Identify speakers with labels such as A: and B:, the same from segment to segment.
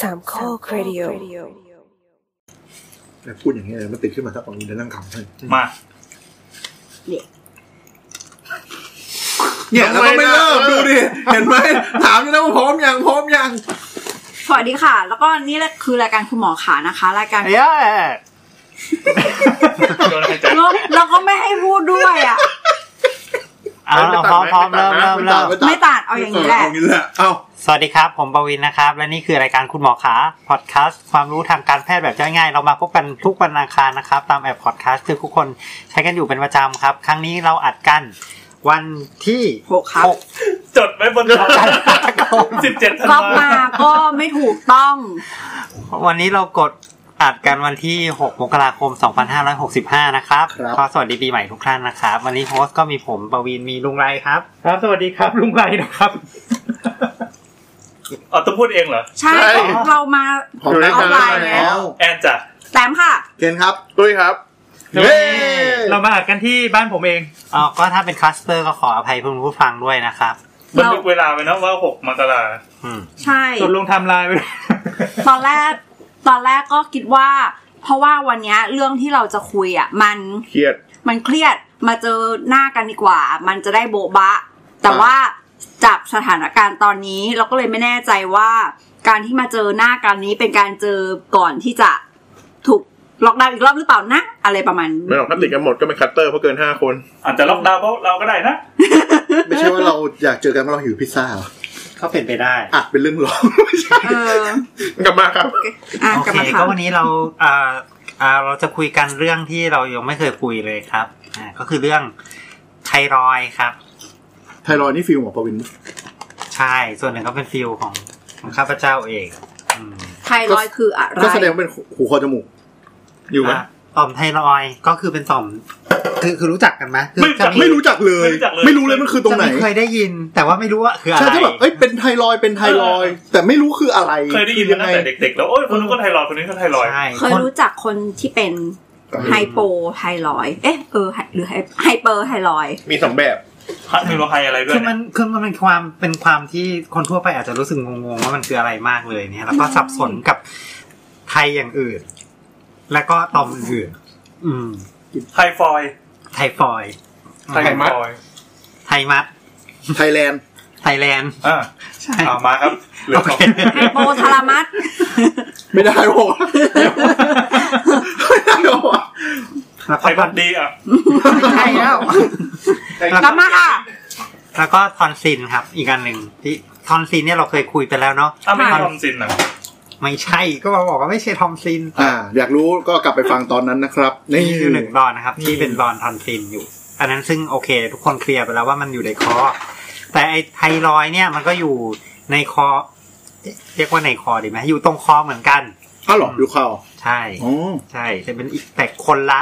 A: สามข้อครดิโอ
B: แต่พูดอย่างนี้เลยมันติดขึ้นมาสักคนเดี๋ยวนั่งขำให้
C: มา
B: เนี่ยแล้วก็ไม่เริ่มดูดิ เห็นไหมถามอยู่นะว่าพร้อมยังพร้อมยัง
D: สวัสดีค่ะ แล้วก็นี่แหละคือรายการคุณหมอขานะคะ รายการ
C: เย้โดนหายใจ
D: แล้วเราก็ไม่ให้พูดด้วยอ่ะ
E: เอาละพร้อมพร้อมเริ่มเริ่มเริ่ม
D: ไม่ตัดเอาอย่างนี้แหละ
B: เอาอย่างนี้แหละเอา
E: สวัสดีครับ ผมปวินนะครับ และนี่คือรายการคุณหมอขาพอดแคสต์ความรู้ทางการแพทย์แบบย่อยง่าย เรามาพบกันทุกวันอังคารนะครับ ตามแอปพอดแคสต์ที่ทุกคนใช้กันอยู่เป็นประจำครับ ครั้งนี้เราอัดกันวันที่
D: หกครับ
E: หก
C: จดไว้บนกระดาษสิบเจ็ดธัน
D: ก็
C: วา
D: มาก็ไม่ถูกต้อง
E: วันนี้เรากดอัดกันวันที่ 6 มกราคม 2565 นะครับขอสวัสดีปีใหม่ทุกท่านนะครับ วันนี้โฮสต์ก็มีผมปวินมีลุงไรครับ
F: ครับสวัสดีครับลุงไรนะครับ
C: อ๋อต้องพูดเองเหรอ
D: ใช่เรามา
B: ของ
D: เอาไป
B: แล้ว
C: แอนจ้ะ
D: แต้มค่ะ
B: เคนครับ
G: ตุ้ยครับ
B: เย้
F: เรามาอัดกันที่บ้านผมเอง
E: เออก็ถ้าเป็นคลัสเตอร์ก็ขออภัยเพื่อนผู้ฟังด้วยนะครับ
C: บัน
D: เรา
C: ทึกเวลาไว้นะว่าหกมกรา
E: อืม
D: ใช่
F: จดลงไทำลายไว้ด้วย
D: ตอนแรก ตอนแรกก็คิดว่า เพราะว่าวันเนี้ยเรื่องที่เราจะคุยอ่ะ มัน
G: เครียด
D: มันเครียด มาเจอหน้ากันดีกว่า มันจะได้โบ๊ะบะ แต่ว่าจากสถานการณ์ตอนนี้เราก็เลยไม่แน่ใจว่า การที่มาเจอหน้ากันนี้เป็นการเจอก่อนที่จะถูกล็อกดาวน์อีกรอบหรือเปล่านะ อะไรประมาณนี้
G: ไม่หรอกถ้าติดกันหมดก็เป็นคัตเตอร์เพราะเกินห้าคน
C: อาจจะล็อกดาวน์เพราะเราก็ได้นะ
B: ไม่ใช่ว่าเราอยากเจอกันเพราะเราหิวพิซซ่าเหรอ
E: ก็เป็นไปได้
B: อ่ะเป็นเรื่องห รอไม่ใช่
D: เออก
G: ลับมาครับ
D: อ่ะ
E: โอก
D: ลับ
E: เค
D: มา
E: ก็
D: ค่ะ
E: วันนี้เราอ่าอ่าเราจะคุยกันเรื่องที่เรายังไม่เคยคุยเลยครับอ่าก็คือเรื่องไทรอยด์ครับ
B: ไทรอยด์นี่ฟิลหมอประวิน
E: ใช่ ส่วนหนึ่งก็เป็นฟิลของของข้าพเจ้าเองอืม
D: ไทรอยด์คืออะไร
B: ก็แสดงว่าเป็นหูคอจมูก อยู่ไหม
E: อ่ะต่อมไทรอยด์ก็คือเป็นต่อม คือคือรู้จักกันไหมคือ
C: ไม่รู้จัก
B: ไม่รู้จักเลย
C: ไม่รู้จักเลย
B: ไม่รู้เลยมันคือตรงไหน
E: จะม่เคยได้ยิน แต่ว่าไม่รู้ว่าคืออะไร
B: ใช่จะแบบเอ้ยเป็นไทรอยด์เป็นไทรอยด์แต่ไม่รู้คืออะไร
C: เคยได้ยินมาตั้งแต่เด็กๆ แล้วโอ้ยคนนู้นก็ไทรอยด์คนนี้ก็ไทรอยด์
E: ใช่
D: เคย
E: คน
D: รู้จักคนที่เป็นไฮโปไทรอยด์เอ๊ะเออไฮหรือไฮไฮเปอร์ไทรอยด์
G: มีสองแบบ
C: ฮัทมีโรไฮอะไรด้วย
E: คือมันคือมันเป็นความเป็นความที่คนทั่วไปอาจจะรู้สึกงงๆว่ามันคืออะไรมากเลยเนี่ยแล้วก็สับสนกับไทยอย่างอื่น แล้วก็ต่อมอื่นๆอืม
C: ไทฟอยด์
E: ไทฟอยด์
C: ไทฟอยด์
E: ไทมัด
B: ไทยแลนด์
E: ไทยแลนด์
C: อ่า
E: ใช่
C: เอามาครับเหลือ
E: โอ
C: ส อง
E: เค
D: ไฮโปทารามัส
B: ไม่ได้หรอกไม่ได้หรอก
E: แล้ว
C: ไท
E: ก็
C: พัดดีอ่ะ
D: ใช่แล้ว
E: แล้ว
D: ก
E: ก็
D: ลับมาค่ะ
E: แล้วก็ทอนซินครับ อีกอันหนึ่งที่ทอนซินเนี่ยเราเคยคุยไปแล้วเนาะ
C: อ้าวไม่ใช่ทอมซินอ่ะ
E: ไม่ใช่ก็มาบอกว่าไม่ใช่ทอนซิน
B: อ่า อยากรู้ก็กลับไปฟังตอนนั้นนะครับ นี่
E: นี่คือหนึ่งรอนนะครับ ที่เป็นรอนทอนซินอยู่ อันนั้นซึ่งโอเค ทุกคนเคลียร์ไปแล้วว่ามันอยู่ในคอ แต่ไอไทรอยด์เนี่ยมันก็อยู่ในคอ เรียกว่าในคอดีไหมอยู่ตรงคอเหมือนกัน
B: อ้าวเหรอดูข่าว
E: ใช่
B: อ๋อ
E: ใช่แต่เป็นอีกแต่คนละ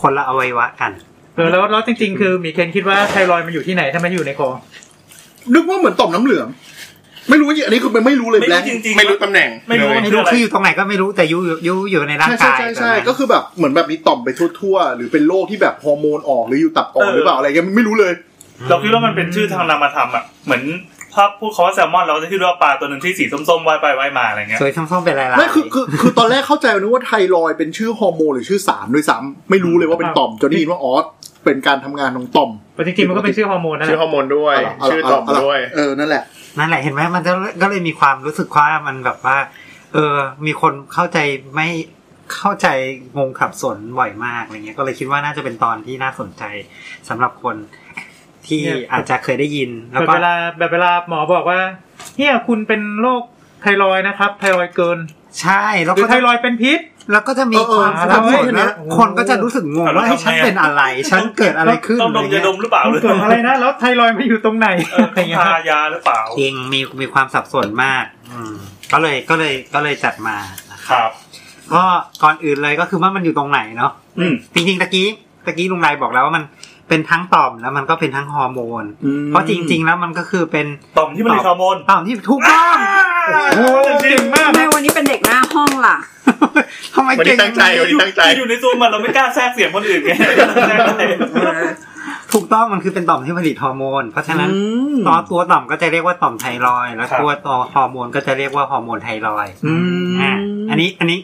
E: คนละอวัยวะกัน
F: เออแล้วแล้วจริงๆ คือมีเคนคิดว่าไทรอยด์มันอยู่ที่ไหนถ้ามันอยู่ในคอ
B: นึกว่าเหมือนต่อมน้ำเหลือง ไม่รู้ว่าอันนี้คือเป็นไม่รู้เลย
C: ไม่
B: แบล็
C: รู้
B: ค
C: จริงๆ
G: ไม่รู้ตำแหน่ง
C: ไม่รู้
G: เลย
E: ไม่รู้คืออยู่ตรงไหนก็ไม่รู้แต่อยู่อยู่อยู่ในร่าง
B: ใช่ใช่
E: กาย
B: ใช่ใช่
E: ตอนนั้น
B: ก็คือแบบเหมือนแบบมีต่อมไปทั่วๆ หรือเป็นโรคที่แบบฮอร์โมนออกหรืออยู่ตับอ่อนหรือเปล่าอะไรเงี้ยไม่รู้เลย
C: เราคิดว่ามันเป็นชื่อทางนามธรรมอ่ะเหมือนภาพพูดคำว่าแซลมอนเราก็จะคิดว่าปลาตัวหนึ่งที่สีส้มๆว่ายไปว่ายมาอะไรเงี้ย
E: สวยส้มๆเป็นอะไรล่ะ
B: ไม่คือคือคือตอนแรกเข้าใจนึกว่าไทรอยด์เป็นชื่อฮอร์โมนหรือชื่อสารด้วยซ้ำไม่รู้เลยว่าเป็นต่อมจนได้ยินว่าอ๋อเป็นการทำงานของต่อม
F: แต่จริงๆ มันก็เป็นชื่อฮอร์โมนนั่นแห
G: ชื่อฮ
F: ละ
G: อร์โมนด้วย
B: เา
G: ชื่อ
B: ล่ะ
G: ต่อม
B: เาล่ะ
G: ด้วย
B: เออนั่นแหละ
E: นั่นแหละเห็นไหมมันก็ก็เลยมีความรู้สึกว่ามันแบบว่า เออ มีคนเข้าใจไม่เข้าใจงงขับสนบ่อยมากอะไรเงี้ย ก็เลยคิดว่าน่าจะเป็นตอนที่น่าสนใจสำหรับคนที่อาจจะเคยได้ยินแล้ว
F: แบบ
E: ก็
F: เวลาแบบเวลาหมอบอกว่าเนี่ยคุณเป็นโรคไทรอยด์นะครับ ไทรอยด์เกิน
E: ใช่แล้ว
F: หรื
E: ก็
F: อไทรอยด์เป็นพิษ
E: แล้วก็จะมี
B: เออ
E: ความสับสน
B: เออ
E: แล้วคนก็จะรู้สึกงงว่า
C: เอาแล้ว
E: เฮ้ยฉัน
C: ทำไงอะ
E: เป็นอะไร ฉันเกิดอะไรขึ้น
C: ต้องด
E: อะ
C: ม
E: ไร
C: ยา
E: เงี้ย
C: ดมหรือเปล่าห
F: มั
C: รื
F: นเกิดอะไรนะ แล้วไทรอยด์มันอยู่ตรงไหน
C: เออ
F: อะไรอย่างเงี้ย
C: ทายาหรือเปล่า
E: จริงมีมีความสับสนมาก อืม ก็เลยก็เลยก็เลยจัดมานะครับ ก็ก่อนอื่นเลยก็คือว่ามันอยู่ตรงไหนเนาะ
C: อืม
E: จริงๆตะกี้ตะกี้ลุงนายบอกแล้วว่ามันเป็นทั้งต่อมแล้วมันก็เป็นทั้งฮอร์โมน
B: อืม
E: เพราะจริง ๆ แล้วมันก็คือเป็น
C: ต่อมที่ผลิตฮอร์โมน
E: ต่อมที่ถูกต้อง
C: โอ้โหจริงมาก
D: ทำไมวันนี้เป็นเด็กหน้าห้องล่ะ
E: ทำไม
G: วัน
E: เก่
G: นี้
E: ง
G: ตั้งใจ วันนี้ตั้งใจ
C: อยู่ในซูมมันเราไม่กล้าแทรกเสียงคนอื่นไง
E: ถ ถูกต้องมันคือเป็นต่อมที่ผลิตฮอร์โมน เพราะฉะนั้น
B: อืม
E: ตัวตัวต่อมก็จะเรียกว่าต่อมไทรอยด์แล้ว
C: ครับ
E: ตัวตัวฮอร์โมนก็จะเรียกว่าฮอร์โมนไทรอยด์
B: อืม
E: อ่ะอันนี้อันนี้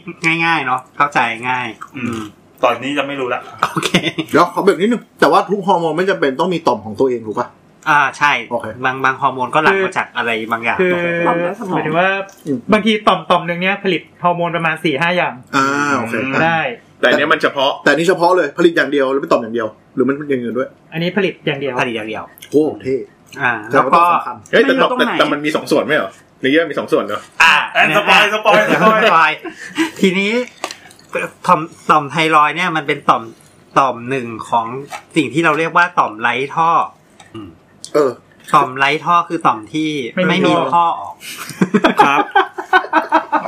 E: ง่ายๆเนาะเข้าใจง่าย อืม
C: ตอนนี้จะไม่รู้ละ
E: โอเค
B: เดี๋ยวขอแบบนิดนึงแต่ว่าทุกฮอร์โมนไม่จำเป็นต้องมีต่อมของตัวเองถูกป่ะ
E: อ่าใช่
B: โอเค
E: บางบางฮอร์โมนก็หลั่งมาจากอะไรบางอย่าง
F: คือ
D: ต่อมและสมอง
F: หมายถึงว่า
B: อืม
F: บางทีต่อมต่อมหนึ่งเนี้ยผลิตฮอร์โมนประมาณสี่ห้าอย่าง
B: อ่าโอเค
C: ม
B: อ่ะ
F: ได้
G: แต่อันเนี้ยมันเฉพาะ
B: แต่นี่เฉพาะเลยผลิตอย่างเดียวหรือเป็นต่อมอย่างเดียว หรือมันเป็นอย่างอื่นด้วย
F: อันนี้ผลิตอย่างเดียว
E: ผลิตอย่างเดียว
B: โอ้เท่
E: อ่า
B: ต่
E: แล้ว
B: ต้อ
E: ก็
B: งสำคัญ
G: เฮ้ยแต่
D: ไม่รู้ต
G: แต่
D: รงไหน
G: แต่แต่มันมีสองส่วนไหมเหรอในเยอะมีสองส่วนเนอะ
E: อ่า
C: อ่ะสปอยสปอยสปอย
E: ทีนี้ต่อมต่อมไทรอยด์เนี่ยมันเป็นต่อมต่อมหนึ่งของสิ่งที่เราเรียกว่าต่อมไร้ท่อ
B: เออ
E: ต่อมไร้ท่อคือต่อมที่
F: ไม่มี
E: ไม่มีท่อออก
C: ครับ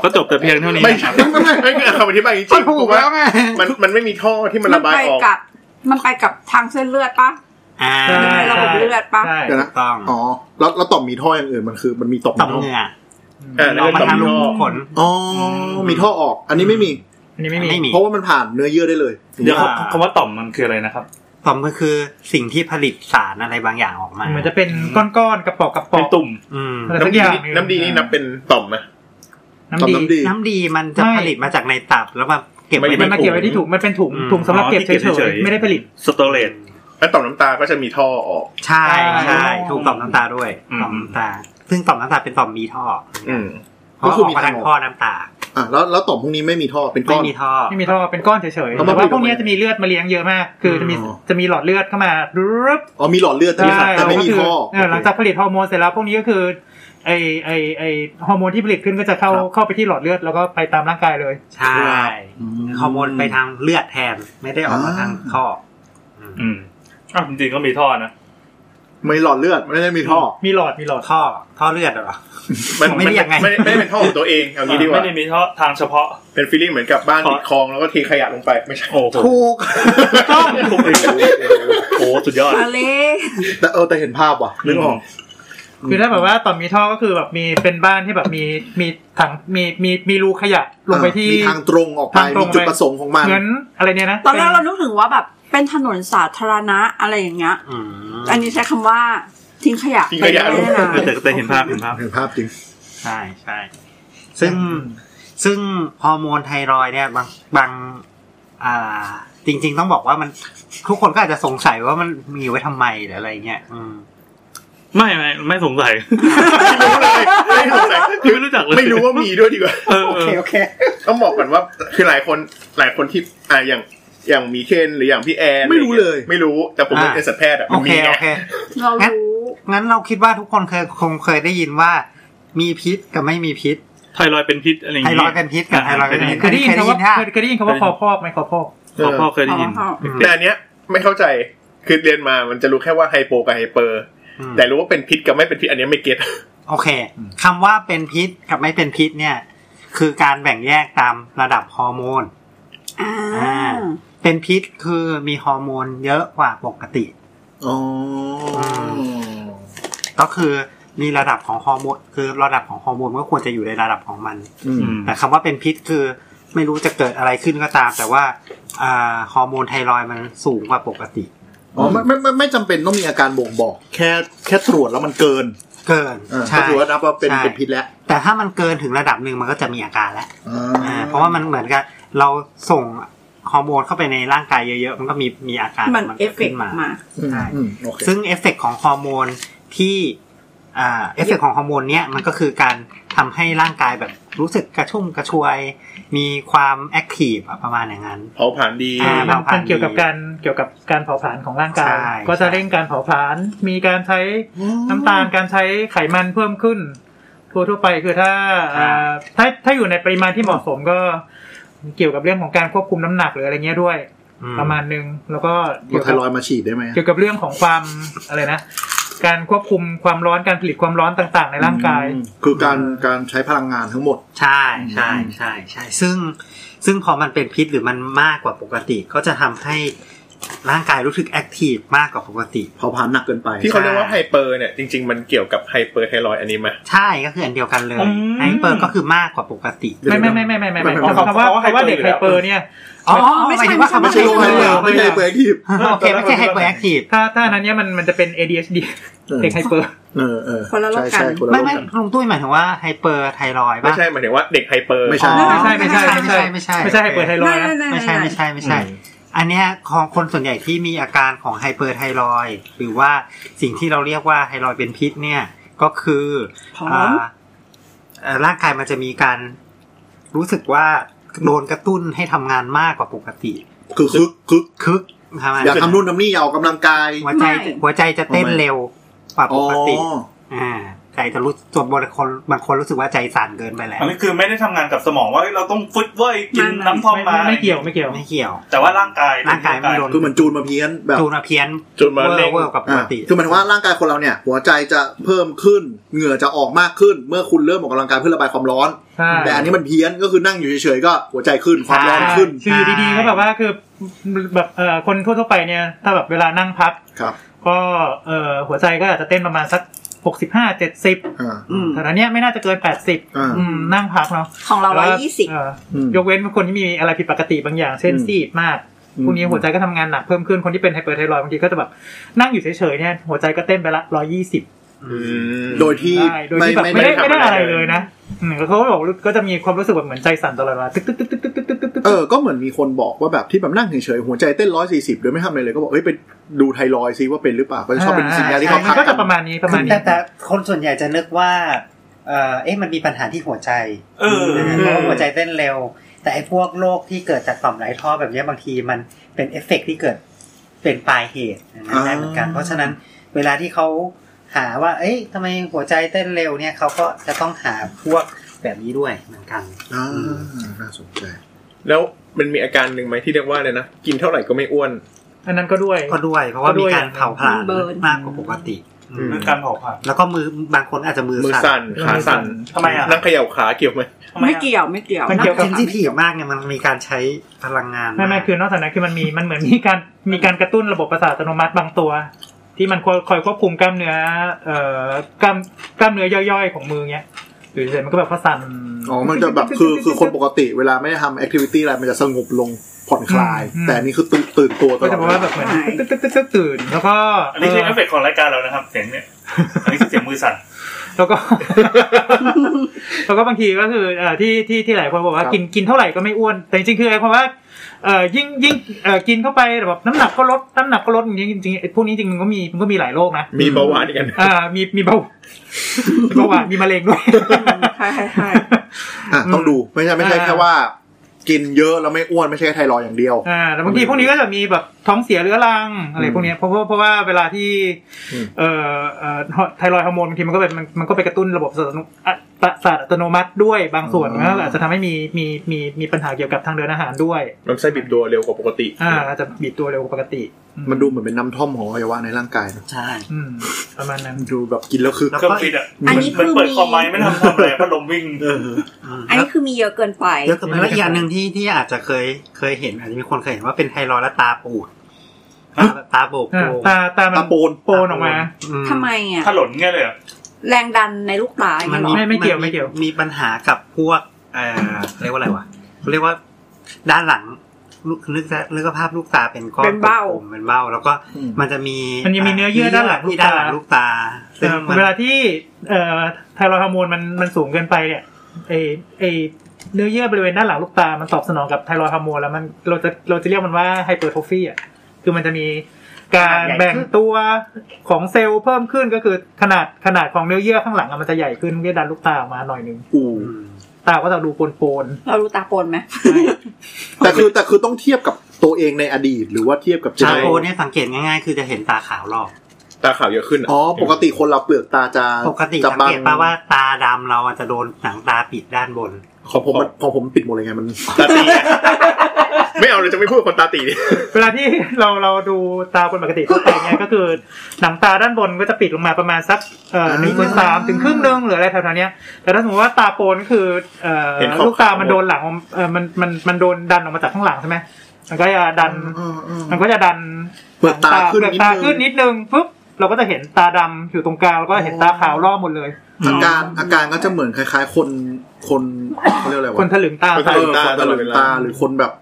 C: ก็จบแต่เพียงเท่านี้
B: ไม่
C: นะค
B: ใช่
C: รับ
B: ไม่ใช่
G: ไม่คือคำอธิบายจริง
E: ก็
G: ๆ
E: ถูกแล้วไง
G: มันมันไม่มีท่อที่มัน
D: มั
G: ระบาย
D: ไป
G: ออก
D: กับ มันไปกับทางเส้นเลือดปะ
E: อ่า
F: ใช่
D: ในระบบเลือดปะ
F: ใช่
B: เดี๋ยวนะ
E: ต้อง
B: อ๋อแล้วแล้วต่อมมีท่ออย่างอื่นมันคือมันมีต่อม
E: ต่อม
B: ท่
E: เหงื่อ
G: เออ
E: อ
G: แล้ว
E: อก
G: ก็
E: มา
G: ต่อม
E: ทางรู
G: ท่อ
E: ขุมขน
B: อ๋อมีท่อออก อันนี้ไม่มี
F: อันนี้ไม่มี
E: ไม่มี
B: เพราะว่ามันผ่านเนื้อเยื่อได้เลย
C: เดี๋ยว
E: อ่า
C: คำว่าต่อมมันคืออะไรนะครับ
E: ต่อมก็คือสิ่งที่ผลิตสารอะไรบางอย่างออกมา
F: เหมือนจะเป็นก้อนๆกระป๋องกระป๋อ
C: เป็น
F: ง
C: ตุ่ม
E: อืม
F: แต่ทุกอ
G: น้ำดี
F: ย่าง
G: นี่น้ำดีนี่นับเป็นต่อมไหม
F: น้ำ
B: ต่อม
F: ดี
B: น้ำดี
E: น้ำดีมันจะ
F: ไม่
E: ผลิตมาจากในตับแล้วมาเก็บ
G: ไม่
E: ไว้
G: ได้
E: ใน
F: มันมาเก็บไว้ที่ถุงมันเป็นถุงถุงสำหรับเก็บเฉยๆไม่ได้ผลิต
C: สโตเรจ
G: แล้วต่อมน้ำตาก็จะมีท่อออก
E: ใช่ใช่
F: อ๋อ
E: ถูกต่อมน้ำตาด้วย
C: อืม
E: ต่อมน้ำตา ซึ่งต่อมน้ำตาเป็นต่อมมีท่อ
G: อืม
E: เพราะว่าออกมาทางท่อน้ำตา
B: อ่ะแล้วแล้วต่อมพวกนี้ไม่มีท่อเป็นก้
E: ไม่
B: อน
E: มีท่อ
F: ไม่มีท่อเป็นก้อนเฉยๆ
B: แล้วมัน
F: แต่ว่า
B: ผลิต
F: พวกเนี้ย
B: ออกมา
F: จะมีเลือดมาเลี้ยงเยอะมาก คือจะมี
B: อ๋อ
F: จะมีหลอดเลือดเข้ามารึบ
B: อ๋อมีหลอดเลือดแต่ไม่
F: ได้
B: แต่ไม่มี
F: ก็คื
B: ท่อ
F: เออหลังจากผลิตฮอร์โมนเสร็จแล้วพวกนี้ก็คือไอไอไอฮอร์โมนที่ผลิตขึ้นก็จะเข้าเข้าไปที่หลอดเลือดแล้วก็ไปตามร่างกายเลย
E: ใช่ฮอร์โมนไป
B: ทาง
E: ทางเลือดแทนไม่ได้ออกมาทางท่ออืม
C: อืมอ้าวจริงๆก็มีท่อนะ
B: ไม่หลอดเลือดไม่ได้มีท่อ
F: มีหลอดมีหลอด
E: ท่อท่อเลือดเหรอ
G: มัน
E: ไม่
G: ไม่
E: ได้
G: ได้
E: ยังไง
G: ไม่ได้ไม่ได้เป็นท่อของตัวเองเอางี้ดีกว่า
C: ไม่ได้มีท่อทางเฉพาะ
G: เป็นฟีลลิ่งเหมือนกับบ้านติดคลองแล้วก็เทขยะลงไปไม่ใช่
C: โอ้โห
E: ถูก
C: ต้องถูกโอ้โหสุดยอด
D: อะไร
B: แต่เออแต่เห็นภาพว่ะนึกออก
F: คือถ้าแบบว่าต่อมมีท่อก็คือแบบมีเป็นบ้านที่แบบมีมีถังมีมีมีรูขยะลงไปที่
B: มีทางตรงออกไป
F: ทางตร
B: มี
F: ง
B: จุดประสงค์ของมัน
F: เหมือนอะไรเนี่ยนะ
D: ตอนแรกเรานึกถึงว่าแบบเป็นถนนสาธารณะอะไรอย่างเงี้ย
E: อืม
D: อันนี้ใช้คำว่าทิ้งขยะ
G: ทิ้งขยะลง
D: ไป
G: ไป
D: ไม่ได้
C: แต่แต่เห็นภาพเห็นภาพ
B: เห็นภาพจริง
E: ใช่ใช่ซึ่งซึ่งฮอร์โมนไทรอยด์เนี่ยบางบางอ่า จริง ๆ ต้องบอกว่ามันทุกคนก็อาจจะสงสัยว่ามันมีไว้ทำไมหรืออะไรเงี้ยอืม
C: ไม่ไม่ไม่สงสัย
G: ไม่รู้เลย
C: ไม่รู้จักเลย
G: ไม่รู้ว่ามีด้วยดีกว่า
C: เออเออ
G: ต้องบอกก่อนว่าคือหลายคนหลายคนที่อ่าอย่างอย่างมีเคนหรืออย่างพี่แอน
B: ไม่รู้เลย
G: ไม่รู้แต่ผมเป็นเอสัตแพทย์อ่ะ
E: โอ
G: มัน
E: เค
G: มีไง
E: โอเค
D: เรารู้
E: งั้นเราคิดว่าทุกคนเคยคงเคยได้ยินว่า มีพิษกับไม่มีพิษ
C: ไทรอยด์เป็นพิษอะไรอย่าง
E: ไท
C: งี้
E: รอยด์เป็นพิษกับไทรอยด์เป็นพิษ
F: เคยได้ยิน
E: เคยได้
F: คำ
E: ยิ
F: ว่าน
E: ค่ะ
F: เคยเคยได้ยินคำว่าคอพอกไหมคอพอก
G: เอ
C: พ่อ
G: อ
C: พ่อเคยได้ยิน
D: อ๋อ
G: แต่อันเนี้ยไม่เข้าใจคือเรียนมามันจะรู้แค่ว่าไฮโปกับไฮเปอร์
E: อืม
G: แต่รู้ว่าเป็นพิษกับไม่เป็นพิษอันเนี้ยไม่เก็ต
E: โอเคคำว่าเป็นพิษกับไม่เป็นพิษเนี่ย คือการแบ่งแยกตามระดับฮอร์โมน
D: อ่า
E: อ่า เป็นพิษคือมีฮอร์โมนเยอะกว่าปกติ
B: อ๋อ
E: ก็คือมีระดับของฮอร์โมนคือระดับของฮอร์โมนก็ควรจะอยู่ในระดับของมัน
B: อืม
C: ม
E: แต่คำว่าเป็นพิษคือไม่รู้จะเกิดอะไรขึ้นก็ตาม แต่ว่าอ่าฮอร์โมนไทรอยด์มันสูงกว่าปกติ
B: อ๋อไม่ไม่ไม่ไม่จำเป็นต้องมีอาการบ่งบอก แค่แค่ตรวจแล้วมันเกิน
E: เกิน
B: อ่า
E: ใช่
B: ก็ถือว่านับว่าเป็น
E: ใช่
B: เป็นพิษแล้ว
E: แต่ถ้ามันเกินถึงระดับหนึ่งมันก็จะมีอาการแล้ว
B: อ่า
E: อ่าเพราะว่ามันเหมือนกับเราส่งฮอร์โมนเข้าไปในร่างกายเยอะๆ มันก็มีมีอาการ
D: มัน
E: ขง
D: เอฟเฟก
E: ขึ้
D: ต์
E: นมา
D: มา
B: อืม
E: ใช่
B: อืมโอเค
E: ซึ่งเอฟเฟกต์ของฮอร์โมนที่อ่าเอฟเฟกต์ของฮอร์โมนเนี้ยมันก็คือการทำให้ร่างกายแบบรู้สึกกระชุ่มกระชวย มีความแอคทีฟอะประมาณอย่างนั้น
G: เผาผ่านดี
E: อ่า
F: มัน
E: เผผลาญ
F: มันเกี่ยวกับการเกี่ยวกับการเผาผลาญของร่างกาย
E: ใช่
F: ก็จะเร่งการเผาผลาญมีการใช้น้ำตาลการใช้ไขมันเพิ่มขึ้น ทั่วทั่วๆไปคือถ้าอ่าถ้าถ้าอยู่ในปริมาณที่เหมาะสมก็ เกี่ยวกับเรื่องของการควบคุมน้ำหนักหรืออะไรเงี้ยด้วย
E: อื
F: ประมาณนึงแล้วก็เกี่
B: เอา
F: ยว
B: ไท
F: กับ
B: รอยด์มาฉีดได้ไหม
F: เกี่ยวกับเรื่องของความอะไรนะ การควบคุมความร้อนการผลิตความร้อนต่างๆ ในร่างกาย
B: อืมคือการการใช้พลังงานทั้งหมด
E: ใช่ใช่ใช่ใช่ซึ่งซึ่งพอมันเป็นพิษหรือมันมากกว่าปกติ ก็จะทำให้ ร่างกายรู้สึกแอคทีฟมากกว่าปกติ
B: เผาผลาญหนักเกินไป
G: ที่เขาเรียกว่าไฮเปอร์เนี่ยจริง ๆ มันเกี่ยวกับไฮเปอร์ไทรอยอันนี้ไหม
E: ใช่ก็คืออันเดียวกันเลย
C: อืม
E: ไอเปิร์ก็คือมากกว่าปกติ
F: ไม่ไม่ไม่ไม่ไม่ไม่ไม่
B: ไม่ไม่
F: คำว่า
C: เขา
F: คำว่าเด็กไฮ
C: เขาไฮเป
F: เป
C: อ
F: อ
C: ร์อยู่แล้ว
F: ร์เนี่ย
E: อ๋อ
D: ไม่ใช่
E: หายถึงว่าคำ
D: ไม่
B: ไม่
D: ใช่
B: ใช่โรคไฮ
E: ไฮ
B: เป
E: เป
B: อ
E: อ
B: ร์ไม่
E: ร์
B: ใช่ไฮเปอร์แอคทีฟ
E: โอเคไม่ใช่ไฮเปอร์แอคทีฟ
F: ถ้าถ้าอันนั้นเนี่ยมันมันจะเป็น ADHD เด็กไฮเปอร์
B: เออเออ
D: คนละโรค
B: ใช่
D: กัน
B: ใช่คนละโรค
E: ไม่ไม่
B: กัน
E: ลุงตุ้ยหมายถึงว่าไฮเปอร์ไทรอยด์
G: ไม่
E: ป่ะ
G: ใช่หมายถึงว่าเด็กไฮเปอร์
B: ไม่ใช่
E: อ๋อ
F: ไม่ใช่ไม่ใช่ไม่ใช่
E: ไม่ใช่ไม่ใช่
F: ไม่ใช่ไฮเปอร์ไทรอยด์นะ
E: ไม่ใช่ไม่ใช่ไม่ใช่ อันเนี้ยของคนส่วนใหญ่ที่มีอาการของไฮเปอร์ไทรอยด์หรือว่าสิ่งที่เราเรียกว่าไทรอยด์เป็นพิษเนี่ยก็คือ
D: ผอม
E: อ่าเอ่อร่างกายมันจะมีการรู้สึกว่าโดนกระตุ้นให้ทำงานมากกว่าปกติ
B: คือคึกคึก
E: คึกทำไม
B: อยากทำนู่นทำนี่อยากออกกำลังกาย
E: หัวใจ
D: ไม่
E: หัวใจจะเต้น
B: ทำไม
E: เร็วกว่า
B: อ๋
E: ป
B: อก
E: ติ อ่าใจจะรู้ส่วนบางคนบางคนรู้สึกว่าใจสั่นเกินไปแล้ว
C: อันนี้คือไม่ได้ทำงานกับสมองว่าเอ้ยเราต้องฟึดเว้ยกิน
D: ไม่
C: น้ำท่อม
F: ไม่
C: มา
F: ไม่ไม่เกี่ยวไม่เกี่ยว
E: ไม่เกี่ยว
C: แต่ว่าร่างกาย
E: ร่างกายไม่โดน
B: คือเหมือนจูนมาเพี้ยนแบบ
E: จูนมาเพี้ยน
G: จุดมา
E: เวอ
G: เล็ง
E: ร์เวอร์กว่าปก
B: อ่ะ
E: ติ
B: คือหมายถึงว่าร่างกายคนเราเนี่ย หัวใจจะเพิ่มขึ้น เหงื่อจะออกมากขึ้น เมื่อคุณเริ่มออกกำลังกายเพื่อระบายความร้อน
F: ใช่
B: แต่อันนี้มันเพี้ยนก็คือนั่งอยู่เฉยๆก็หัวใจขึ้นความร้อนขึ้น
F: คืออยู่ดีๆก็แบบว่าคือแบบเอ่อคนทั่วๆไปเนี่ย ถ้าแบบเวลานั่งพัก
B: ครับ
F: ก็เอ่อหัวใจก็อาจจะเต้นประมาณสัก 65 70
B: อ่า
D: อืม
F: แต่อันเนี้ยไม่น่าจะเกิน 80
B: อ่า
F: อืมนั่งพักเนาะ
D: ของเราร้อย
F: แล้ว
D: ยี่สิบ
F: เอ่อ
B: อืม
F: ยกเว้นคนที่มีอะไรผิดปกติบางอย่าง เช่น
B: อืม
F: ซีดมาก
B: อืม
F: พวกนี้หัวใจก็ทำงานหนักเพิ่มขึ้นคนที่เป็นไฮเปอร์ไทรอยด์บางทีก็จะแบบนั่งอยู่เฉยๆเนี่ยหัวใจก็เต้นไปละ 120
G: อืม
B: โดยที่
F: ได้โดยที่แบบไม่ได้ไม่ได้อะไรเลยนะอืมแล้วเขาก็บอกก็จะมีความรู้สึกแบบเหมือนใจสั่นตลอดเวลาตึ๊กตึ๊กตึ๊กตึ๊กตึ๊กตึ๊กตึ๊กตึ๊ก
B: เออก็เหมือนมีคนบอกว่าแบบที่แบบนั่งเฉยๆหัวใจเต้นร้อยสี่สิบโดยไม่ทำอะไรเลยก็บอกเอ้ยไปดูไทรอยด์ซิว่าเป็นหรือเปล่าก็จะชอบเป็นสัญญาณที่เขา
F: มั
B: ทัก
F: น
B: กั
F: ก็จะ
B: น
F: ประมาณนี้ประมาณนี้
E: แต่แต่คนส่วนใหญ่จะนึกว่า เออเอ๊ะมันมีปัญหาที่หัวใจ
C: เออ
E: นะฮะเพราะว่าหัวใจเต้นเร็ว แต่ไอ้พวกโรคที่เกิดจากต่อมไร้ท่อแบบเนี้ยบางทีมันเป็นเอฟเฟกต์ที่เกิดเป็นปลายเหตุนะ
B: อ่า
E: ได้เหมือนกัน เพราะฉะนั้นเวลาที่เขาหาว่า เอ๊ะทำไมหัวใจเต้นเร็วเนี่ยเขาก็จะต้องหาพวกแบบนี้ด้วยเหมือนกัน
B: อ่าน่าสนใจ
G: แล้วมันมีอาการหนึ่งไหมที่เรียกว่าเลยนะ กินเท่าไหร่ก็ไม่อ้วน
F: อันนั้นก็ด้วย
E: ก็ด้วย เพราะว่า
F: ก็ด้
E: มี
F: วย
E: การเผาผลาญ
D: เบิร์น
E: มากกว่าปกติอืม
C: เรื่องการเผาผลาญ
E: แล้วก็มือบางคนอาจจะมือ
G: มือ
E: สั่
G: สั่
E: น
G: นขาสั่น
C: ทำไมอ่ะ
G: นั่งเขย่าขาเกี่ยวไหม
C: ทำไม
D: ไม่
C: อ่ะ
D: เกี่ยวไม่เกี่ยว
F: มันเกี่ยวกับ
E: เซนซิทีฟมากเนี่ยมันมีการใช้พลังงาน
F: ไม่ไม่คือนอกจากนั้นคือมันมีมันเหมือนมีการมีการกระตุ้นระบบประสาทอัตโนมัติบางตัว ที่มันคอยคอยควบคุมกล้ามเนื้อเอ่อกล้ามกล้ามเนื้อย่อยๆของมือเนี้ยหรือเฉยๆมันก็แบบว่าสั่น
B: อ๋อ มันจะ แบบคือคือคนปกติเวลาไม่ได้ทำแอคทิวิตี้อะไรมันจะสงบลงผ่อนคลาย
F: อืม
B: แต่อันนี่คือตื่นตื่นตัวต
F: ก็
B: ล
F: จะ
B: อด
F: บอกว่าแบบเหมือน
D: ใช่
F: ตึ๊กตึ๊กตึ๊กตึ๊กตื่นแล้วก็
C: อันนี้คือเอฟเฟกต์ของรายการเรานะครับเสียง เนี่ยอันนี้คือเสียงมือสั่น
F: แล้วก็ แล้วก็บางทีก็คือเอ่อที่ที่ที่หลายคนบอกว่ากินกินเท่าไหร่ก็ไม่อ้วน แต่จริงๆคือไอ้ความว่าเอ่อยิ่งยิ่งเอ่อกินเข้าไปแบบน้ำหนักก็ลดน้ำหนักก็ลดจริงๆจริงๆไอ้พวกนี้จริงๆมันก็มีมันก็มีหลายโรคนะ
G: มีเบาหวานอีกอัน
F: อ่ามีมีเบา เบาหวานมีมะเร็งด้วย
D: ใช่ใช่ใช่
B: อ่ะต้องดูไม่ใช่ไม่ใช่
F: อ่า
B: แค่ว่า กินเยอะแล้วไม่อ้วนไม่ใช่แค่ไทรอยด์อย่างเดียว
F: อ่าแต่บางทีพวกนี้ก็จะมีแบบท้องเสียเรื้อรังอะไรพวกเนี้ยเพราะว่าเพราะว่าเวลาที่
B: อืม
F: เอ่อเอ่อไทรอยด์ฮอร์โมนบางทีมันก็เป็นมันมันก็ไปกระตุ้นระบบประสาทอัตประสาทอัตโนมัติด้วยบางส่วนก็อาจจะทำให้มีมีมีมีปัญหาเกี่ยวกับทางเดินอาหารด้วย
G: ลำไส้บีบตัวเร็วกว่าปกติ
F: อ่าอาจจะบีบตัวเร็วกว่าปกติอื
B: มันดูเหมือนเป็นน้ำท่อมของอวัยวะในร่างกายนะ
E: ใช่
F: อืมประมาณนั้น
B: ดูแบบกินแล้วคือ
E: แล้ว
C: เครื่อ
E: ก็
C: งฟิตอ่ะ
B: อันนี้
C: เหมือนเปิดคอมไม้ไม่ทำทำอะไรพัดลมวิ่ง
E: อืม
D: อันนี้คือมีเยอะเกินไป
E: เยอะเกินไปแล้วอีกอย่างหนึ่งที่ที่อาจจะเคยเคยเห็น อาจจะมีคนเคยเห็นว่าเป็นไทรอยด์และตาปูดตาแบบตาโบก
F: อ่า
E: โบก
F: ตาตามัน
B: ตาโปน
F: โปนออกมา
E: อื
D: ทำไมอ่ะ
C: ถลนเงี้ยเลยเหรอ
D: แรงดันในลูกตาอย่าง
E: มั
D: เงี้ย
E: น
D: เหร
E: มี
D: อ
F: ไม่ไม่เกี่ยวไม่เกี่ยว
E: มีปัญหากับพวกเอ่อเรียกว่าอะไรวะเรียกว่าด้านหลังลูกนึกนะนึกภาพลูกตาเป็นก้อน
D: เป็นเบ้า
E: กลมๆเป็นเบ้า แล้วก็
B: อืม
E: มันจะมี
F: มันยังมีเนื้อเยื่อด้านหลังลูกตา
E: ด้านหลังลูกตาซึ่งมัน
F: เวลาที่เอ่อไทรอยด์ฮอร์โมนมันมันสูงเกินไปเนี่ยไอไอเนื้อเยื่อบริเวณด้านหลังลูกตา มันตอบสนองกับไทรอยด์ฮอร์โมนแล้วมันเราจะเราจะเรียกมันว่าไฮเปอร์โทรฟีอ่ะคือมันจะมีการ
E: ขนาดใหญ่ขึ้น
F: แบ่งตัวของเซลล์เพิ่มขึ้นก็คือขนาดขนาดของเนื้อเยื่อข้างหลังอะมันจะใหญ่ขึ้นเพื่อดันลูกตาออกมาหน่อยหนึง
B: อู
E: อืม
F: ตาก็จะดูโปน
D: เรารู้ตาโปนไหม
B: แต่คือแต่คือต้องเทียบกับตัวเองในอดีต หรือว่าเทียบกับเจ
E: ตา
B: เนอ
E: โป
B: เรชั
E: ด
B: น
E: เนี่ยสังเกตง่ายๆ คือจะเห็นตาขาวหรอก
G: ตาขาวเยอะขึ้นอะ
B: อ๋อปกติคนเราเปลือกตาจะ
E: ปกติ
B: จะ
E: สัง
B: บาง
E: เกตป่ะว่าตาดำเราอะจะโดนหนังตาปิดด้านบน
B: ของผมมันของผมปิดหมดเลยไงมัน
G: ตาตีไงไม่เอาเลยจะไม่พูดกับคนตาตีดิ
F: ๆเวลาที่ เราเราดูตาคนปกติทั่วไป เนี่ยก็คือหนังตาด้านบนก็จะปิดลงมาประมาณสักเอ่อหนึ่งส่วนสามถึงครึ่งหนึงหรืออะไรแถวๆเนี้ย แต่ถ้าสมมติว่าตาโปนก็คือเอ่อ
G: เห็นขาวๆ
F: ลูกตามันโดนหลังออกเอ่อมันมันมันโดนดันออกมาจากข้างหลังใช่ไหม มันก็จะดัน มันก็จะดัน
B: เปิดตาขึ้น
F: เปิด
B: นิด
F: ตา
B: นึ
F: ขึ้น
B: ง
F: นิดนึงปุ๊บเราก็จะเห็นตาดำอยู่ตรงกลางแล้วก็เห็นตาขาวล่อบหมดเลย
B: อาการอาการก็จะเหมือนคล้าย ๆ คนคนเขาเรียกอะไรวะ
F: คนถลึงตา
G: คน
B: เออ
G: ถลึ
B: ง คนตะลึงตาหรือคนแบบ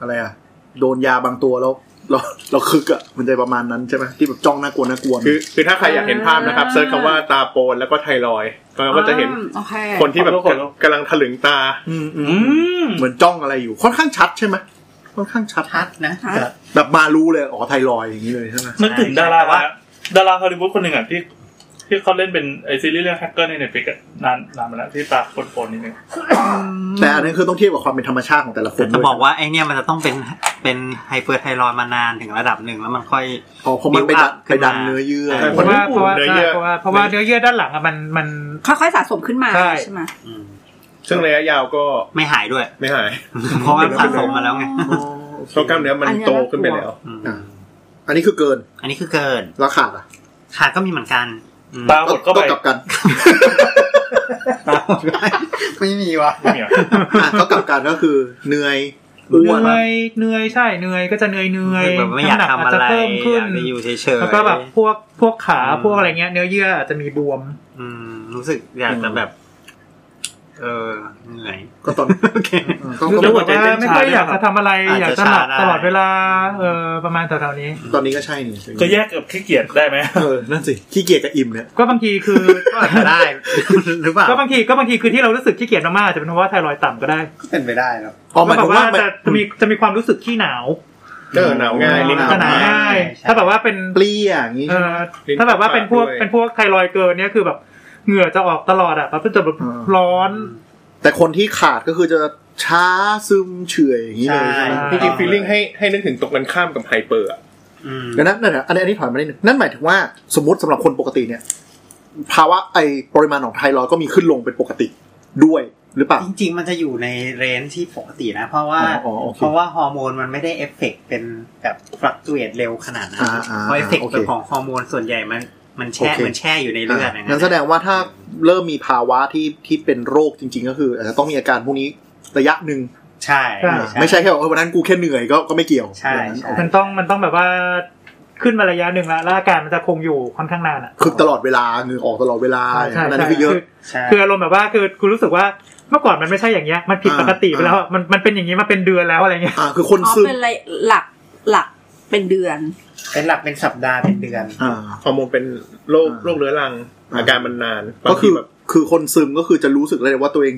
B: อะไรอ่ะ โดนยาบางตัวแล้วเราเราคึกอ่ะมันจะประมาณนั้นใช่ไหมที่แบบจ้องน่ากลัวน่ากลัว
G: คือคือถ้าใครอยากเห็นภาพนะครับเซิร์ชคำว่าตาโปนแล้วก็ไทรอยด์ก็จะเห็น
D: อืมโอเค
G: คนที่แบบ
C: ขอโทษ
G: กำลังถลึงตา
B: มอื
C: อื
B: ม
C: ม
B: เหมือนจ้องอะไรอยู่ ค่อนข้างชัดใช่ไหมค่อนข้างชัด
A: ชัดนะ
D: ค่ะ
B: แบบมารู้เลยอ๋อไทรอยด์อย่างนี้เลยใช่ไหม
C: นึกถึงดาราว่า ดาราฮอลลีวูดคนหนึ่งอ่ะที่ที่เขาเล่นเป็นไอซีรีส์เรื่องแฮกเกอร์ในเน็ตฟลิกนานนานมาแล้วที่ตาโคนๆนิดนึง
B: แต่อันนี้นคือต้องเทียบกับความเป็นธรรมชาติของแต่ละคน
E: แต่จะ
B: ด้วย
E: บอกว่าไอเนี่ยมันจะต้องเป็นเป็นไฮเปอร์ไทรอยมานานถึงระดับหนึ่งแล้วมันค่อย
B: พอพอมันไปดัน
E: build up
B: ไปดันเนื้อเยื่อ
E: ใช่
F: เพ
G: คน
F: ราะ
G: ญี่
F: ว่า
G: ปุ่
F: เพราะว่า
G: นเนื้อ
F: ใช่
G: เยื่อ
F: เพราะว่าเพราะว่าเนื้อเยื่อด้านหลังอะมันมัน
D: ค่อยๆสะสมขึ้นมา
F: ใช่
D: ใช่ไหม
E: อืม
G: ซึ่งระยะยาวก็
E: ไม่หายด้วย
G: ไม่หาย
E: เพราะว่ามันสะสมมาแล้วไง
B: อ๋อ
G: เพราะกล้ามเนื้อมันโตขึ้นไปแล้ว
E: อืม
B: อ่ะอันนี้คือเกิน
E: อันนี้คือเกิน
B: แล้วขาดอ่ะ
E: ขาดก็มีเหมือนกันอืม
C: ตาหดเข้าไป
B: ต้องกลับกัน
E: ไม่มีวะ
C: ไม่มีเหรอ
B: อ่ะก็กลับกันก็คือเหนื่อย
F: เห
B: อ้วน
F: นื่อยเหนื่อยใช่เหนื่อยก็จะเหนื่อยเหนื่อย
E: แบบไม่อยาก
F: น้ำหนั
E: ทำ
F: อา
E: อะ
F: จจะ
E: ไร
F: เพิ่มขึ้
E: อน ยากจะอยู่เฉยๆ
F: แล้วก็แบบพวกพวกขา
E: อืม
F: พวกอะไรเงี้ยเนื้อเยื่ออาจจะมีบวม
E: อืมรู้สึกอยากจะแบบ เออเหนื่อย
B: ก็ตอน
E: โอเค
B: ก็
F: รู้สึ
B: ก็
F: กว่าไม่ค่อยอยากจะทำอะไร
E: อาจจะ
F: อยากจะหลับ
E: ช้าได้
F: ตลอดเวลาเออประมาณแถวๆนี้
B: ตอนนี้ก็ใช่นี่
C: จะแยกกับขี้เกียจได้ไหม
B: เออนั่นสิขี้เกียจกับอิ่มเนี่ย
F: ก็บางทีคือ
E: ก็อาจจะได้ หรือเปล่า
F: ก็บางทีก็บางทีคือที่เรารู้สึกขี้เกียจมากๆอาจจะเป็นเพราะว่าไทรอยด์ต่ำก็ได้
E: เป็นไปได้ครับ
B: อ๋อหมายถึ
F: แบบ
B: ง
F: ว่า
B: ว่ามัน
F: จะจะมีจะมีความรู้สึกขี้หนาว
G: เออหนาวง่ายลิ้นหนาว
F: จะหนาว
G: ง่าย
F: ง่ายถ้าแบบว่าเป็น
B: เปรี้ยอย่างนี้
F: เอ
B: ใช่ไหม
F: อ
G: ลิ้น
F: ถ้าแบบว่าเป็นพวก
G: ปากด้วย
F: เป็นพวกไทรอยด์เกินเนี่ยคือแบบเหงื่อจะออกตลอดอ่ะแบบจะแบบ
B: อืม
F: ร้อน
B: แต่คนที่ขาดก็คือจะช้าซึมเฉื่อยอย่างนี้เลยใช่ไหม
G: จริงๆฟีลลิ่งให้ให้นึกถึงตรงกันข้ามกับไฮเปอร์อะ
E: อืม
B: ดังนั้นนั่นแหละอันนี้อันนี้ถอยมาได้หนึ่งนั่นหมายถึงว่าสมมติสำหรับคนปกติเนี่ยภาวะไอปริมาณของไทรอยด์ก็มีขึ้นลงเป็นปกติด้วยหรือเปล่า
E: จริงๆ มันจะอยู่ในเรนจ์ที่ปกตินะ เพราะว่า
B: อ๋ออ๋อโอเค
E: เพราะว่าฮอร์โมนมันไม่ได้เอฟเฟกต์เป็นแบบฟลักตูเอทเร็วขนาดนั้น
B: อ่าอ่า
E: เพราะเอฟเฟกต์
B: โอเค
E: ของฮอร์โมนส่วนใหญ่มันมันแช่
B: โอเค
E: มันแช่อยู่ในเลือดะ
B: งั้นแสดงว่าถ้าเริ่มมีภาวะที่ที่เป็นโรคจริง ๆ ก็คืออาจจะต้องมีอาการพวกนี้ระยะหนึ่ง
E: ใช่
F: ใช่
B: ไม่ใช่แค่บอกว่าวันนั้นกูแค่เหนื่อยก็ก็ไม่เกี่ยว
E: ใช่
B: อย่างนั้น
E: ใช่
F: มันต้องมันต้องแบบว่าขึ้นมาระยะหนึ่งละแล้วอาการมันจะคงอยู่ค่อนข้างนานอ่ะ
B: คือตลอดเวลาเหงื่อออกตลอดเวลาอ
F: ใช่
B: ย่างนั้น
F: ใช่
B: อันนี้คือเยอะ
E: ใช่
F: คืออารมณ์แบบว่าคือคุณรู้สึกว่าเมื่อก่อนมันไม่ใช่อย่างเงี้ยมันผิดปกติไปแล้วอะมันมันเป็นอย่างนี้มาเป็นเดือนแล้วอะไรเงี้ย
B: อ่าคือคน
D: อ๋อ
B: ซึม
D: เป็นอะไรหลักหลักเป็นเดือน
E: เป็นหลักเป็นสัปดาห์เป็นเดือน
B: อ่า
G: ฮอร์โมนเป็นโรค
B: อ่า
G: โรคเรื้อรังอาการมันนาน
B: ก็คือ
G: างทีแบบ
B: คือคนซึมก็คือจะรู้สึกเลยว่าตัวเอง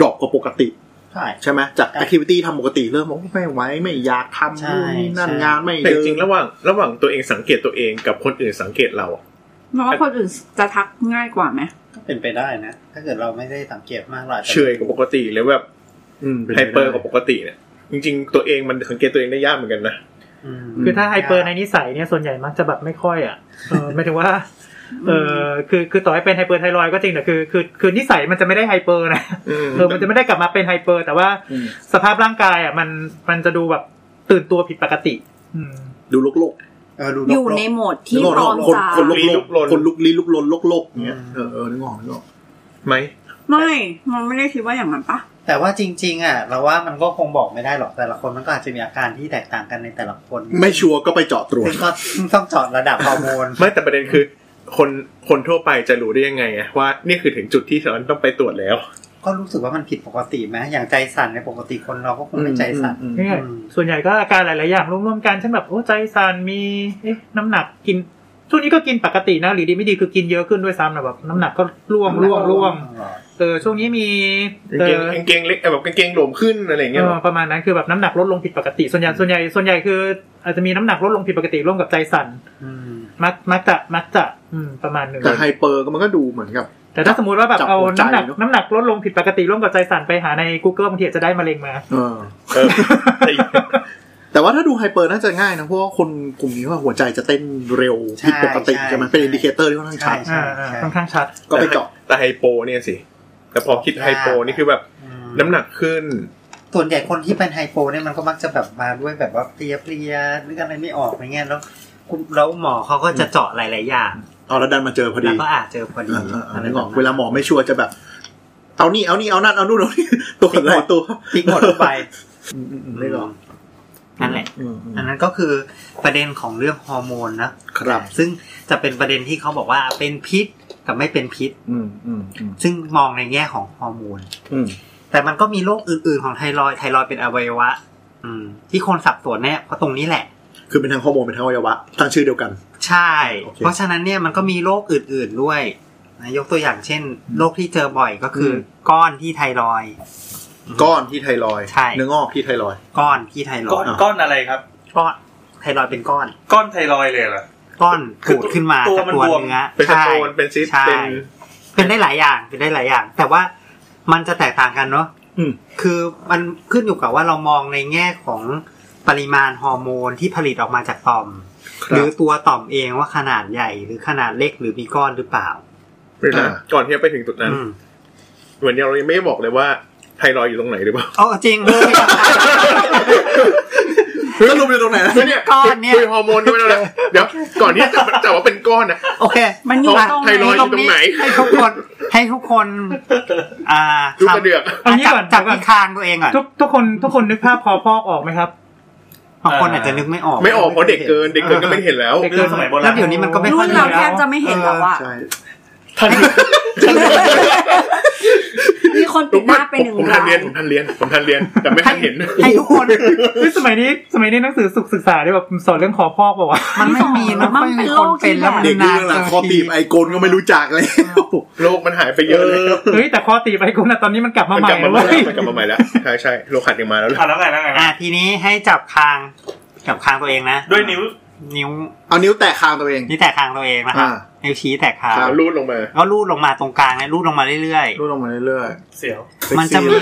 B: ดรอปกว่าปกติ
E: ใช่
B: ใช่ไหมจาก
E: ใช่
B: แอคทิวิตี้ทำปกติเริ่มบอกว่าไม่ไหวไม่อยากทำ
E: ใช่
B: นู่นนี่นั่น
E: ใช่
B: งานไม่
G: แต่จ
B: เดิน
G: ริงๆระหว่างระหว่างตัวเองสังเกตตัวเองกับคนอื่นสังเกตเราอะ
D: มันว่าคนอื่นจะทักง่ายกว่าไหม
E: ก็เป็นไปได้นะ ถ้าเกิดเราไม่ได้สังเกตมากเราอาจจะ
G: เฉยกว่าปกติหรือแบบ
B: อืมน
G: ไฮ
B: ด้
G: เปอร์กว่าปกติเนี่ยจริง ๆ ตัวเองมันสังเกตตัวเองได้ยากเหมือนกันนะ
E: ม
F: คือถ้าไฮเปอร์ในนิสัยเนี่ยส่วนใหญ่มักจะแบบไม่ค่อยอ่ะเออหมายถึงว่าเออคือคือต่อให้เป็นไฮเปอร์ไทรอยด์ก็จริงแต่คือคือคือนิสัยมันจะไม่ได้ไฮเปอร์นะ
G: อืม
F: เออมันจะไม่ได้กลับมาเป็นไฮเปอร์แต่ว่า
B: อืม
F: สภาพร่างกายอ่ะมันมันจะดูแบบตื่นตัวผิดปกติอืม
B: ดูโลกโลก
E: เออดู
D: อยู่ในโหมดที่พร้อม
B: คน
D: จะ
B: คนโลกโลก
G: ลุกลน
B: คนลุกลี้ลุกลนโลกโลกอย่างเงี้ยเออเออนึกออกนึกออก
G: ไหม
D: ไม่มันไม่ได้คิดว่าอย่างนั้นปะ
E: แต่ว่าจริง ๆ อ่ะ เราว่ามันก็คงบอกไม่ได้หรอกแต่ละคนมันก็อาจจะมีอาการที่แตกต่างกันในแต่ละคน
B: ไม่ชัวร์ก็ไปเจาะตรวจ
E: ซึ่งก็ต้องเจอดระดับฮอร์โมน
G: ไม่แต่ประเด็นคือ คนคนทั่วไปจะรู้ได้ยังไงอะว่านี่คือถึงจุดที่ฉันต้องไปตรวจแล้ว
E: ก็รู้สึกว่ามันผิดปกติไหมอย่างใจสั่นในยปกติคนเราก็คงไม่ใจสั่น
B: อืมอืม
F: นี่ไง
E: อืม
F: ส่วนใหญ่ก็อาการหลาย ๆ อย่างร่วมๆกันเช่นแบบโอ้ใจสั่นมีเอ๊ะน้ำหนักกินช่วงนี้ก็กินปกตินะหรือดีไม่ดีคือกินเยอะขึ้นด้วยซ้ำนะแบบน้ำหนักก็ร่วงร่วงร่วงเออช่วงนี้มี
G: กา
F: เอ
G: งเกง
F: อ
G: กางเกงเล็กแบบกางเกงหลวมขึ้นอะไรอย่างเงี้ยหรอ
F: เออประมาณนั้นคือแบบน้ำหนักลดลงผิดปกติ ส่วนใหญ่ส่วนใหญ่ส่วนใหญ่คือ อาจจะมีน้ำหนักลดลงผิดปกติร่วมกับใจสั่น
E: อืม
F: มักมักจะมักจะอืมประมาณหนึ่ง
B: แต่ไฮเปอร์ก็มันก็ดูเหมือนกับ
F: แต่ถ้าสมมติว่าแบบ
B: จับ
F: เอา
B: หัวใจ
F: น้ำหนัก
B: เนอะ
F: น้ำหนักลดลงผิดปกติร่วมกับใจสั่นไปหาใน Google บางทีอาจจะได้มะเร็งมา
B: เออ
G: เออแต่
B: แต่ว่าถ้าดูไฮเปอร์น่าจะง่ายนะ เพราะว่าคนกลุ่มนี้ว่าหัวใจจะเต้นเร็วผิดปกติใช่ไหมเป็นอินดิเคเตอร์ที่ค่อนข้างชั
E: ใช่
B: ด
E: ใช่
F: อ่าอ่า
E: ใช่
F: ค่อนข้างชัด
B: ก็ไปเจาะ
G: แต่ไฮโปเนี่ยสิ แต่พอคิดไฮโปนี่คือแบบ
E: อืม
G: น้ำหนักขึ้น
E: ส่วนใหญ่คนที่เป็นไฮโปเนี่ยมันก็มักจะแบบมาด้วยแบบว่าเพลียเพลียๆนึกอะไรไม่ออกอะไรเงี้ยแล้วคุณแล้วหมอเขาก็จะเจาะหลาย ๆ อย่าง
B: เอาแล้วดันมาเจอพอ
E: แล้
B: ดี
E: วก็อาจเจอพอดี
B: อ่าอ่าอ่า
E: ะไร
B: นึกอ
E: แบ
B: อบ ก
E: นั้น
B: เวลาหมอไม่ชัวร์จะแบบ เอานี่ เอานี่เอานั่นเอานู่นเอานี่ตัวอะไรตัว
E: พลิกหมดเข้าไป
B: อืมอืมอืมนึกออก
E: นั่นแหละ
B: อืมอืม
E: อันนั้นก็คือประเด็นของเรื่องฮอร์โมนนะครับ ซึ่งจะเป็นประเด็นที่เขาบอกว่าเป็นพิษกับไม่เป็นพิษ
B: อืมอืมอืม
E: ซึ่งมองในแง่ของฮอร์โมน
B: อืม
E: แต่มันก็มีโรคอื่น ๆ ของไทรอยด์ไทรอยด์เป็นอวัยวะ อืม ที่คนสับสนเนี่ยเพราะตรงนี้แหละ
B: คือเป็นทางฮอร์โมนเป็นทางอวัยวะตั้งชื่อเดียวกัน
E: ใช่
B: โอเค
E: เพราะฉะนั้นเนี่ยมันก็มีโรคอื่น ๆด้วยนะยกตัวอย่างเช่นโรคที่เจอบ่อยก็คืออ
B: ม
E: ก้อนที่ไทรอยด์
B: ก้อนที่ไทรอยด์
E: ใช่
B: เนื้องอกที่ไทรอยด์
E: ก้อนที่ไทร
C: ก้
E: อ
C: อย น
E: ด์
C: ก้อนอะไรครับ
E: ก้อนไทรอยด์เป็นก้อน
C: ก้อนไทรอยด์เลยเหรอ
E: ก้อน
C: คือ
E: ปูดขึ้นมา
C: ตัว
E: จาก
C: มัน
E: ตัว
C: บวม
E: เนื้อ
G: เป็นสะ
E: ใช่
G: โตนเป็นซิส
E: ใช่
G: เป็น
E: เป็นได้หลายอย่างเป็นได้หลายอย่าง แต่ว่ามันจะแตกต่างกันเนาะ
B: อืม
E: คือมันขึ้นอยู่กับว่าเรามองในแง่ของปริมาณฮอร์โมนที่ผลิตออกมาจากต่อม
B: ครับ
E: หรือตัวต่อมเองว่าขนาดใหญ่หรือขนาดเล็กหรือมีก้อนหรือเปล่า
G: เดี๋ยวนะ
B: อ่า
G: ก่อนที่จะไปถึงจุดนั้น
E: อืม
G: เหมือนเรายังไม่บอกเลยว่าไทรอยด์อยู่ตรงไหนหรือเปล่า
E: เอ๋อจริง เลย
B: สรุปอยู่ตรงไหนนะ
G: คือเนี่ย
E: ก้อนเนี่ย
G: คุยฮอร์โมนกันไปแล้วนะเดี๋ยวก่อนที่จะแต่ว่าเป็นก้อนนะ
E: โอเค
D: มันอยู่ตรง
G: ไท
D: ไหน
G: รอยด์อยู่ตรงไหน
E: ให้ทุกคนให้ทุกคน อ่า
G: ดูกระเดือก
F: อันนี้
E: จับ
F: ก่อน
E: จับ
F: เดี๋ยว
E: ที่
F: ก่อน
E: คางตัวเองก่อน
F: ทุกทุกคนทุกคนนึกภาพคอพอกออกไหมครับ
E: บางคนอาจจะนึกไม่ออก
G: ไม่ออกเพราะเด็กเกินเด็กเกินก็ไม่เห็นแล้ว
C: เด็กเกินสมัยโบ
E: แล้
C: ราว ณ
E: เดี๋ยวนี้มันก็ไม่ค่อ
D: รุ่น
E: ยมี
D: เรา
E: แล้ว
D: แทบจะไม่เห็นแล้วอะ
B: ใช่
C: ทัน
D: มีคนปิดหน้าไปหนึ่ง
G: ผมผม
D: รา
G: ทันเรีย
D: ย
G: นผมทันเรียนผมทันเรียนแต่ไม่ทันเห็น
E: ให้ทุกคน
F: คือสมัยนี้สมัยนี้หนังสือสุขศึกษาได้แบบสอนเรื่องคอพอกเปล่าวะ
E: มันไม่มีมันไม่มีคนเป็นแล้วมัน
B: เด็ก
E: นา
B: เรื่
E: น
B: องหลังค
E: เจ
B: อ
E: อ
B: ตี
E: ที
B: บไอโกนก็ไม่รู้จักเลย
G: โลกมันหายไปเยอะเลย
F: เฮ้ยแต่คอตีไปกูนะตอนนี้มันกลับมา
G: มัน
F: ใหม่
G: กลับมา
F: นะ
G: ใหม่
F: เว้ย
G: แล้วมันกลับมาใหม่แล้วใช่ใช่โลกหัดยังมาแล้ว
C: อ่ะแล้วไงแล้วไง
E: อ่ะทีนี้ให้จับคางจับคางตัวเองนะ
C: ด้วยนิ้ว
E: นิ้ว
B: เอานิ้วแตะคางตัวเอง
E: นี่แตะคางตัวเองนะครับ
B: อ่า
E: นิ้วชี้แตะคาง
G: ขาลูดลงมา
E: แล้วลูดลงมาตรงกลางเนี่ยลูดลงมาเรื่อย
B: รูดลงมาเรื่อย
C: เสียว
E: ๆ มันจะมี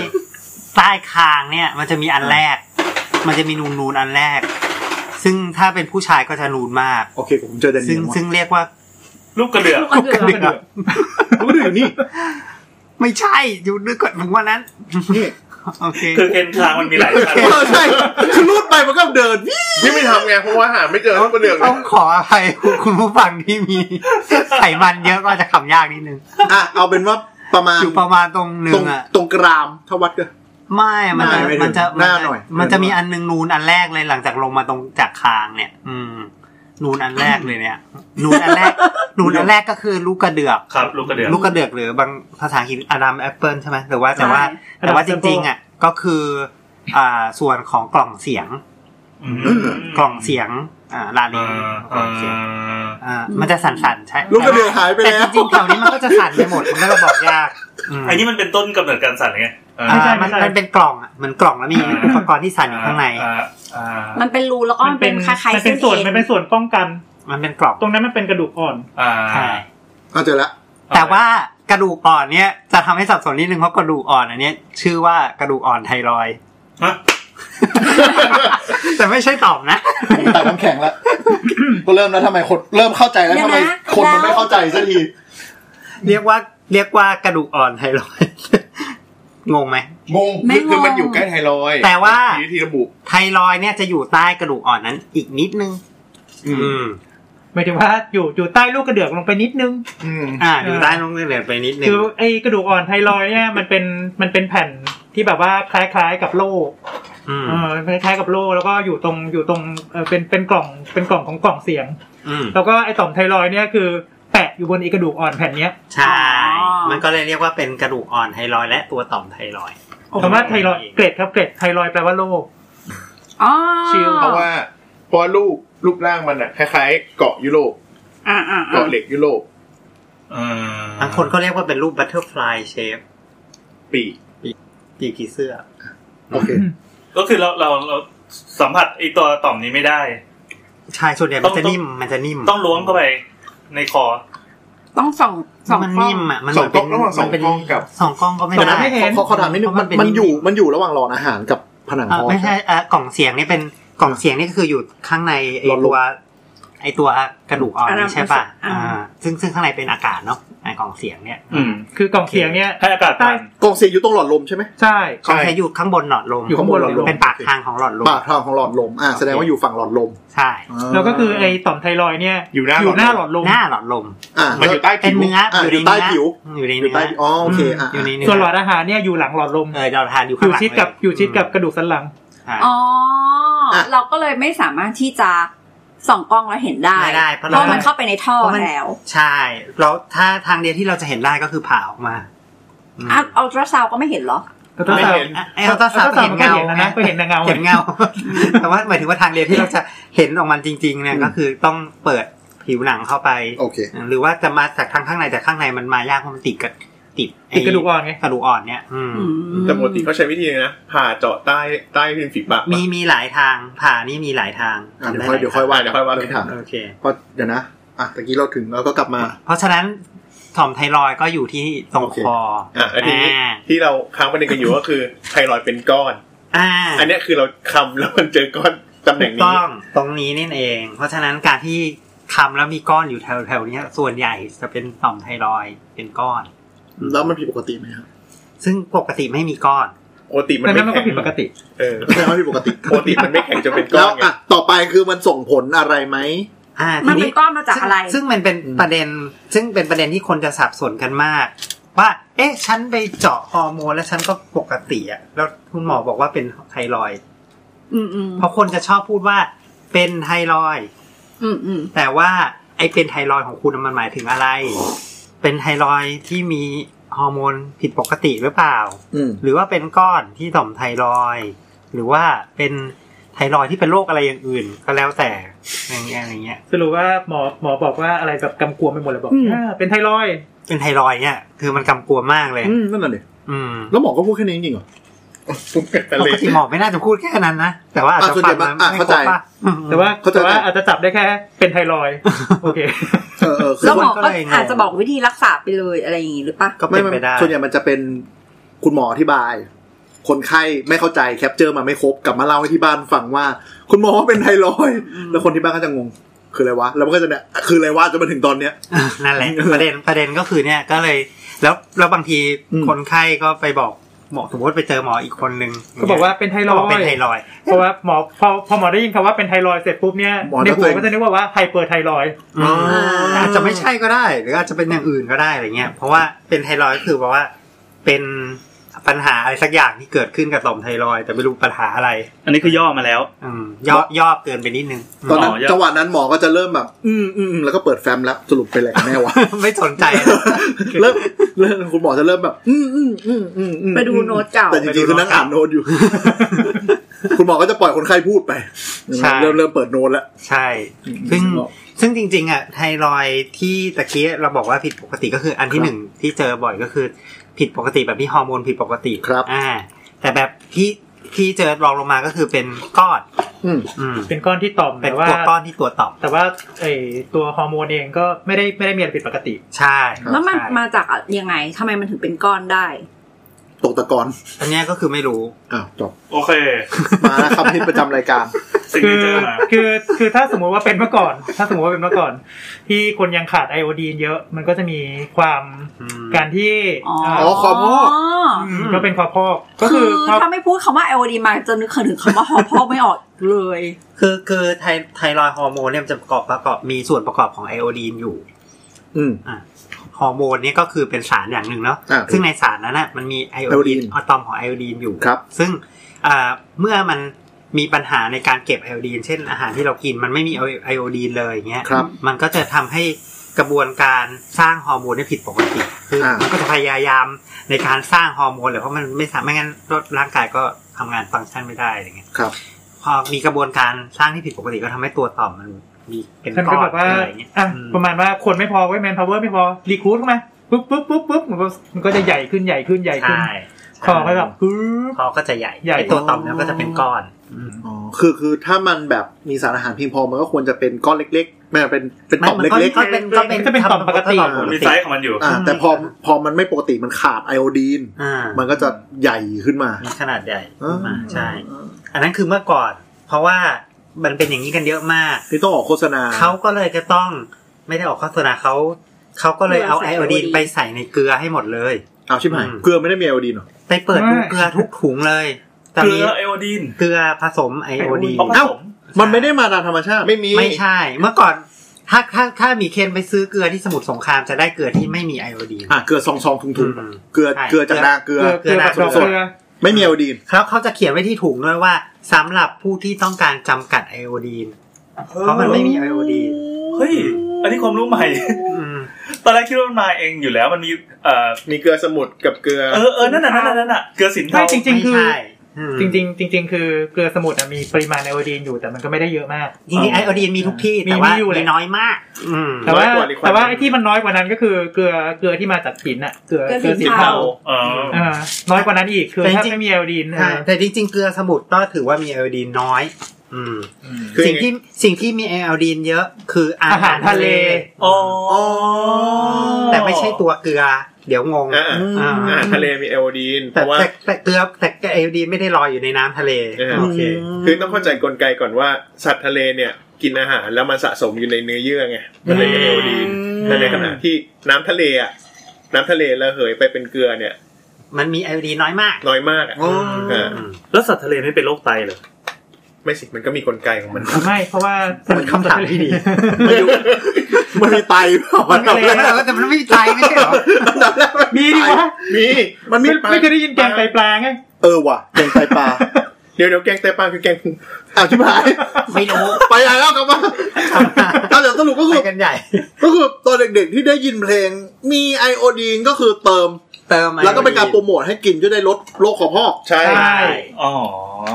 E: ใต้คางเนี่ย มันจะมีอันแรก มันจะมีนูนนูนๆอันแรก ซึ่งถ้าเป็นผู้ชายก็จะนูนมาก
B: โอเคผมเจอแดน
E: ซึ่
B: เนี
E: ง
B: ยล
E: ซึ่งเรียกว่า
C: ลูกกระเดือก
D: คนอื่น
E: เดือก
B: เขาก็ดูอยู่นี่
E: ไม่ใช่อยู่นึกก่อนถึงวันนั้น
B: นี่
E: โอเค
C: คือเอ็นทางมันมีหลายชั้น
B: เออใช่คือรูดไปมันก็เดิน วิ่ง
G: ที่ไม่ทำไงเพราะว่าหาไม่เจอลูกกระเดือก
E: ต้องขออภัยคุณผู้ฟังที่มี ไขมันเยอะก็จะคำยากนิดนึง
B: อ่ะเอาเป็นว่าประมาณ
E: อยู่ประมาณตรงหนึ่
B: ตรง ง
E: อ่ะ
B: ตรงกรามถ้าวัดก็
E: ไม่มันจะ
B: ไม่ไม่
E: มันจะ
B: หน้าหน่อย
E: มันจะมีอันหนึงนูนอันแรกเลยหลังจากลงมาตรงจากคางเนี่ย อืม นูนอันแรกเลยเนี่ย นูนอันแรก นูนอันแรกก็คือลูกกระเดือก
C: ครับ ลูกกระเดือก
E: ลูกกระเดือกหรือบางภาษาอังกฤษอดัมแอปเปิลใช่ไหมหรือว่าแต่ว่า แต่ว่าจ
F: Adam
E: ริง ๆ อ่ะ ก็คือ อ่าส่วนของกล่องเสียง
C: อืม
E: กล่องเสียง อ่าลาเล
C: อ่าน
E: กล่
C: อ่า
E: องเสียง อ่ามันจะสั่นๆใช่
B: ลูกกระเดือกหายไป
E: แต่
B: แล้ว
E: จริงๆแถวนี้มันก็จะสั่นไปหมดมันก็จะบอกยากม
C: อันนี้มันเป็นต้นกำเนิดการสั่นไงอ่า
E: อ่า
F: ใช่
E: มัน
F: ใช่
E: มันเป็นกล่องอ่ะมันกล่องแล้วมีอุปกรณ์ที่สั่นอยู่ข้างใน
C: อ่าอ่า
D: มันเป็นรูแล้วก็มันเป็นคล้าย
F: มัน
D: ๆ
F: เป็นส่วนมันเป็นส่วนป้องกัน
E: มันเป็นกล่อง
F: ตรงนั้นมันเป็นกระดูกอ่อน
C: อ่า
E: ใช่
B: เอาเจอแล้ว
E: แต่ว่ากระดูกอ่อนเนี่ยจะทำให้สับสนนิดนึงเพราะกระดูกอ่อนอันเนี้ยชื่อว่ากระดูกอ่อนไทรอยด์
C: ฮะ
E: แต่ไม่ใช่ตอบนะ
B: ตัดน้ำแข็งแล้วก็เริ่มแล้วทำไมคนเริ่มเข้าใจแล้วทำไมคนมันไม่เข้าใจสักที
E: เรียกว่าเรียกว่ากระดูกอ่อนไทรอยด์งงไหม
G: งงคือมันอยู่ใกล้ไทรอยด์
E: แต่ว่า
G: มีวิธีระบุ
E: ไทรอยด์เนี่ยจะอยู่ใต้กระดูกอ่อนนั้นอีกนิดนึง อืม
F: หมายถึงว่าอยู่อยู่ใต้ลูกกระเดือกลงไปนิดนึง
G: อืม
E: อ่าอยู่ใต้ลงเหลือไปนิดนึง
F: คือไอ้กระดูกอ่อนไทรอยด์เนี่ยมันเป็นมันเป็นแผ่นที่แบบว่าคล้ายๆกับโล่
E: อืม
F: เออคล้ายๆกับโล่แล้วก็อยู่ตรงอยู่ตรงเออเป็นเป็นกล่องเป็นกล่องของกล่องเสียง
E: อืม
F: แล้วก็ไอ้ต่อมไทรอยด์เนี่ยคือแปะอยู่บนไอ้กระดูกอ่อนแผ่นเนี้ย
E: ใช่ มันก็เลยเรียกว่าเป็นกระดูกอ่อนไทรอยด์และตัวต่อมไทรอยด์
F: คำว่าไทรอยด์เกรดครับเกรดไทรอยด์แปลว่าโล่
D: อ๋อ
F: ชิล
G: เพราะว่าเพราะลูกรูปร่างมันอะคล้ายๆ เกาะยุโรป
D: อ่าอ่า
G: เกาะเหล็กยุโรป
C: อ่า
E: บางคนก็เรียกว่าเป็นรูปบัตเตอร์ฟลายเชฟ
G: ปีก
E: ปีกผีเสื้อ
B: โอเค
C: ก็คือเราเราเราสัมผัสไอตัวต่อมนี้ไม่ได้
E: ใช่ส่วนใหญ่มันจะนิ่ม มันจะนิ่ม
C: ต้องล้วงเข้าไปในคอ
D: ต้องส่องส่อง
E: มัน
D: กล้อง
E: นิ่มอ่ะ มัน
G: สองกล้องระหว่างส
E: มั
G: อง
E: นเป็น
G: กล้องกับ
E: สองกล้องก็ไม่
F: สองกล้
E: ได้
F: องไม่เห็
B: ขอขอถามนิดนึงมันมันอยู่มันอยู่ระหว่างรอนอาหารกับผนัง
E: เอ่
B: ห้
E: อ
B: อง
E: ไม่ใช่เอ่อกล่องเสียงนี่เป็นกล่องเสียงนี่ก็คืออยู่ข้างในไอ
B: หลอดล
E: ตั
B: ม
E: ว ไอตัวกระดูกอ่อน
D: อันนั้
E: นี่
D: น
E: ใช่ป่ะ
D: อ่า
E: อ่า ซึ่งซึ่งข้างในเป็นอากาศเนาะไอกล่องเสียงเนี่ย
C: อืม
F: คือกล่องเสียงเนี่ย
C: ให้อากาศผ่าน
B: กองเสียงอยู่ตรงหลอดลมใช่ไหม
F: ใช่
E: กล่องเสียงอยู่ข้างบนหลอดลม
F: อยู่ข้างบนหลอดลม
E: เป็นปากทางของหลอดลม
B: ปากทางของหลอดลม อ่าแสดงว่าอยู่ฝั่งหลอดลม
E: ใช่
F: แล้วก็คือไอ้ต่อมไทรอยด์เนี่ย
G: อยู่หน้า
F: หลอดลม
E: หน้าหลอดลม
B: อ่า
G: มันอยู่ใต้
E: เป็น
G: ผิว
E: เนื้อ
B: อ่ะ
E: อยู่
B: อยู่ใต้
E: ใน
B: ผิวอ
E: เนื้ออยู่ใน
B: ยู่
E: เนื้
B: ใต้อ๋อโอเคอ่า
E: อยู่ในเนื้
F: ส่วนหลอดอาหารเนี่ยอยู่หลังหลอดลม
E: เออเราทานอยู่
F: อ
E: ข้างห
F: ยู่
E: ลัง
F: ชิดกับ
E: เล
F: อยู่ชิดกับกระดูกสันหลัง
E: ใช่
D: อ๋อ
B: อ่ะ
D: เราก็เลยไม่สามารถที่จะส่องกล้องแล้วเห็นได้
E: ไม่ได้เพ
D: เพ
E: ราะเรา
D: ราะมันเข้าไปในท่อ
E: เพราะมัน
D: แล้ว
E: ใช่ เราถ้าทางเดียวที่เราจะเห็นได้ก็คือผ่าออกมา
D: อ่ะอัลตราซาวด์ก็ไม่เห็นเหรอ
F: ก็ต้อง
G: ไม่
F: สาว
G: เห็น
E: เอลตราซาวด์ก็เห็นเงา
F: แล้วนะก็เห็นแต่เงา
E: เห็นเงา แต่ว่าหมายถึงว่าทางเดียวที่เราจะเห็นออกมาจริง ๆ เนี่ยก็คือต้องเปิดผิวหนังเข้าไป
B: โอเค
E: หรือว่าจะมาจากทางข้างในแต่ข้างในมันมายากเพราะมันติดกับติดไ
F: ติดกระดูกอ่อนไง
E: กระดูกอ่อนเนี่ยอืม
D: อืม
G: แต่ปกติเขาใช้วิธีเลยนะผ่าเจาะใต้ใต้ริมฝีปาก
E: มีมีหลายทางผ่านี่มีหลายทาง
B: อ่ะเดี๋ยวค่อยเดี๋ยวค่อยว่าเดี๋ยวค่อยว่าเรื่องถาม
E: โอเค
B: เพราะเดี๋ยวนะอ่ะตะกี้เราถึงแล้วก็กลับมา
E: เพราะฉะนั้นถ่อมไทรอยด์ก็อยู่ที่ตรง
B: โอเค
E: คอ
G: อ่ะแล้วทีนี้
E: อ่า
G: ที่เราค้างประเด็นกันอยู่ก็คือไทรอยด์เป็นก้อน
E: อ่า
G: อันเนี้ยคือเราคำ แล้วมันเจอก้อนตำแห
E: ถูก
G: น่งนี้
E: ต้องตรงนี้นี่เอง เพราะฉะนั้นการที่คำแล้วมีก้อนอยู่แถวๆเนี้ยส่วนใหญ่จะเป็นต่อมไทรอยด์เป็นก้อน
B: แล้วมันผิดปกติไหมครับ
E: ซึ่งปกติไม่มีก้อน
G: ปกติมัน
F: แต่
G: ไม่
F: นั้นมันก็
G: แข็ง
F: ผิดปกติ
G: เออ
B: ใช่ไหมนผิดปกติ
G: ปกติมันไม่แข็งจนเป็นก้
B: แล้
G: อ
B: วน
G: ไง
B: อ่ะต่อไปคือมันส่งผลอะไรไหม
E: อ่า
D: มัน
E: ที
D: เป็นก้อนมาจาก
E: ซึ่ง
D: อะไร
E: ซึ่งมันเป็น
B: อืม
E: ประเด็น ซึ่งเป็นประเด็นที่คนจะสับสนกันมาก ว่า เอ๊ะ ฉันไปเจาะฮอร์โมน แล้วฉันก็ปกติอะแล้วคุณหมอบอกว่าเป็นไทรอยด์
D: อืมอืม
E: เพราะคนจะชอบพูดว่าเป็นไทรอยด์
D: อืมอืม
E: แต่ว่าไอ้เป็นไทรอยด์ของคุณมันหมายถึงอะไร เป็นไทรอยด์ที่มีฮอร์โมนผิดปกติหรือเปล่า
B: อืม
E: หรือว่าเป็นก้อนที่ต่อมไทรอยด์หรือว่าเป็นไทรอยด์ที่เป็นโรคอะไรอย่างอื่น ก็แล้วแต่อย่างเงี้ยอย่างเงี้ย
F: สรุปว่าหมอหมอบอกว่าอะไรแบบกำกวมไปหมดเลยบอกอ่าเป็นไทรอยด์
E: เป็นไทรอยด์เนี่ยคือมันกำกวมมากเลย
B: อืมนั่นน่ะดิ
E: อืม
B: แล้วหมอก็พูดแค่นี้จริงๆเหรอ
G: ปุ๊บกัน
E: ป
G: ทะเล
E: กติหมอไม่น่าจะพูดแค่นั้นนะ แต่ว่าอาจจะ
B: อ่ะส่วน
E: ฟั
B: ใหญ่
E: งแล้ว
B: อ่ะ
E: ไม่
B: เข้า
E: คร
B: ใจ
E: บป่ะอืม
F: แต่ว่า
B: เข้าใจ
F: แต่ว่าอาจจะจับได้แค่เป็นไทรอยด์โอเค
B: เออเออคือ
D: แล้วหมอ
E: มันก็
D: ก็
E: เลยงง
D: อาจจะบอกวิธีรักษาไปเลยอะไรอย่างงี้หรือปะ
E: ก็
B: ไม่
E: เป็น
B: ไม่
E: ไปได้
B: ส่วนใหญ่มันจะเป็นคุณหมออธิบาย คนไข้ไม่เข้าใจแคปเจอร์มาไม่ครบกลับมาเล่าให้ที่บ้านฟังว่า คุณหมอเป็นไทรอยด์แล้วคนที่บ้านก็จะงงคืออะไรวะแล้วมันก็จะเนี่ยคืออะไรวะจนมาถึงตอนเนี้ย
E: อ่ะนั่นแหละประเด็นประเด็นก็คือเนี่ยก็เลย แล้วแล้วบางที
B: อืม
E: คนไข้ก็ไปบอกหมอสมมติไปเจอหมออีกคนนึง
F: ก็บอกว่าเป็นไทร
E: ก็
F: อย
E: บอก
F: ด์
E: เป็นไทรอยด์
F: เพราะว่าหมอพอพอหมอได้ยินคำว่าเป็นไทรอยด์เสร็จปุ๊บเนี่ย
B: หมอ
F: ใน
B: จะตัว
F: หั
B: วเอง
F: ก็จะนึกว่าว่าไฮเปอร์ไทรอยด์
E: อืมอาจจะไม่ใช่ก็ได้ หรืออาจจะเป็นอย่างอื่นก็ได้อะไรเงี้ยเพราะว่าเป็นไทรอยด์ก็คือบอกว่า เป็นปัญหาอะไรสักอย่างที่เกิดขึ้นกับต่อมไทรอยด์แต่ไม่รู้ปัญหาอะไร
A: อันนี้คือย่อมาแล้ว
E: อืมย่อย่อเกินไปนิดนึง
B: ตอนนั้น
A: หมอจะ
B: จังหวะนั้นหมอก็จะเริ่มแบบอืมอืมอืมแล้วก็เปิดแฟ้มแล้วสรุปเป็นอะไร กันแน่วะ
E: ไม่สนใจ
B: เริ่มเริ่มคุณหมอจะเริ่มแบบ อืมอืมอืมอืมอืม
D: ไปดูโน้ตเก่า
B: แต่จริงๆคือนั่งอ่านโน้ตอยู่ คุณหมอก็จะปล่อยคนไข้พูดไป
E: ใช่
B: เริ่มเริ่มเปิดโน้ตแล้ว
E: ใช่ ซึ่งซึ่งจริง ๆ อ่ะ ไทรอยด์ที่ตะกี้เราบอกว่าผิดปกติก็คืออันที่
B: ครับ
E: หนึ่งที่เจอบ่อยก็คือ ผิดปกติแบบที่ฮอร์โมนผิดปกติ
B: ครับ
E: อ่า แต่แบบที่ที่เจอรองลงมาก็คือเป็นก้อน
B: อืม
E: อืม
F: เป็นก้อนที่ต่อม
E: เป็น
F: แต่ว่า
E: ตัวก้อนที่ตัวต่อม
F: แต่ว่าไอตัวฮอร์โมนเองก็ไม่ได้ไม่ได้มีอะไรผิดปกติ
E: ใช่
D: แล้วมัน
E: ใช่
D: มาจากอะยังไงทำไมมันถึงเป็นก้อนได้
B: ตกตะกอน
E: อันเนี้ยก็คือไม่รู้
B: อ้าวจบ
C: โอเค
B: มาแล้วคำพิษประจำรายการ
C: สิ่ง
F: คื
C: ที่
F: อ
C: เจอมา
F: คือคือถ้าสมมุติว่าเป็นเมื่อก่อน ถ้าสมมติว่าเป็นเมื่อก่อน ที่คนยังขาดไอโอดีนเยอะ มันก็จะมีความ
E: อืม
F: การที่
D: อ๋อ
F: เ
B: อคอพอก
F: มก็เป็นความพอกก็
D: คื
F: คือ อความ
D: ถ้าไม่พูดคำว่าไอโอดีมาจะนึกถึงคำว่าหอพอกไม่ออกเลย
E: คือคือไทไทรอยด์ฮอร์โมนเนี่ยมันจะประกอบประกอบมีส่วนประกอบของไอโอดีนอยู่
B: อืม
E: ฮอร์โมนเนี่ยก็คือเป็นสารอย่างหนึ่งเนาะ
B: อ่า
E: ซึ่งในสารนั้นน่ะมันมีไอโอ
B: ไอโอดี
E: ดีน
B: น
E: อะตอมของไอโอดีนอยู่
B: ครับ
E: ซึ่งอ่าเมื่อมันมีปัญหาในการเก็บไอโอดีนเช่นอาหารที่เรากินมันไม่มีไอโอดีนเลยอย่างเงี้ย
B: ครับ
E: มันก็จะทำให้กระบวนการสร้างฮอร์โมนเนี่ยผิดปกติคืออา
B: มั
E: มันก็จะพยายามในการสร้างฮอร์โมนเลยเพราะมันไม่สามไม่งั้นร่างกายก็ทำงานฟังก์ชันไม่ได้อะไรเงี้ย
B: ครับ
E: พอมีกระบวนการสร้างที่ผิดปกติก็ทำให้ตัวต่อมมันมีเป็น
F: ท่าน
E: ก้
F: ก็
E: อ
F: แบ
E: น
F: บว่า
E: อะไรเงี้ย
F: อ่ะ
E: อืม
F: ประมาณว่าคนไม่พอไว้แมนพาวเวอร์ไม่พอรีคูดเข้ามาปุ๊บปุ๊บปุ๊บปุ๊บมันก็มันก็จะใหญ่ขึ้นใหญ่ขึ้นใหญ่ขึ้นคอก็แบบปึ๊บ
E: คอก็จะใหญ่
F: ใหญ่
E: ไอ้ตัวต่อมเนี่ยก็จะเป็นก้อน
B: อ๋อคือคือถ้ามันแบบมีสารอาหารเพียงพอมันก็ควรจะเป็นก้อนเล็กๆไม่เป็นเป็นต่อมเล็ก
E: ก็เป็นก็เป็น
F: ก็เป็นต่อมปกติ
E: ต่อมป
C: มัน
E: ก
C: มี
E: ติ
C: ไซส์ของมันอยู่
B: ๆ อ่า แต่พอพอมันไม่ปกติมันขาดไอโอดีน
E: อ่า
B: มันก็จะใหญ่ขึ้นมา
E: มีขนาดใหญ่
B: อ่า
E: อ่าใช่ อันนั้นคือเมื่อก่อน เพราะว่ามันเป็นอย่างนี้กันเยอะมาก
B: ที่ต้องออกโฆษณา
E: เขาก็เลยจะต้องไม่ได้ออกโฆษณาเขาเขาก็เลยเอา
D: เกลื
E: ไอ
D: อใส่
E: โอดีน
D: ไอโอดีน
E: ไปใส่ในเกลือให้หมดเลย
B: เอาชิบหาย
E: อืม
B: เกลือไม่ได้มีไอโอดีนเหรอ
E: ไปเปิดดู
F: ไม่
E: เกลือทุกถุงเลย
C: เก
E: จะ
C: ลื
E: มี
C: อไอโอดีน
E: เกลือผสมไอโอดีน
C: เพราะผ
B: เอ้า
C: สม
B: มันไม่ได้มาตามธรรมชาติ ไม่มี
E: ไม่ใช่ เมื่อก่อน ถ้าถ้าถ้ามีเคนไปซื้อเกลือที่สมุทรสงครามจะได้เกลือที่ไม่มีไอโอดีน
B: อ่ะเกลือซองซองๆถุงถุง
E: อืม
B: เกลือ
E: ใช่
B: เกลือจากนาเกลือ
F: เกลือเกลือแบบดอกเกลือ
B: ไม่มีไอโอดีน
E: แล้วเขาจะเขียนไว้ที่ถุงด้วยว่าสำหรับผู้ที่ต้องการจำกัดไอโอดีน เพราะมันไม่มีไอโอดีน
C: เฮ้ย อันนี้ความรู้ใหม่
E: อืม
C: ตอนแรกคิดว่ามันมาเองอยู่แล้วมันมีเอ่อ
G: มีเกลือสมุทรกับเกลือ
C: เออเออนั่นน่ะนั่นน่ะนั่นน่ะเกลือสินเทา
F: ไม่จริง ๆ คือ
E: ไม่ใช่อืม
F: จริงๆจริง ๆ คือเกลือสมุนอะมีปริมาณไอโอดีนอยู่แต่มันก็ไม่ได้เยอะมาก
E: จริงๆไอโอดีนมีทุกที่
F: มี
E: แต่ว่า
F: มีอยู่แห
E: มี
F: ละ
E: น้อยมาก อืม
F: แต่ว่า
G: น้อยกว่า requirement
F: แต่ว่าไอ้ที่มันน้อยกว่านั้นก็คือเกลือเกลือที่มาจากหินอะเกลือ
D: เกลือ
F: สี
C: สิน
F: เทา
C: เทาเออ
F: เออน้อยกว่านั้นอีกคือ
E: แต่จริงๆ
F: ถ้าไม่มีไอโอดีนเอ
E: ใช่
F: อ
E: แต่จริงๆเกลือสมุทรก็ถือว่ามีไอโอดีนน้อย อืม
G: คือ
E: สิ่งที่สิ่งที่มีไอโอดีนเยอะคืออา
F: อาหา
E: หาร ร
F: ทะ
E: ทะ
F: เล
E: เล
C: อ๋อ
E: แต่ไม่ใช่ตัวเกลือ เดี๋ยวงง
G: อ่า
E: อ่า
G: อาหารทะเลมีไอโอดีนเพ
E: แต่
G: ราะว่า
E: แต่แต่เกลือแต่ไอโอดีนไม่ได้ลอยอยู่ในน้ำทะเล
G: เออ
E: โอเค
G: คือต้องเข้าใจกลไกก่อนว่าสัตว์ทะเลเนี่ยกินอาหารแล้วมันสะสมอยู่ในเนื้อเยื่อไงมันเลยเป็นไอโอดีนแต่ในขณะที่น้ำทะเลอ่ะน้ำทะเลระเหยไปเป็นเกลือเนี่ย
E: มันมีไอโอดีนน้อยมาก
G: น้อยมากอ่ะ
B: อ๋อ
G: เออ
E: ม
A: แล้วสัตว์ทะเลไม่เป็นโรคไตเหรอ
G: ไม่สิมันก็มีกลไกของมัน
F: ไม่เพราะว่า
E: เป็นคำถามที่ดี
B: มันมีไตเปล่า
E: มันมีเลยเหรอแต่มันไม่มีไตไม่ใช่เหรอ
F: มีดิวะ
G: มี
B: มันมี
F: ไม่ไม่เคยได้ยินแกงไตปลาไง
B: เออว่ะแกงไตปลา
G: เดี๋ยวเดี๋ยวแกงไตปลาคือแกงพุง
B: อ้าวชิบหาย
E: ไม่รู้
B: ไปไหนแล้วกลับมาเอาเดี๋ยวสรุปก็
E: ไป
B: คือ
E: กันใหญ่
B: ก็คือตอนเด็กๆที่ได้ยินเพลงมีไอโอดีนก็คือเติม
E: เติมไอโอดี
B: แล้วก็เป็นการโปรโมทให้กินจะได้ลดโรคขอพอก
G: ใช่
F: ใช่
C: อ๋อ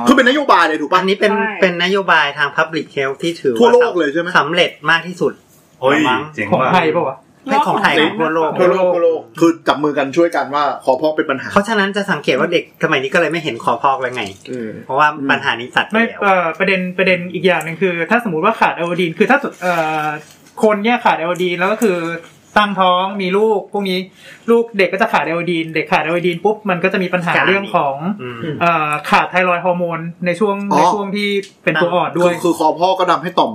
B: คือเป็นนโยบายเลยถูก
E: อั
B: ป่ะ
E: นนี้เป็น
D: ใช่
E: เป็นนโยบายทาง Public Health ที่ถือ
B: ทั่วโลก
E: าสำ
B: เลยใช่ไหม
E: สำเร็จมากที่สุด
A: เฮ้ย
E: มั้ง
A: เจ๋ง
F: ของ
A: ว่ะ
F: ไทยปะวะ
E: ไม่ของไทยของทั่วโลก
G: ทั่วโลกทั่วโลก
B: คือจับมือกันช่วยกันว่าขอพอกเป็นปัญหา
E: เพราะฉะนั้นจะสังเกตว่าเด็กสมัยนี้ก็เลยไม่เห็นขอพอกแล้วไง
G: อืม
E: เพราะว่าปัญหานี้ตัดไป
F: ไม่
E: แล้ว
F: เอ่อประเด็นประเด็นอีกอย่างหนึ่งคือ ถ้าสมมติว่าขาดไอโอดีนคือถ้าสุดเอ่อคนเนี่ยขาดไอโอดีนแล้วก็คือตั้งท้องมีลูกพวกนี้ลูกเด็กก็จะขาดไอโอดีนเด็กขาดไอโอดีนปุ๊บมันก็จะมีปัญหา
E: การ
F: เรื่องของ
E: อืม
F: เอ่อขาดไทรอยด์ฮอร์โมนในช่วง
B: อ๋อ
F: ในช่วงที่เป็นตัวอ่อนด้
B: คื
F: วย
B: อคือคอพอกก็ทำให้ต่อม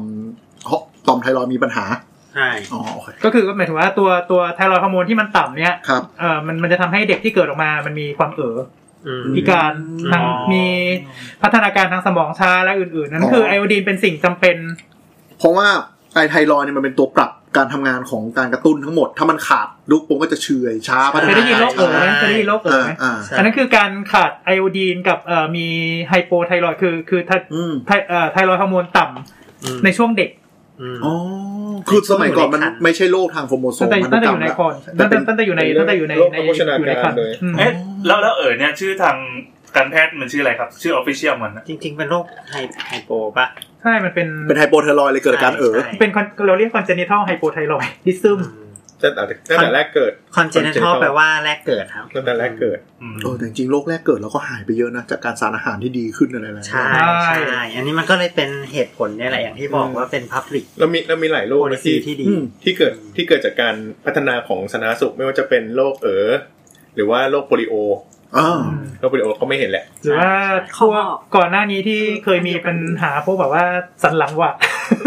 B: ต่อมไทรอยด์มีปัญหา
E: ใช่
B: อ๋อโอเค
F: ก็คือก็หมายถึงว่าตัวตัวไทรอยด์ฮอร์โมนที่มันต่ำเนี่ย
B: ครับ
F: เอ่อมันมันจะทำให้เด็กที่เกิดออกมามันมีความเอ๋อ
E: อืม
F: พิการทางมีพัฒนาการทางสมองช้าและอื่นๆ นั่นคือไอโอดีนเป็นสิ่งจำเป็น
B: เพราะว่าไอไทรอยด์เนี่ยมันเป็นตัวปรับการทำงานของการกระตุ้นทั้งหมด ถ้ามันขาดลูกโปงก็จะเฉื่อยช้าพัฒ
F: เคย
B: นา
F: ได้ยินโรคเอ๋อไหม
E: ใช่
F: เคยได้ยินโรคเอ๋อ
B: อ่า
F: ไหม
B: อ่า
E: ใช่
F: อันนั้นคือการขาดไอโอดีนกับเอ่อมีไฮโปไทรอยด์คือคือไท
B: อืม
F: ไทเอ่อไทรอยด์ฮอร์โมนต่ำ
E: อืม
F: ในช่วงเด็ก
E: อืม
B: อ๋อคือสมัยก่อนมัน
E: ในขัน
B: ไม่ใช่โรคทางโครโมโซ
F: ตั้
B: ม
F: งแต่
B: พันธุ
F: ตั้ง
B: ก
F: แต่
B: รรม
F: อยู่ใน
B: แล้ว
F: คอนตั้งแต่ตั้งแต่อยู่ในตั้งแต่อยู่ใน
G: โรค
F: ใน
G: ทางโภชนา
F: อยู่ใน
G: กา
F: คั
G: ร
F: น
G: เลย
F: อืม
C: เอ๊ะแล้วแล้วเอ๋อเนี่ยชื่อทางการแพทย์มันชื่ออะไรครับ ชื่อออฟฟิเชียลมันนะ
E: จริง ๆ เป็นโรคไฮไฮโปป่ะ
F: ใช่มันเป็น
B: เป็นไฮโปไทรอยด์เลยเกิดอาการเอ๋อ
E: ใช่
F: เป็น con- เราเรียกคอนเจนิทัลไฮโปไทรอยดิซึม
G: ตั้งแต่ตั้งแต่แรกเกิด
E: คอนเจเนทัล
G: congenital
E: แปลว่าแรกเกิดครับ
G: ตั้งแต่แรกเกิด
C: อืม
B: เออแต่จริงๆโรคแรกเกิดแล้วก็หายไปเยอะนะ จากการสารอาหารที่ดีขึ้นอะไรๆ
E: ใช่ใช่อันนี้มันก็เลยเป็นเหตุผลเนี่ยแหละอย่างที่บอกว่าเป็น Public
G: แล้วมีแล้วมีหลายโรค
E: Policy
G: ที่
E: ที่ดี
B: อืม
G: ที่เกิดที่เกิดจากการพัฒนาของสาธารณสุขไม่ว่าจะเป็นโรคเอ๋อหรือว่าโรคโปลิโอ
B: อ่า
G: โรคโปลิโอก็ไม่เห็นแหละ
F: หรือว่าพ
D: ข้อ
F: ว
D: ง
F: ก
D: อก
F: ก่อนหน้านี้ที่เคยมีปัญหาพวกแบบว่าสันหลังหวะ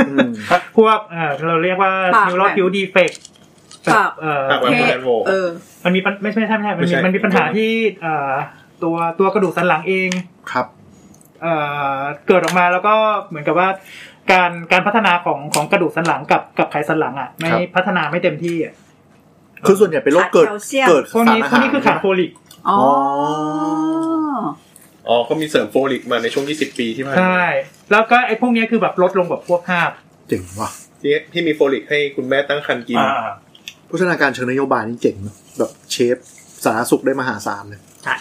B: อืม
F: พวกเอ่อเราเรียกว่า
D: ปาก
F: นิวโร
D: แหว่ง
F: ผิวดีเฟก
D: ปาก
F: เอ่อ
G: ปากแหว่ง
D: เพศเออ
F: มันมีปัญไม่ใช่ไม่ใช่ไม่ใช่มันมี
G: ไม่ใช่
F: มันมีปัญหาที่เอ่อตัวตัวกระดูกสันหลังเอง
B: ครับ
F: เอ่อเกิดออกมาแล้วก็เหมือนกับว่า การการพัฒนาของของกระดูกสันหลังกับกับไขสันหลังอ่ะไม่
B: ครับ
F: พัฒนาไม่เต็มที่อ่ะ
B: คือส่วนใหญ่เป็นโรคเกิด
D: ขาดแคลเซียม
B: เกิด
F: พวก
B: สาร
F: นี้
B: อา
F: พว
B: หากร
F: นี้คือขาดโฟลิก
D: อ๋อ
G: อ๋อก็มีเสริมโฟลิกมาในช่วง 20 ปีที่ผ่านมา
F: ใช่แล้วก็ไอ้พวกนี้คือแบบลดลงแบบพวกภาพ
B: เจ๋งว่ะ
G: ที่ที่มีโฟลิกให้คุณแม่ตั้งครรภ์กิน
C: อ่า
B: โภชนาการเชิงนโยบายนี่เจ๋งนะแบบเชฟสาธารณสุขได้มหาศาลเลย
E: ใช่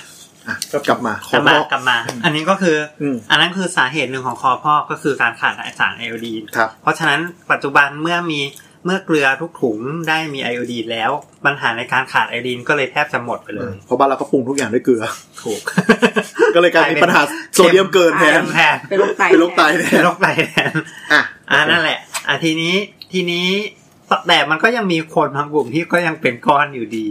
B: อ่ะกลับมาข
E: ก
B: อ
E: ลับ
B: พ
E: มา
B: อก
E: กลับมา อันนี้ก็คืออ
B: อืม
E: อันนั้นคือสาเหตุหนึ่งของคอพอกก็คือการขาดสารไอโอดีน
B: ครับ
E: เพราะฉะนั้นปัจจุบันเมื่อมีเมื่อเกลือทุกถุงได้มีไอโอดีนแล้ว ปัญหาในการขาดไอโอดีนก็เลยแทบจะหมดไปเลย
B: เพราะบ้านเราก็ปรุงทุกอย่างด้วยเกลือ
E: ถูก
B: ก็เลยกลายเป็นปัญหาโซเดียมเกินแทน
E: แทน
D: เป็นโรคไต
B: เป็นโรคไตแท
E: เป็น
B: น
E: โรคไตแทน
B: อ่ะ
E: อ่านั่นแหละ อ่ะทีนี้ทีนี้แต่มันก็ยังมีคนบางกลุ่มที่ก็ยังเป็นก้อนอยู่ดี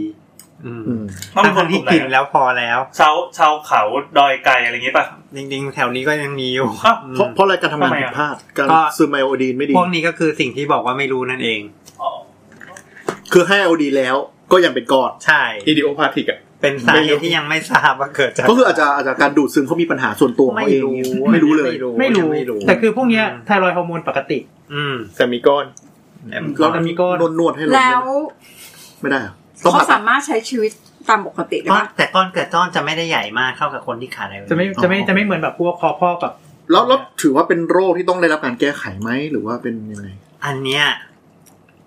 E: อืม
B: อืม
C: ต้องเป็นค
E: ทั้
C: น
E: ง
C: ก
E: ที่กิน
C: ลุ่มไหนอะ
E: แล้วพอแล้ว
C: ชาวชาวเขาดอยไกลอะไรอย่างงี้ป่ะ
E: จริงๆ แถวนี้ก็ยังมีอยู่
C: อ้าว
E: อืม
B: เพราะเพราะอะไรการทำงาน
C: ทำไม
B: ผิ
C: อ่ะ
B: ดพลาดการ
E: ก็
B: ซึมไอโอดีนไม่ดี
E: พวกนี้ก็คือสิ่งที่บอกว่าไม่รู้นั่นเอง
C: อ๋อ
B: คือให้ไอโอดีแล้วก็ยังเป็นก้อน
E: ใช่
G: อีดิโอพาธิกอะ
E: เป็นสาเหตุที่ยังไม่ทราบว่าเกิดจาก
B: ก็คืออาจจะอาจจะการดูดซึมเขามีปัญหาส่วนตัวของ
E: ไม่
B: เขาเอง
E: รู้
B: ไม่รู้เลย
F: ไม่รู้
E: ไม่รู้
F: แต่คือพวกเนี้ยไทรอยด์ฮอร์โมนปกติ
E: อืม
G: แต่มีก้อน
E: แต่มัน
B: เรา
E: ก็
B: จะมีก็นวดๆให้ลง
D: แล้ว
B: ไม่ได้เหรอต้อง
D: เขา
B: ผ่าตั
D: สา
B: ด
D: มารถใช้ชีวิต ตามปกติเลย
E: ก้อน
D: ปะ
E: แต่ก้อนเกิดจ้อนจะไม่ได้ใหญ่มากเท่ากับคนที่ขาดไอโอดีน
F: จะไม่จะไม่จะไม่เหมือนแบบพวกคอพอกแบบ
B: แล้วแล้วถือว่าเป็นโรคที่ต้องได้รับการแก้ไขไหมหรือว่าเป็นยังไง
E: อันเนี้ย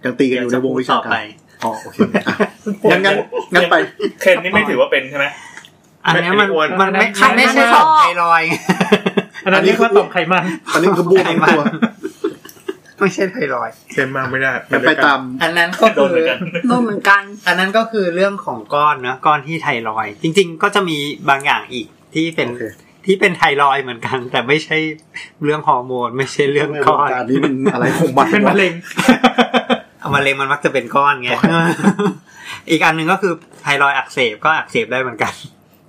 B: ยังตีกันอยู่ในวงวิชา
E: เดี๋ยจะพูดต่อ
B: การ
E: ไป
B: อ๋อโอเคอ่ะงั้นงั้นงั้นไป
C: เคนนี่ไม่ถือว่าเป็นใช่ไหม
E: อันเนี้ยมัน
G: ไม่อ้วน
E: มันไม่
F: อันนั้น
E: ไม่ใช่ของไทรอยด์
F: อันนั้น
B: อันนี้
F: เรียกว่า
B: คือ
F: ต่อมไขมัน
B: อันนี้คือบวมทั้งตัว
E: ไขมัน ไม่ใช่ไทรอยด์
G: เช่นมากไม่ได้
B: งั้นไปตาม
E: อันนั้นก็
C: โด
E: คื
C: นเหมื
E: อ
C: อนกัน
D: โดนเหมือนกัน
E: อันนั้นก็คือเรื่องของก้อนนะก้อนที่ไทรอยด์จริง ๆ ก็จะมีบางอย่างอีกที่เป็น
B: โอเค
E: ที่เป็นไทรอยด์เหมือนกัน แต่ไม่ใช่เรื่องฮอร์โมน ไม่ใช่เรื่องก้อน
B: การนี้มันอะไรของมัน
F: เป็นมะเร็ง
E: เอามะเร็งมันมักจะเป็นก้อนไงอีกอันหนึ่งก็คือไทรอยด์อักเสบก็อักเสบได้เหมือนกัน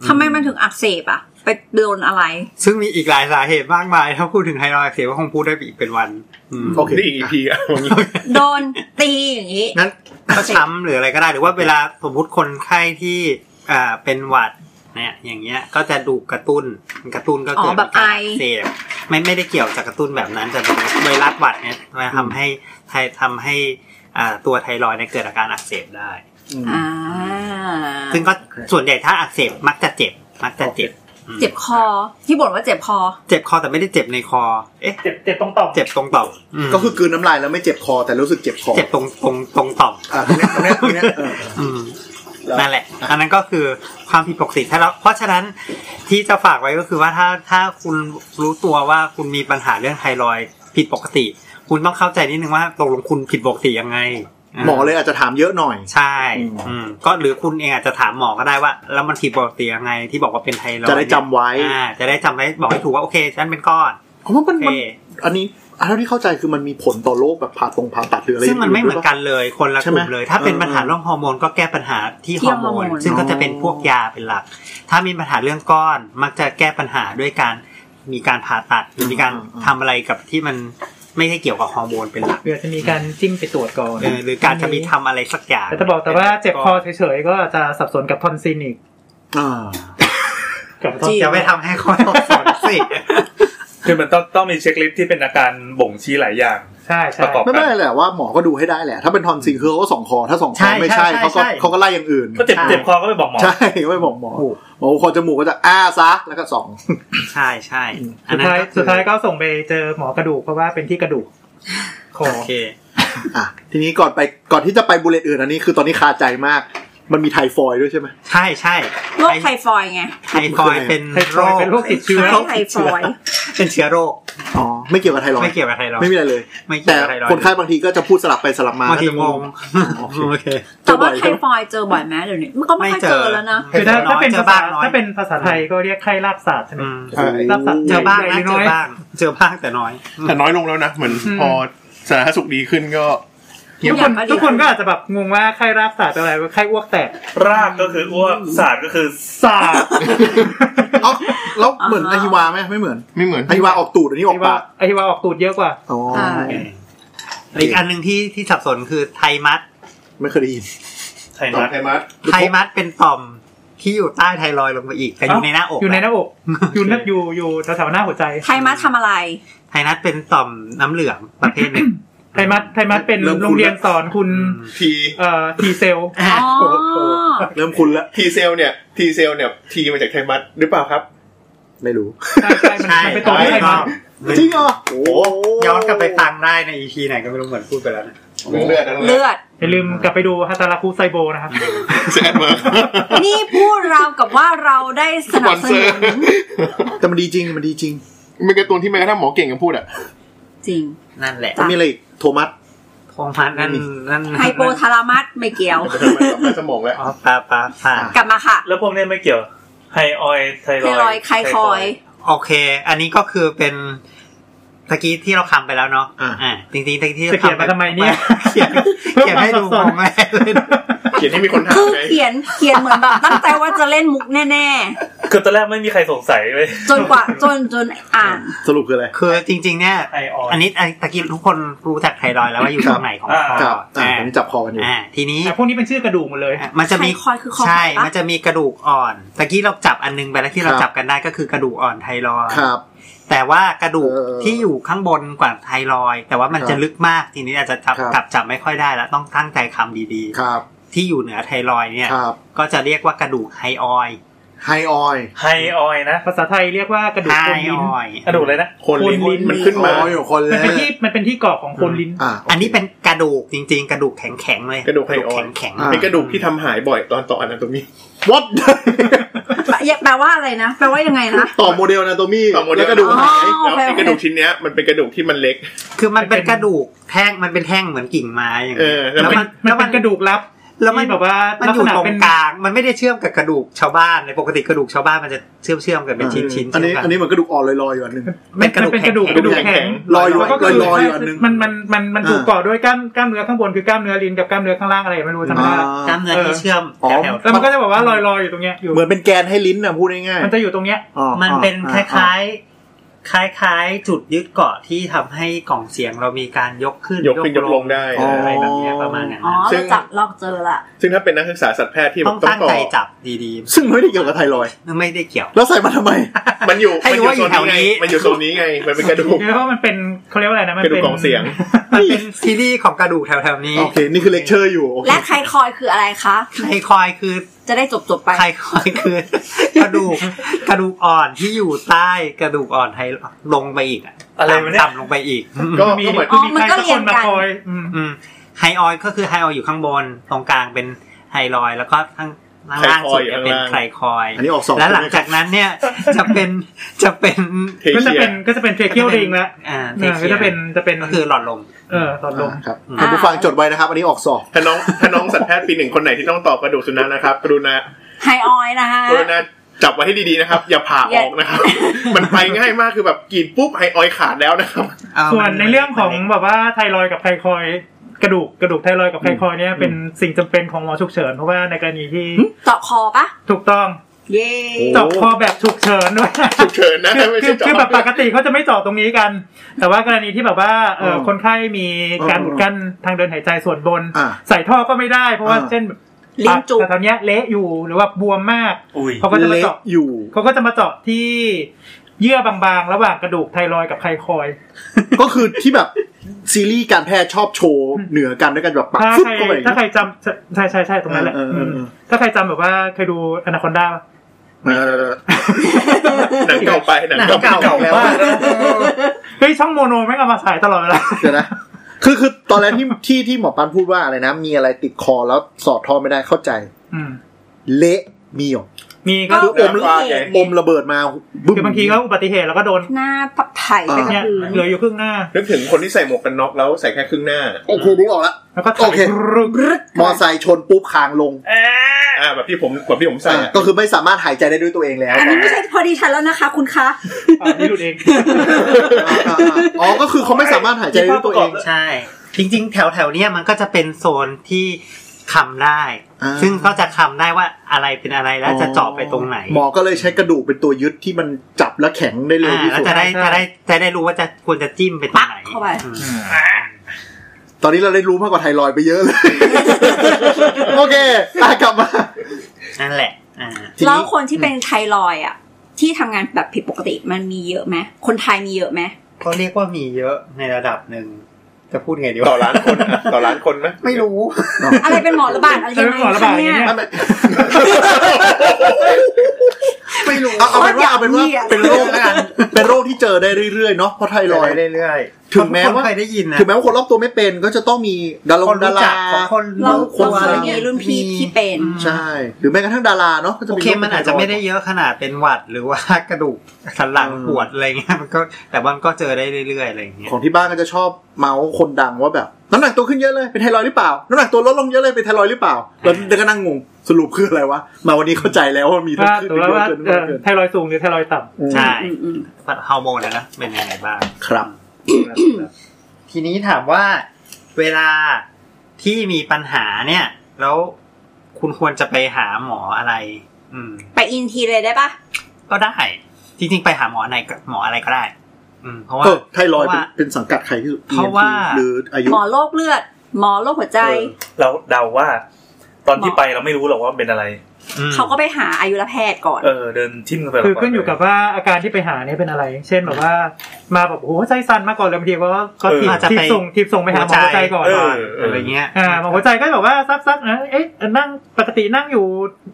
D: ทำไมมันถึงอักเสบอ่ะ ไปโดนอะไร
E: ซึ่งมีอีกหลายสาเหตุมากมาย ถ้าพูดถึงไทรอยด์อักเสบก็คงพูดได้อีกเป็นวันอืม
B: โอเค
G: นี่อีกทีอ่ะ
D: โดนตีอย่างนี้
E: นั้นก็ช้ำหรืออะไรก็ได้หรือว่าเวลาสมมติคนไข้ที่อ่าเป็นหวัดเนี่ยอย่างเงี้ยก็จะดูกระตุ้นกระตุ้นก็เกิด
D: อ๋อแบบ
E: มีการ
D: ไอ
E: อักเสบไม่ไม่ได้เกี่ยวจากกระตุ้นแบบนั้นแต่เป็นไวรัสหวัดเนี่ยมาทำให้ไททำให้อ่าตัวไทรอยด์เนี่ยเกิดอาการอักเสบได้
B: อืม
D: อ่า
E: ซึ่งก็
B: โอเค
E: ส่วนใหญ่ถ้าอักเสบมักจะเจ็บมักจะเจ็บ
D: เจ็บคอ ที่บ่นว่าเจ็บคอ
E: เจ็บคอแต่ไม่ได้เจ็บในคอ เอ๊ะ
F: เจ็บเจ็บตรงต่อม
E: เจ็บตรงต่อมม
B: ก็คือกลืนน้ำลายแล้วไม่เจ็บคอ แต่รู้สึกเจ็บคอ
E: เจ็บตรงตรงตรงต่อม
B: อ่ะตรงเนี้ยตรงเนี้ยตรงเนี้ยเออ
E: อืม
B: เออ
E: นั่นแหละ อันนั้นก็คือความผิดปกติถ้าเราเพราะฉะนั้นที่จะฝากไว้ก็คือว่าถ้าถ้าคุณรู้ตัวว่าคุณมีปัญหาเรื่องไทรอยด์ผิดปกติ คุณต้องเข้าใจนิดนึงว่าตกลงคุณผิดปกติยังไง
B: หมอเลยอาจจะถามเยอะหน่อย
E: ใช่
B: อืม
E: อืมก็หรือคุณเองอาจจะถามหมอก็ได้ว่า แล้วมันผิดปกติยังไงที่บอกว่าเป็นไทรอยด์
B: จะได้จำไว้
E: อ่าจะได้จำไว้บอกให้ถูกว่าโอเคฉันเป็นก้อน
B: เพราะว่ามั
E: โอน เค
B: มันอันนี้อันเท่าที่เข้าใจคือมันมีผลต่อโรคแบบผ่าตรงผ่าตัดหรืออะไร
E: ซึ่งมันไม่เหมือนกันเลยคนละ
B: ใช่
E: ก
B: ไหม
E: ลุ่มเลย ถ้าเป็น
B: เออ
E: ปัญหาเรื่องฮอร์โมนก็แก้ปัญหาที่
D: ที่
E: ฮอร์โม
D: ฮอร์โม
E: น
D: น
E: ซึ่งก็จะเป็นพวกยาเป็นหลัก ถ้ามีปัญหาเรื่องก้อน มักจะแก้ปัญหาด้วยการมีการผ่าตัดหรือมีการ
B: อืมอืม
E: ทำอะไรกับที่มันไม่ได้เกี่ยวกับฮอร์โมนเป็นหลัก
F: เดี๋ยวจะมีการจิ้มไปตรวจก่อน
E: เออหรือการจะมีทำอะไรสักอย่าง
F: แต่จะบอกแต่ว่าเจ็บคอเฉยๆก็จะสับสนกับทอนซินอีก
B: อ่า
F: กับทอน
D: จริง
E: จะไม่ทำให้ข้อตกสนสิ
C: คือมันต้องต้องมีเช็คลิสต์ที่เป็นอาการบ่งชี้หลายอย่าง
F: ใช่ใช่
C: ประกอบ
B: ไม่เป็นไรแหละว่าหมอก็ดูให้ได้แหละ ถ้าเป็นทอนซิลคือเขาก็ส่องคอถ้าส่องค
E: ใช่
B: อไม่ใช่
E: ใช่
B: เขาก็
E: ใช่
B: เขาก็ไล่อย่างอื่น
C: ก็เจ็บเจ็บคอก็ไปบอกหมอ
B: ใช่ไม่บอกหมอหมอคอจมูกก็จะอ้าซะแล้วก็ส่อง
E: ใช่ใช่อัน
F: สุด
E: นั้น
F: ท้าย
E: ก็คือ
F: สุดท้ายก็ส่งไปเจอหมอกระดูกเพราะว่าเป็นที่กระดูกคอ
E: โอเค
B: อ่ะทีนี้ก่อนไปก่อนที่จะไปบุลเลตอื่นอันนี้คือตอนนี้คาใจมาก มันมีไทฟอยด์ด้วยใช่ไหม
E: ใช่ใช่
D: โรคไทฟอยด์ไง
E: ไทรอยด์เป็น
F: ไทร
E: โร
F: อ
E: ค
F: ยด์เป็นโรคติดเชื้อ
D: ไทฟอยด์
E: เป็นเชื้อโรค
B: อ๋อ ไม่เกี่ยวกับไทรอย
E: ไม่
B: ด์
E: เกี่ยวกับไทรอย
B: ไม่
E: ด์
B: มีอะไรเลย
E: ไม่เกี่
B: แต่
E: ยวกับไทรอยด์
B: คนไข้บางทีก็จะพูดสลับไปสลับมา
E: บางที
B: จะ
E: งงโอเค
D: แต่ว่าไทฟอยด์เจอบ่อยไหมเดี๋ยวนี้มันก็ไม่ค่อยเจอแล้วนะ
F: คือถ้าถ้าเป็น
E: เจอ
F: ภา
E: บ้า
F: ษาง
E: น้อย
F: ถ้าเป็นภาษาไทยก็เรียกไข้ลากศาสตร์ใช่ไหม
E: อืม
B: ใช่
F: ลากศาสตร์
E: เจอบ้าง
F: ให
E: นะ
F: ญ่ๆ
E: เจ
F: น้
E: อ
F: อย
E: บ้าง เจอบ้างแต่น้อย
G: แต่น้อยลงแล้วนะ เหมือนพอสาธารณสุขดีขึ้นก็
F: ๆทุกค
D: อย่า
F: น
D: งก็ดี
F: ทุกคนก็อาจจะแบบงงว่าไข้ลากศาสตร์เป็นอะไรว่าไข้อ้วกแตก
C: รากก็คืออ้วกศาสตร์ก็คือ
F: ศาสตร์
B: เอ้าแล้วเหมือนอฮิวาไหมไม่เหมือน
G: ไม่เหมือน
B: อฮิวาออกตูดอันนี้อ
F: ไอ
B: อก
F: วา
B: ปาก
F: ไอวาออกตูดเยอะกว่า
B: อ๋อ
D: ใช่
E: อีกอันหนึ่งที่ที่สับสนคือไทมัส
B: ไม่เคยได้ยิน
C: ไทนัส
G: ไทมัส
E: ไทมัสเป็นต่อมที่อยู่ใต้ไทรอยด์ลงไปอีกแต่อยู่ในหน้าอก
F: อยู่ในหน้าอก อยู่นั
C: โอเค
F: อยู่อยู่แถวๆหน้าหัวใจ
D: ไทมัสทำอะไร
E: ไทมัสเป็นต่อมน้ำเหลืองประเภทหนึ่ง
F: ไทมัสไทมัสเป็น
B: เริ่มคุ้น
F: โรงเรียนสอนคุณ
G: ที
F: เอ่อทีเซล
E: อ่ะ
D: อ๋อ
B: เริ่มคุ้นละ
G: ทีเซลเนี่ยทีเซลเนี่ยทีมาจากไทมัสหรือเปล่าครับ
B: ไม่รู้
F: ใช่ใช่มัน
E: ใช่
F: มันไปตรงที่ไท
E: ใช่
F: มัส
B: จริงเหรอโอ้
E: ย้อนกลับไปฟังได้ใน EP ไหนก็ไม่รู้เหมือนพูดไปแล้วนะ
G: เลือดทั้ง
D: เลือด
F: อย่าลืมกลับไปดูฮาตาราคุไซโบนะครับ
G: เซนเมอร์
D: นี่พูดราวกับว่าเราได้ส
G: สป
D: นั
G: อบ น
D: ส
G: เซอ
D: นุ
G: ร์
D: น
B: แต่มันดีจริงมันดีจริง
G: มันการ์ตูนที่แม้กระทั่งหมอเก่งยังพูดอ่ะ
D: จริง
E: นั่นแหละ
B: แล้วมีอะไรอีกโทมัส
E: โทมัสนั่นนั่น
D: ไฮโปทารามัสไม่เกี่ยว
G: ไปทำอะไรต่อไปสมองแล้ว
E: อ๋อปลาปลาปลา
D: กลับมาค่ะ
C: แล้วพวกเนี้ยไม่เกี่ยวไฮออยไท
D: ไทรอ
C: รอย ย
D: ด์ไคคอยด์
E: โอเค อันนี้ก็คือเป็นตะกี้ที่เราคำไปแล้วเนาะ
B: อ่ะ
E: อ่า จริงๆตะกี้ที่
F: จะเขียนมาทำไมเนี่ย
E: เขียนเขียนให้ดูมองแม่เลย
G: เขียนให้มีคนถาม
D: คือ
G: ไง
D: เขียนเขียนเหมือนแบบตั้งใจว่าจะเล่นมุกแน่
C: คือตอนแรกไม่มีใครสงสัยเลย
D: ๆ จนกว่าจนจนอ่าน
B: สรุปคืออะไร
E: คือจริง ๆ เนี่ย
C: ไฮออย
E: อันนี้อันนี้ตะกี้ทุกคนรู้จักไทรอยด์แล้วว่าอยู่
B: ครั
E: ต
B: บ
E: รงไหนของค
B: ค
E: อ
B: รับอ่า
E: อ่า
B: ตอนนี้จับคอกันอยู่
E: อ่า ทีนี้
F: แต่พวกนี้เป็นชื่อกระดูกหมดเลย
E: อ่ะมันจะ
D: ไค
E: มี
D: คอยด์คือคอ
E: ใช่
D: หักปะ
E: มันจะมีกระดูกอ่อน ตะกี้เราจับอันนึงไปแล้วที่เรา
B: ครับ
E: จับกันได้ก็คือกระดูกอ่อนไทรอยด์
B: ครับ
E: แต่ว่ากระดูก
B: เออ
E: ที่อยู่ข้างบนกว่าไทรอยด์แต่ว่ามัน
B: ครับ
E: จะลึกมาก ทีนี้อาจจะจับ
B: ครับ
E: จับจับไม่ค่อยได้แล้วต้องตั้งใจคำดีๆ
B: ครับ
E: ที่อยู่เหนือไทรอยด์เนี่ย
B: ครับ
E: ก็จะเรียกว่ากระดูกไฮออยด์
B: ไฮออยล์
C: ไฮออยนะ
F: ภาษาไทยเรียกว่ากระดูก
E: ไฮ
F: โคนลิ้น
E: ออยด์
C: กระดูกเลยนะ
G: คนลิ้น
F: คนลิ้น
G: มันขึ้นมา
B: ออยล์ของคน
F: มัน
B: แล้
F: เป็น
B: ว
F: ที่มันเป็นที่เกาะของโคนลิ้น
B: อ่ะ
E: อันนี้เป็นกระดูกจริง ๆ กระดูกแข็งๆเลย
G: กระดูกไฮออยด์
E: แข็ง
B: อ่า
G: เป็นกระดูกที่ทำหายบ่อยตอนต่ออนาโตมี
B: what
D: แปลว่าอะไรนะ แปลว่ายังไงนะ
B: ต่อโมเดลนาโตมี่
G: ต่อโมเด
B: แล้
G: ล
B: วกระดูก
D: อ๋อ
G: หายแล้วไอ้
D: โอเค
G: กระดูกชิ้นเนี้ยมันเป็นกระดูกที่มันเล็ก
E: ๆคือมันเป็น
F: เป็น
E: กระดูกแท่งมันเป็นแท่งเหมือนกิ่งไม้อย่าง
G: เอ
E: เงี้
G: อย แล้ว
E: แล้ว
F: มั
E: มัน นแล้ว
F: มัน
E: มัน
F: เป็
E: น
F: กระดูกลับ
E: แล้วมัน
F: ที่แบบว่า
E: มัน
F: ลัก
E: อ
F: ษ
E: ยู่
F: ณะ
E: ตร
F: เป็
E: ง
F: น
E: กลางมันไม่ได้เชื่อมกับกระดูกชาวบ้านในปกติกระดูกชาวบ้านมันจะเชื่อมเชื่อมๆกันเป็นชิ้นๆเชื่
B: อัน
E: ม
B: นี้
E: กั
B: อันนี้เหมือนกระดูกอ่อนลอยๆอยู่อันหนึง
E: เป็นกระดูก
F: มัเป็นก
E: แข็
F: ระดูก
E: ง
G: กระดูกแข็ง
B: ลอยอยู่
F: ก็คือ
B: ลอยๆอยู่อันนึง
F: มันมันมันมัน
B: อ่า
F: ถูกเกาะด้วยกล้ามกล้ามเนื้อข้างบนคือกล้ามเนื้อลิ้นกับกล้ามเนื้อข้างล่างอะไรไม่รู้จำไม่ได้
E: กล้ามเนื้อที่เชื่อม
B: อ๋อ
E: แถวๆ
F: แล้วมันก็จะแบบว่าลอยๆอยู่ตรงเนี้ยอยู่
B: เหมือนเป็นแกนให้ลิ้นนะพูดง่าย
F: มันจะอยู่ตรงเนี้ย
B: ๆอ๋อ
E: มันเป็นค
B: อ่ะ
E: ล้ายๆ คล้ายๆ จุดยึดเกาะที่ทำให้กล่องเสียงเรามีการยกขึ้น
G: ยกขึ้นยกลงได้
E: อะไรแบบเนี้ยประมาณอย่าง
D: อ๋อ
E: นั้น
D: เราจับเราเจอละ
G: ซึ่งถ้าเป็นนักศึกษาสัตวแพทย์ที่แบ
E: ต้อบ ง
G: ต้อง
E: ตั้ง
G: ต่อ
E: ใจจับดี
B: ซึ่งมันไม่ได้เกี่ยวกับไทรอยด์
E: ๆ ไม่ได้เกี่ยว
B: แล้วใส่มาทำไม
G: มันอยู่
E: ให้
G: มัน
E: รู้
G: อยู่
E: ว่าอยู่
G: โซน
E: แถว
G: นี้ไง
E: นี้
G: มันอยู่โซนนี้ไงมันเป็นกระ ดูก
F: เพราะมันเป็นเขาเรียกว่าอะไรนะมัน
G: กระดู
F: เป็
G: ก
F: น
G: กล่องเสียง
E: มันเป็นซีรีส์ของกระดูกแถวๆนี้
B: โอเค นี่คือเลคเชอร์อยู่โอเค
D: และใครคอยคืออะไรคะ
E: ไคคอยคือ
D: จะได้จบจบๆไป
E: ไคคอยคือ กระดูกกระดูกอ่อนที่อยู่ใต้กระดูกอ่อนไทยลงไปอีกอะ
C: อะไรวะเนี่ย
E: ต่ำๆลงไปอีกอืม
G: ก็
F: มี
G: ก็เหมือน
F: คือมีใครสักคนมาคอยอืม
E: อืมไฮออยก็คือไฮออยอยู่ข้างบนตรงกลางเป็นไฮลอยด์แล้วก็ข้างล่างสุดจะเป็นไคคอย
B: อันนี้ออกสอง
E: และหลังจากนั้นเนี่ย จะเป็นจะเป็น
G: เท
F: ก็จะ
G: เชีย
F: เป็นก็จะเป็นเทรเคียวริงละ
E: อ่า
F: เออก็
E: เท
F: จะเป็นจะเป็น
E: ก็คือหลอดลม
F: เออตอนลง
B: อ่ะครับท่านผู้ฟังจดไว้นะครับ อันนี้ออกสอง
G: ถ้าน้องถ้าน้องสัตวแพทย์ปีหนึ่งคนไหนที่ต้องต่อกระดูกสุนัขนะครับกรุณา
D: ไฮออยนะคะ
G: กรุณาจับไว้ให้ดีๆนะครับ อย่าผ่าอย่
D: อา
G: อกนะครับ มันไปง่ายมากคือแบบกรีดปุ๊บไฮออยขาดแล้วนะครับ
F: ส่วนในเรื่องของแบบว่าไทรอยด์กับไทคอยด์กระดูกกระดูกไทรอยด์กับไทคอยด์เนี่ยเป็นสิ่งจำเป็นของหมอฉุกเฉินเพราะว่าในกรณีที่
D: เจาะคอปะ
F: ถูกต้อง
D: เย่
F: เจาะคอแบบฉุกเฉินด้วย
G: ฉุกเฉินนะ
F: คือ
G: ไม่
F: คื
G: ใช่
F: อ
G: จับ
F: คือแบบปกติเขาจะไม่เจาะตรงนี้กัน แต่ว่ากรณีที่แบบว่าเออคนไข้มีการอุดกั้นทางเดินหายใจส่วนบน
B: อ่ะ
F: ใส่ท่อก็ไม่ได้เพราะว่า
B: อ่า
F: เช่นแบบ
D: ลิ้นจุก
F: ปากแถวๆเนี้ยเละอยู่หรือว่าบวมมาก
A: อุ้ย
F: เขาก็จะมา
B: เล็ก
F: เจาะ
B: อยู่
F: เขาก็จะมาเจาะที่เยื่อบางๆ ระหว่างกระดูกไทรอยด์กับไคคอยด์
B: ก็คือที่แบบซีรีส์การแพทย์ชอบโชว์เหนือกันด้วยกันแบบปัก
F: ถ้า
B: ฟึ๊บ
F: ใคร
B: เข้าไปอย่างเงี้
F: ถ้า
B: ย
F: ใครจำใช่ใช่ใช่ตรงนั้นแหละ
B: เออเออเอออื
F: มถ้าใครจำแบบว่าเคยดูอนาคอนด้า
G: หนังเก่าไปหนัง
E: หนัง
G: เก่า
E: เก่า
G: แล้ว
F: เฮ้ยช่องโมโนไม่งเอามาฉายตลอดเวลา
B: เดี๋ยวนะ คือคือตอนแรกที่ที่ที่หมอปันพูดว่าอะไรนะ มีอะไรติดคอแล้วสอดท่อไม่ได้เข้าใจ
F: อืม
B: เละมีเหรอ
F: มีก็
B: คืออม
D: แล้ว
B: อมระเบิดมาบึ้ม
F: คือบางทีก็อุบัติเหตุแล้วก็โดน
D: หน้าปับไผ่ไปกับ
F: เนี่ย
D: พื้น
F: เหลืออยู่ครึ่งหน้า
G: นึกถึงคนที่ใส่หมวกกันน็อกแล้วใส่แค่ครึ่งหน้า
B: โอเคนึกออกละ
F: แล้วก็
B: โอ
F: ถ่าย
B: เค
F: รูป
B: มอไซค์ชนปุ๊บคางลง
G: อ่าแบบที่ผมแบบที่ผมใส่
B: อ่ะ
G: อะ
B: ก็คือไม่สามารถหายใจได้ด้วยตัวเองแล้ว
D: อัน
B: อ่ะ
D: นี้ไม่ใช่พอดีฉันแล้วนะคะคุณคะ
F: อ่ะนี่หลุดเอง
B: อ่ะอ่ะอ๋อก็คือเขาไม่สามารถหายใจได้ด้วยตัวเอง
E: ใช่ จริง ๆ แถวแถวๆเนี้ยมันก็จะเป็นโซนที่คำได้
B: อ่า
E: ซึ่งก็จะคำได้ว่าอะไรเป็นอะไรแล้วจะเจาะไปตรงไหน
B: หมอก็เลยใช้กระดูกเป็นตัวยึดที่มันจับและแข็งได้เร็ว
E: อ่า
B: ที่
E: แล้ว
B: สุด
E: จะได้จะได้จะได้รู้ว่าจะควรจะจิ้มไปตรงไหน
D: ปักเข้าไป
E: อืม
B: ตอนนี้เราได้รู้มากกว่าไทรอยด์ไปเยอะเลย โอเคอ่ะกลับมา
E: นั่นแหละอ่า
B: ที
D: แล้ว
B: นี้
D: คนที่เป็นไทรอยด์อ่ะ ที่ทำงานแบบผิดปกติมันมีเยอะไหมคนไทยมีเยอะไหม
E: ก็เรียกว่ามีเยอะในระดับหนึ่งจะพูดไงดี
G: ต่อ
E: วะ
G: ล้านคนอะต่อล้านคนนะ
E: ไม่รู้
D: อะไรเป็นหมอระบาดอะไรยังไง
F: เออเป็นหมอระบา
D: คะ
F: ด
D: เนี่ย
F: เนี่ย
B: ไม่รู้เอาเอาเป็นว่าเอาเป็นว่า
D: อยากเหี้ย
B: เป็นโรค แล้วกันเป็นโรคที่เจอได้เรื่อยๆเนาะเพราะไทรอยด์
E: เรื่อย
B: ถึงแม้ว่า
E: คนเคยได้ยินนะ
B: ถึงแม้ว่าคนรอบตัวไม่เป็นก็จะต้องมีดารา
E: คน
B: ดา
E: รู้
B: รา
E: จักของคน
D: เรา
B: ค
D: เรา
B: น
D: เคยมีรุ่นพี่ที่เป็น
B: ใช่ หรือแม้กระทั่งดาราเนาะก็จะ
E: โอ
B: เป็น
E: เค
B: โร
E: มันอาจจะไม่ได้เยอะขนาดเป็นหวัดหรือว่ากระดูกสันหลังปวดอะไรเงี้ยมันก็แต่มันก็เจอได้เรื่อยๆอะไรอย่างเงี้ย
B: ของที่บ้านก็จะชอบเมาส์คนดังว่าแบบน้ำหนักตัวขึ้นเยอะเลยเป็นไทรอยด์หรือเปล่าน้ำหนักตัวลดลงเยอะเลยเป็นไทรอยด์หรือเปล่าแล้วเด็กก็นั่งงงสรุปคืออะไรวะมาวันนี้เข้าใจแล้วว่ามีทั้ง
F: ว่า
B: ขึ้น
F: ถือ
B: ไปเย
F: ว่า
B: อะเกิน
F: เอ
B: เกิน
F: อ
B: เกิน
F: ไทรอยด์สูงหรือไทรอยด์ต่
E: ใช่
D: อืมอืม
E: ฮอร์โมนนะนะเป็นยังไงบ้าง
B: ครับ
E: ทีนี้ถามว่าเวลาที่มีปัญหาเนี่ย แล้วคุณควรจะไปหาหมออะไร อืม
D: ไปอินทีเลยได้ปะ
E: ก็ได้ จริงๆ ไปหาหมอไหนก็หมออะไรก็ได้ อืมเพราะว่า
B: เออไทรอยด์เป็นเป็
E: เพราะว่า
B: นสังกัดใครที่สุด
E: เพราะ
B: ENT
E: ว่า
B: หรืออายุ
D: หมอโรคเลือด หมอโรคหัวใจ
A: เราเดาว่า ตอนที่ไปเราไม่รู้หรอกว่าเป็นอะไร
E: อืม
D: เขาก็ไปหาอายุรแพทย์ก่อน
A: เออเดินทิ่มกันไป
F: คือขึ้นอยู่กับว่าอาการที่ไปหาเนี่ยเป็นอะไร เช่นแบบว่า มาแบบโอ้โหใจสั่นมาก่อนเลยบางทีก็ก็ทีบ
E: อาจจะ
F: ทีบ
E: ไป
F: ส่งทีบส่งไปหาหมอหัวใจก่อน
A: เออเอ
E: อะ
A: อ
E: ไรเงี้ย
F: อ่าหมอหัวใจก็บอกว่าซักซักๆนะเอ๊ะนั่งปกตินั่งอยู่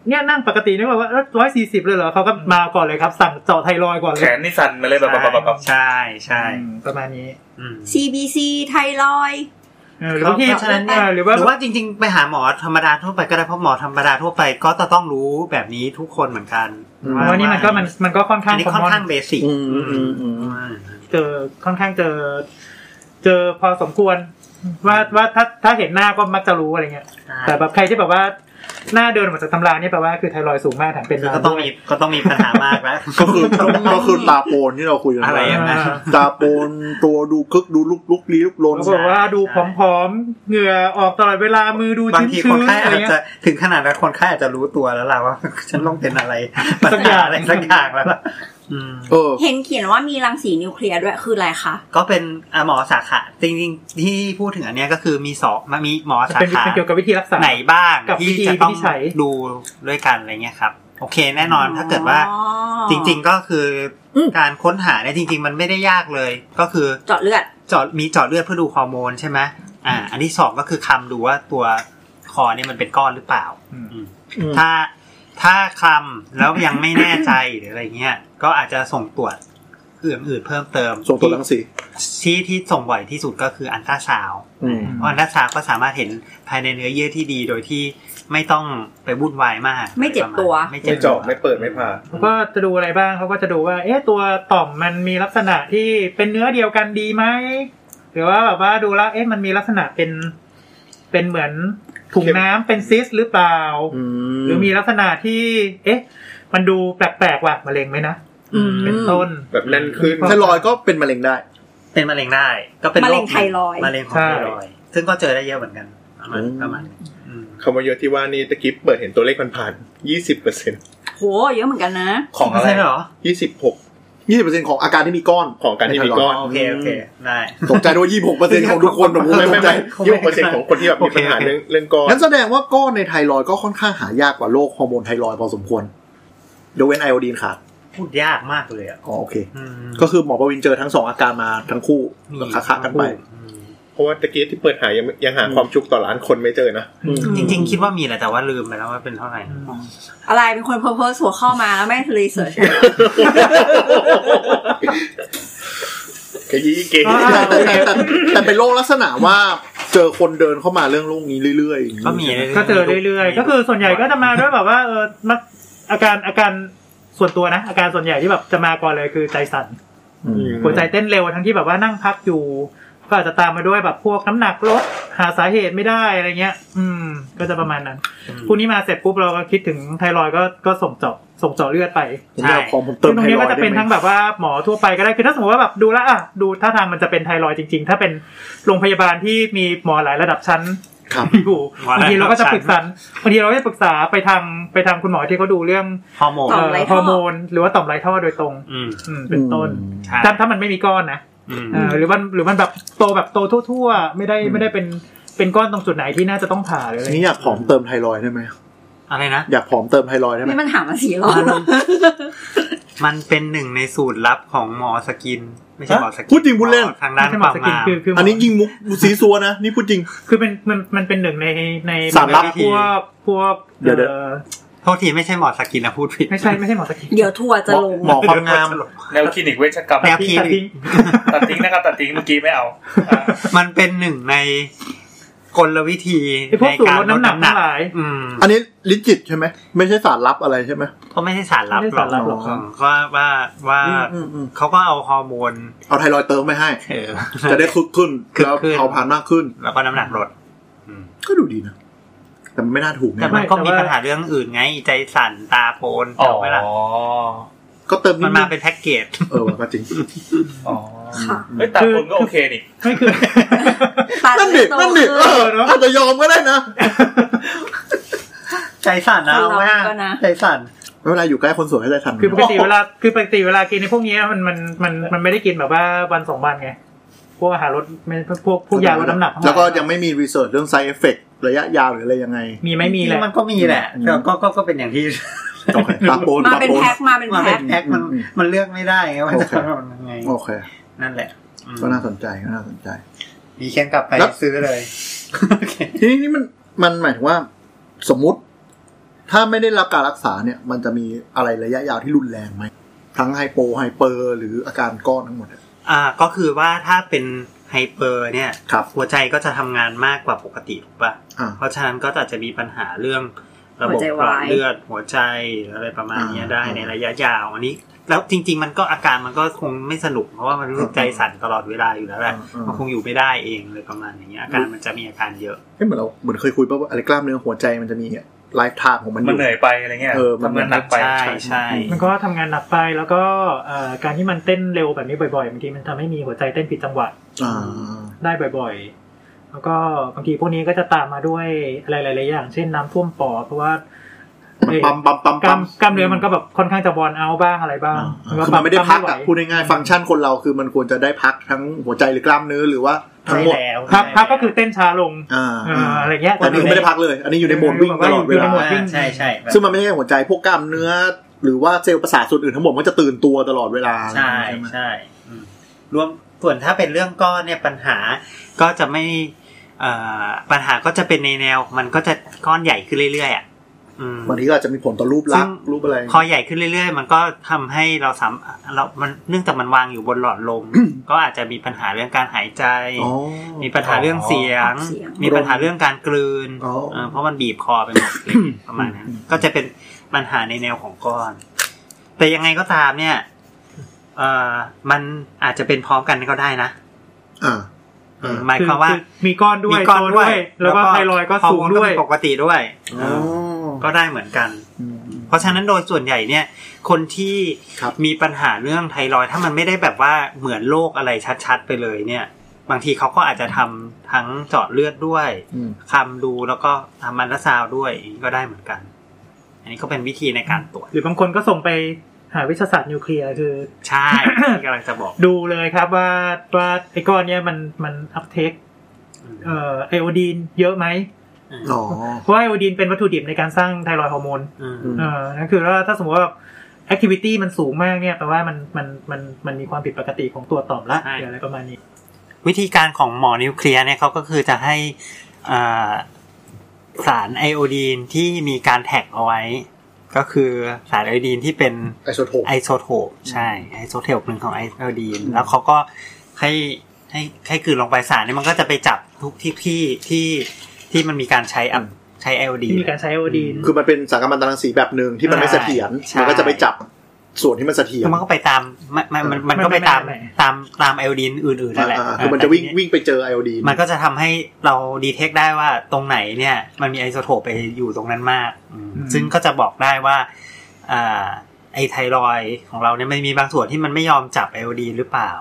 F: เนี่ยนั่งปกตินี่บอกว่าร้อยสี่สิบเลยเหรอเขาก็มาก่อนเลยครับ สั่งเจาะไทรอยด์ก่อนเล
A: แข
F: ย
A: นนี่สั่นมาเลยแบบแบบแบบแบบ
E: ใช่ใช่
F: อืมประมาณนี้
E: อืม
D: CBC ไทรอยด์
F: เออหรือบางที
E: เพราะฉะนั้นเนี่ย
F: เออห
E: ห
F: รื
E: รือ
F: ว่า
E: อว่าจริงๆ ไปหาหมอธรรมดาทั่วไปก็ได้เพราะหมอธรรมดาทั่วไปก็จะต้องรู้แบบนี้ทุกคนเหมือนกัน
B: อืม
F: เพราะว่านี่มันก็มันมันก็ค่อน
E: อั
F: ข้าง
E: นนี้
F: คอม
E: ค่อน
F: มอน
E: ข้างเบสิก
B: อืมอืมอืม
F: เจอค่อนข้างเจอ เจอพอสมควร ว่าว่าถ้าถ้าเห็นหน้าก็มักจะรู้อะไรเงี้ย แต่แบบใครที่แบบว่าหน้าเดินออกมาจากตำราเนี่ยแปลว่าคือไทรอยด์สูงมากแถมเป็น
E: ก็
F: ลาว
E: ต้อง
F: ด้วย
E: มีก็ต้องมีปัญหามากแล้ว
B: ก็คือก็คือตาโปนที่เราคุยกัน
E: อะไร
B: ว่า
E: ย่างนั้น
F: อ่า
B: ตาโปนตัวดูคึกดูลุกลุกลี้ลุกลน
F: แล้วบอกว่าดูผอมๆเหงื่อออกตลอดเวลามือดู
E: บางทีคน
F: ชื้นๆ
E: ไข้
F: อะไร
E: อาจ
F: เงี้
E: จะ
F: ย
E: ถึงขนาดนั้นคนไข้อาจจะรู้ตัวแล้วล่ะว่า ฉันต้องเป็น อะไร
F: สักอย่าง
E: อะไรสักอย่างแล้วล่ะอืม
B: เออ
D: เห็นเขียนว่ามีรังสีนิวเคลียร์ด้วยคืออะไรคะ
E: ก็เป็นอ่ะหมอสาขา จริงๆ ที่พูดถึงอันเนี้ยก็คือมีสองมันมีหมอสา
F: เป็น
E: ขา
F: เป็นเกี่ยวกับวิธีรักษา
E: ไหนบ้าง
F: กับ
E: ที่
F: วิธี
E: จะต้อง
F: วินิจฉัย
E: ดูด้วยกันอะไรเงี้ยครับ โอเคแน่นอน
D: อ๋อ
E: ถ้าเกิดว่า จริงๆก็คืออ
D: ม
E: การค้นหาเนี่ยจริง ๆ มันไม่ได้ยากเลย ก็คือ
D: เจาะเลือด
E: เจอดมีเจอดเลือดเพื่อดูฮอร์โมนใช่ไหมอ่า อันที่สองก็คือคลำดูว่าตัวคอเนี่ยมันเป็นก้อนหรือเปล่า อืม
B: อืม
E: ถ้าถ้าคลำแล้วยังไม่แน่ใจ หรืออะไรเงี้ยก็อาจจะส่งตรวจอื่นๆเพิ่มเติม
B: ส่งตัวรังสี
E: ที่ที่ส่งบ่อยที่สุดก็คืออันตราซาวด์
B: อืม
E: เพราะอันตราซาวด์ก็สามารถเห็นภายในเนื้อเยื่อที่ดีโดยที่ไม่ต้องไปวุ่นวายมาก
D: ไม่เจ็บตัว
E: ไม่เจ็
G: ไม่
E: บ
G: เจาะไม่เปิดไม่ผ่า
F: เขาก็จะดูอะไรบ้างเขาก็จะดูว่า เอ๊ะ ตัวต่อมมันมีลักษณะที่เป็นเนื้อเดียวกันดีไหม หรือว่าแบบว่าดูแล้ว เอ๊ะ มันมีลักษณะเป็น เป็นเหมือนถุงน้ำเป็นซิสหรือเปล่า หรือมีลักษณะที่ เอ๊ะ มันดูแปลกๆว่ะมะเร็งไหมนะ
E: อืม
F: เป็นต้น
G: แบบแน่นขึ้น
B: ไทรอยด์ก็เป็นมะเร็งได้
E: เป็นมะเร็งได้ ก็เป็น
D: มะเร็ง
E: โค
D: ไทรอยด์
E: มะเร็งของ
F: ใช่
E: ไทรอยด์ซึ่งก็เจอได้เยอะเหมือนกันประมาณ
B: อืม
E: ประมาณนี้อืม
G: คำว่าเยอะที่ว่านี่ตะกี้เปิดเห็นตัวเลขมันผ่านยี่สิบเปอร์เซ็นต์
D: โหเยอะเหมือนกันนะ
A: ของอะไร
E: ใช่เหรอ
G: ยี่สิบหก
B: ยี่สิบเปอร์เซ็นของอาการที่มีก้อน
G: ของการที่มีก้อน
E: โอเคโอเคได้
B: ตกใจด้วยยี่หกเปอร์เซ็นของทุกคนแบบโอ้โห
G: ไม่
B: ต
G: ไม่
B: กใจ
G: ไม่ยี่สิบเปอร์เซ็นต์ของคนที่แบบมีปัญหา
E: โอเค
G: เรื่องเรื่องก้อน
B: งั้นแสดงว่าก้อนในไทรอยด์ก็ค่อนข้างหายากกว่าโรคฮอร์โมนไทรอยด์พอสมควรยกเว้นไอโอดีนขาด
E: พูดยากมากเลยอ่ะ
B: อ๋อโอเค
E: อืม
B: ก็คือหมอประวินเจอทั้งสองอาการมาทั้งคู่ค้าๆกันไป
E: อืม
G: เพราะว่าตะกี้ที่เปิดหายังยังหาความชุกต่อล้านคนไม่เจอนะ
E: จริง ๆ คิดว่ามีแหละแต่ว่าลืมไปแล้วว่าเป็นเท่าไหร่
D: อะไรเป็นคนเพอร์เพสหัวข้อมาแล้วไม่รีเสิร์ช
G: ขยี้เก่ง
F: อ่า
B: แต่แต่แต่แต่เป็นโรคลักษณะว่าเจอคนเดินเข้ามาเรื่องโรคนี้เรื่อยๆอย่างนี้
E: ก็มี
F: ก็เจอเรื่อยๆ ก็คือส่วนใหญ่ก็จะมาด้วยแบบว่า เออมักอาการอาการส่วนตัวนะ อาการส่วนใหญ่ที่แบบจะมาก่อนเลยคือใจสั่น
B: อืม
F: หัวใจเต้นเร็วทั้งที่แบบว่านั่งพักอยู่ ก็อาจจะตามมาด้วยแบบพวกน้ำหนักลดหาสาเหตุไม่ได้อะไรเงี้ย อืม ก็จะประมาณนั้นพวกนี้มาเสร็จปุ๊บเราก็คิดถึงไทรอยด์ก็ก็ส่งเจาะส่งเจาะเลือดไป
B: ผมอยากขอผมเติม
F: ซึ่งตรง
B: ไท
F: นี้
B: รอ
F: ก็
B: ย
F: จะ
B: ด์ได้
F: เป็น
B: ไหม
F: ทั้งแบบว่าหมอทั่วไปก็ได้คือถ้าสมมติว่าแบบดูแลวอ่ะดูท่าทางมันจะเป็นไทรอยด์จริงๆ ถ้าเป็นโรงพยาบาลที่มีหมอหลายระดับชั้น
B: ครับ
F: อยู่บางทีเราก็จะปรึกษาบางทีเราก็จะปรึกษาไปทางไปทางคุณหมอที่เขาดูเรื่อง
E: ฮอร์โมน
D: ต่อม
F: เอ่อ
D: ไร
F: ฮ
D: ท่
F: อ
D: อ
F: ร์โมน หรือว่าต่อมไรท่อโดยตรง
E: อืม
F: อืมเป็นต้น
E: ใช่
F: ถ้าถ้ามันไม่มีก้อนนะ
E: อืม
F: เออหรือมันหรือมันแบบโตแบบโตทั่วๆ ไม่ได้ไม่ได้เป็นเป็นก้อนตรงจุดไหนที่น่าจะต้องผ่าหรืออะไร
B: นี่อยากผอมเติมไทรอยด์ได้ไหม
E: อะไรนะ
B: อยากผอมเติมไทรอยด์ได้ไหม
D: นี่มันถามมาสี่รอบแล้ว
E: มันเป็นหนึ่งในสูตรลับของหมอสกิน ไม่ใช่หมอสกิน
B: พูดจริงพูดเล่น
E: หมอทางด้าน
F: ที่ห
E: ค
F: มอ
E: วาม
F: สกิน
E: งาม
F: คือคือหม
B: อันนี้ยิงมุกสีซัวนะนี่พูดจริง
F: คือเป็นมันมันเป็นหนึ่งในใน
B: สามลับ
F: พวกพวก
B: เดี๋ยวเดี๋ยว
F: อ่อ
E: โทษทีไม่ใช่หมอสกินนะพูดผิด
F: ไม่ใช่ไม่ใช่หมอสกิน
D: เดี๋ยวทัวร์จะลง
B: หมอความงาม
A: แนวคลินิกเวชกรรม
E: แนวคิด
F: ตัดทิ้ง
A: ตัดทิ้งนะครับตัดทิ้งเมื่อกี้ไม่เอาอ่ะ
E: มันเป็นหนึ่งในกลวิธี
F: ไอ้พวก
E: ใน
F: สูตร
E: การ
F: ลดน้ำหนักทั้งหลาย
E: อืม
B: อันนี้ลิจิตใช่ไหมไม่ใช่สารลับอะไรใช่ไหม
E: ก็ไม่ใช่สารลับ
F: ไม่ใช่สารลับหรอก
E: อืมว่าว่าว่า
B: อืมอืมอืม
E: เขาก็เอาฮอร์โมน
B: เอาไทรอยด์เติมไปให้
E: เออ
B: จะได้คึกขึ้น
E: คึก
B: แล้ว
E: ขึ้น
B: เผาผลาญมากขึ้น
E: แล้วก็น้ำหนักลดอืม
B: ก็ดูดีนะ แต่มันไม่น่าถูก
E: แต่
B: แน่
E: มันก็
F: แต่
E: มี
F: ว่า
E: ปัญหาเรื่องอื่นไง ใจสั่นตาโพน
A: อ๋อ
E: เอาไหมล่ะ
B: ก็เติม
E: มัน
B: ด
E: มาเป็นแพ็กเกจ
B: เออว่ะก็จริง
A: อ๋อ
D: ค่ะ
A: เฮ้ยตาคนก็โอเคนี่
F: ไม่คือ
D: ตาจะ
B: นั่นดิ
D: โต
B: นั่นดิ
D: ขึ้
B: เอออาจจะยอมก็ได้นะ
E: ใจสั่นนะ
D: คนเรา
E: ว่า
D: ก็นะ
E: ใจสั่น
B: ไม่เวลาอยู่ใกล้คนสวยให้ใจสั่น
F: คือปกติเวลาคือปกติเวลากินในพวกเนี้ยมันมันมันมันไม่ได้กินแบบว่าวันสองวันไง พวกอาหารลดไม่พวกพวกยาลดน้ำหนักทั้หาย
B: แล้วก็ยังไม่มีรีเสิร์ชเรื่อง side effect ระยะยาวหรืออะไรยังไง
F: มีไหม่มีแหละ
E: มันก็มีแหละแต่ก็ก็ก็เป็นอย่างที่
B: โอเค ตาโปน
D: มา
B: ตา
D: เป็น
B: โปน
D: แพ็คมาเป็น
E: มันเป็
D: แพ็
E: น
D: ค
E: แพ็คมัน
B: อืม
E: มันเลือกไม่ได้ไงว่า
B: โอ
E: จะ
B: เค
E: ทำยังไง
B: โอเค
E: นั่นแหละอืม
B: ก็น่าสนใจก็น่าสนใจ
E: มีแค่กลับไป
B: แล้ว
E: ซื้อเลยโอเค
B: ทีนี้นี่มันมันหมายถึงว่า สมมุติ ถ้าไม่ได้รับการรักษาเนี่ย มันจะมีอะไรระยะยาวที่รุนแรงไหม ทั้งไฮโปไฮเปอร์ หรืออาการก้อนทั้งหมดอะ
E: อ่าก็คือว่าถ้าเป็นไฮเปอร์เนี่ย
B: ครับ
E: หัวใจก็จะทำงานมากกว่าปกติถูกปะ
B: อ่า
E: เพราะฉะนั้นก็อาจจะมีปัญหาเรื่องระบบหลอดเลือดหัวใจอะไรประมาณเนี้ย
B: อ่า
E: ได้ในระยะยาวอันนี้ แล้วจริง ๆ มันก็อาการมันก็คงไม่สนุกเพราะว่ามันรู้สึกใจสั่นตลอดเวลาอยู่แล้วแหละ
B: อ่ามั
E: มันคงอยู่ไม่ได้เองเลยประมาณอย่างเงี้ยอาการมันจะมีอาการเยอะ
B: เอ้ยเหมือนเราเหมือนเคยคุยป่าวว่าอะไรกล้ามเนื้อหัวใจมันจะมีไลฟ์ไทม์ของมันอ
A: มัน
B: ยู่
A: เหนื่อยไปอะไรเงี้ย
B: เออมัน
A: ทำงานหนักไป
E: ใช่ใช่
F: มันก็ทำงานหนักไปแล้วก็เอ่อการที่มันเต้นเร็วแบบนี้บ่อยๆบางทีมันทำให้มีหัวใจเต้นผิดจังหวะ
B: อ่า
F: ได้บ่อยๆ แล้วก็บางทีพวกนี้ก็จะตามมาด้วยอะไรหลายๆอย่าง เช่นน้ำท่วมปอดเพราะว่า
B: มัน
F: เอ่ย
B: ปั๊มปั๊มปั๊ม
F: กล้า
B: ปั๊
F: ม
B: ม
F: กล้ามเนื้อมันก็แบบค่อนข้างจะบอลเอาบ้างอะไรบ้าง
B: อ่าคือมันไม่ได้
F: ปั๊
B: พัก
F: หว
B: อะพูดง่ายๆฟังก์ชันคนเราคือมันควรจะได้พักทั้งหัวใจหรือกล้ามเนื้อหรือว่าทั้งหมด
F: พักพักก็คือเต้นช้าลง
B: อ่า
F: เอ่ออะไรเงี้ย
B: แต่อันนี้คือไม่ได้พักเลย อันนี้อยู่ในโหมดวิ่งตลอดเวลา
E: ใช่ใช่แบบ
B: ซึ่งมันไม่ใช่แค่หัวใจพวกกล้ามเนื้อ หรือว่าเซลล์ประสาทส่วนอื่นทั้งหมดมันจะตื่นตัวตลอดเวลา
E: ใช่
B: ไหม
E: ใช่อืมรวมส่วนถ้าเป็นเรื่องก้อนเนี่ยปัญหาก็จะไม่เอ่อปัญหาก็จะเป็นในแนว มันก็จะก้อนใหญ่ขึ้นเรื่อยๆอ่ะอืม
B: บางทีก็อาจจะมีผลต่อรูปลักษณ์
E: ซึ่ง
B: รูปอะไร
E: พอใหญ่ขึ้นเรื่อยๆ มันก็ทำให้เราสามเรามันเนื่องจากมันวางอยู่บนหลอดลม ก็อาจจะมีปัญหาเรื่องการหายใจ
B: อ๋อ
E: มีปัญหาเรื่องเสียง
D: ออกเสียง
E: มีปัญหาเรื่องการกลืน
B: อ๋อ
E: เออเพราะมันบีบคอไปหมดเลยประมาณนั้น ก็จะเป็นปัญหาในแนวของก้อน แต่ยังไงก็ตามเนี่ยเออมันอาจจะเป็นพร้อมกันก็ได้นะ
B: อ่า
E: เออหมายความว่า
F: อมีก้อนด้วย
E: มีก้อน
F: โต
E: ด้วย
F: แล้วก็ไทรอยด์ก็สูง
E: ฮอร์โมน
F: ด้วย
E: เป็นปกติด้วย
B: อ๋อ
E: ก็ได้เหมือนกัน เพราะฉะนั้นโดยส่วนใหญ่เนี่ย คนที่
B: ครับ
E: มีปัญหาเรื่องไทรอยด์ถ้ามันไม่ได้แบบว่าเหมือนโรคอะไรชัดๆไปเลยเนี่ย บางทีเขาก็อาจจะทำทั้งเจาะเลือดด้วย
B: อืม
E: คำดูแล้วก็ทำอันตราซาวด์ด้วยอย่างนี้ก็ได้เหมือนกัน อันนี้ก็เป็นวิธีในการตรวจ
F: หรือบางคนก็ส่งไปหาวิทยาศาสตร์นิวเคลียร์คือ
E: ใช่ ที่กำลังจะบอก
F: ดูเลยครับว่าว่าไอ้ก้อนเนี้ยมันมันอัพเทคเอ่อไอโอดีนเยอะไหม
B: อ๋อ
F: เพราะว่าไอโอดีนเป็นวัตถุดิบในการสร้างไทรอยด์ฮอร์โมน
E: อืม
F: เออนั่นคือว่าถ้าสมมติว่าแอคทิวิตี้มันสูงมากเนี่ยแปลว่ามันมันมันมันมีความผิดปกติของตัวต่อมละหรืออะไรประมาณนี้
E: วิธีการของหมอนิวเคลียร์เนี่ยเขาก็คือจะให้อ่าสารไอโอดีนที่มีการแท็กเอาไว้ ก็คือสารไอโอดีนที่เป็น
B: ไอโซโทป
E: ไอโซโทปใช่ไอโซโทปหนึ่งของไอโอดีนแล้วเขาก็ให้ให้ให้กลืนลงไปสารนี่มันก็จะไปจับทุกที่ที่ที่ที่มันมีการใช้อัพ
B: อืม
E: ใช้ไอโอดีน
F: ที่มีการใช้ไอโอดีน
B: คือมันเป็นสารกัมมันตรังสีแบบหนึ่งที่มันไม่เสถียร
E: ใช่
B: มันก็จะไปจับส่วนที่มันเสถียร
E: แล้วมันก็ไปตามมันมันมันมันก็ไปตามตามตามไอโอดีนอื่นๆนั่นแหละ
B: อ่าคือมันจะวิ่งวิ่งไปเจอไอโอดีน
E: มันก็จะทำให้เราดีเทคได้ว่าตรงไหนเนี่ย มันมีไอโซโทปไปอยู่ตรงนั้นมากอืมซึ่งก็จะบอกได้ว่าอ่าไอไทรอยด์ของเราเนี่ยมันมีบางส่วนที่มันไม่ยอมจับไอโอดีนหรือเปล่า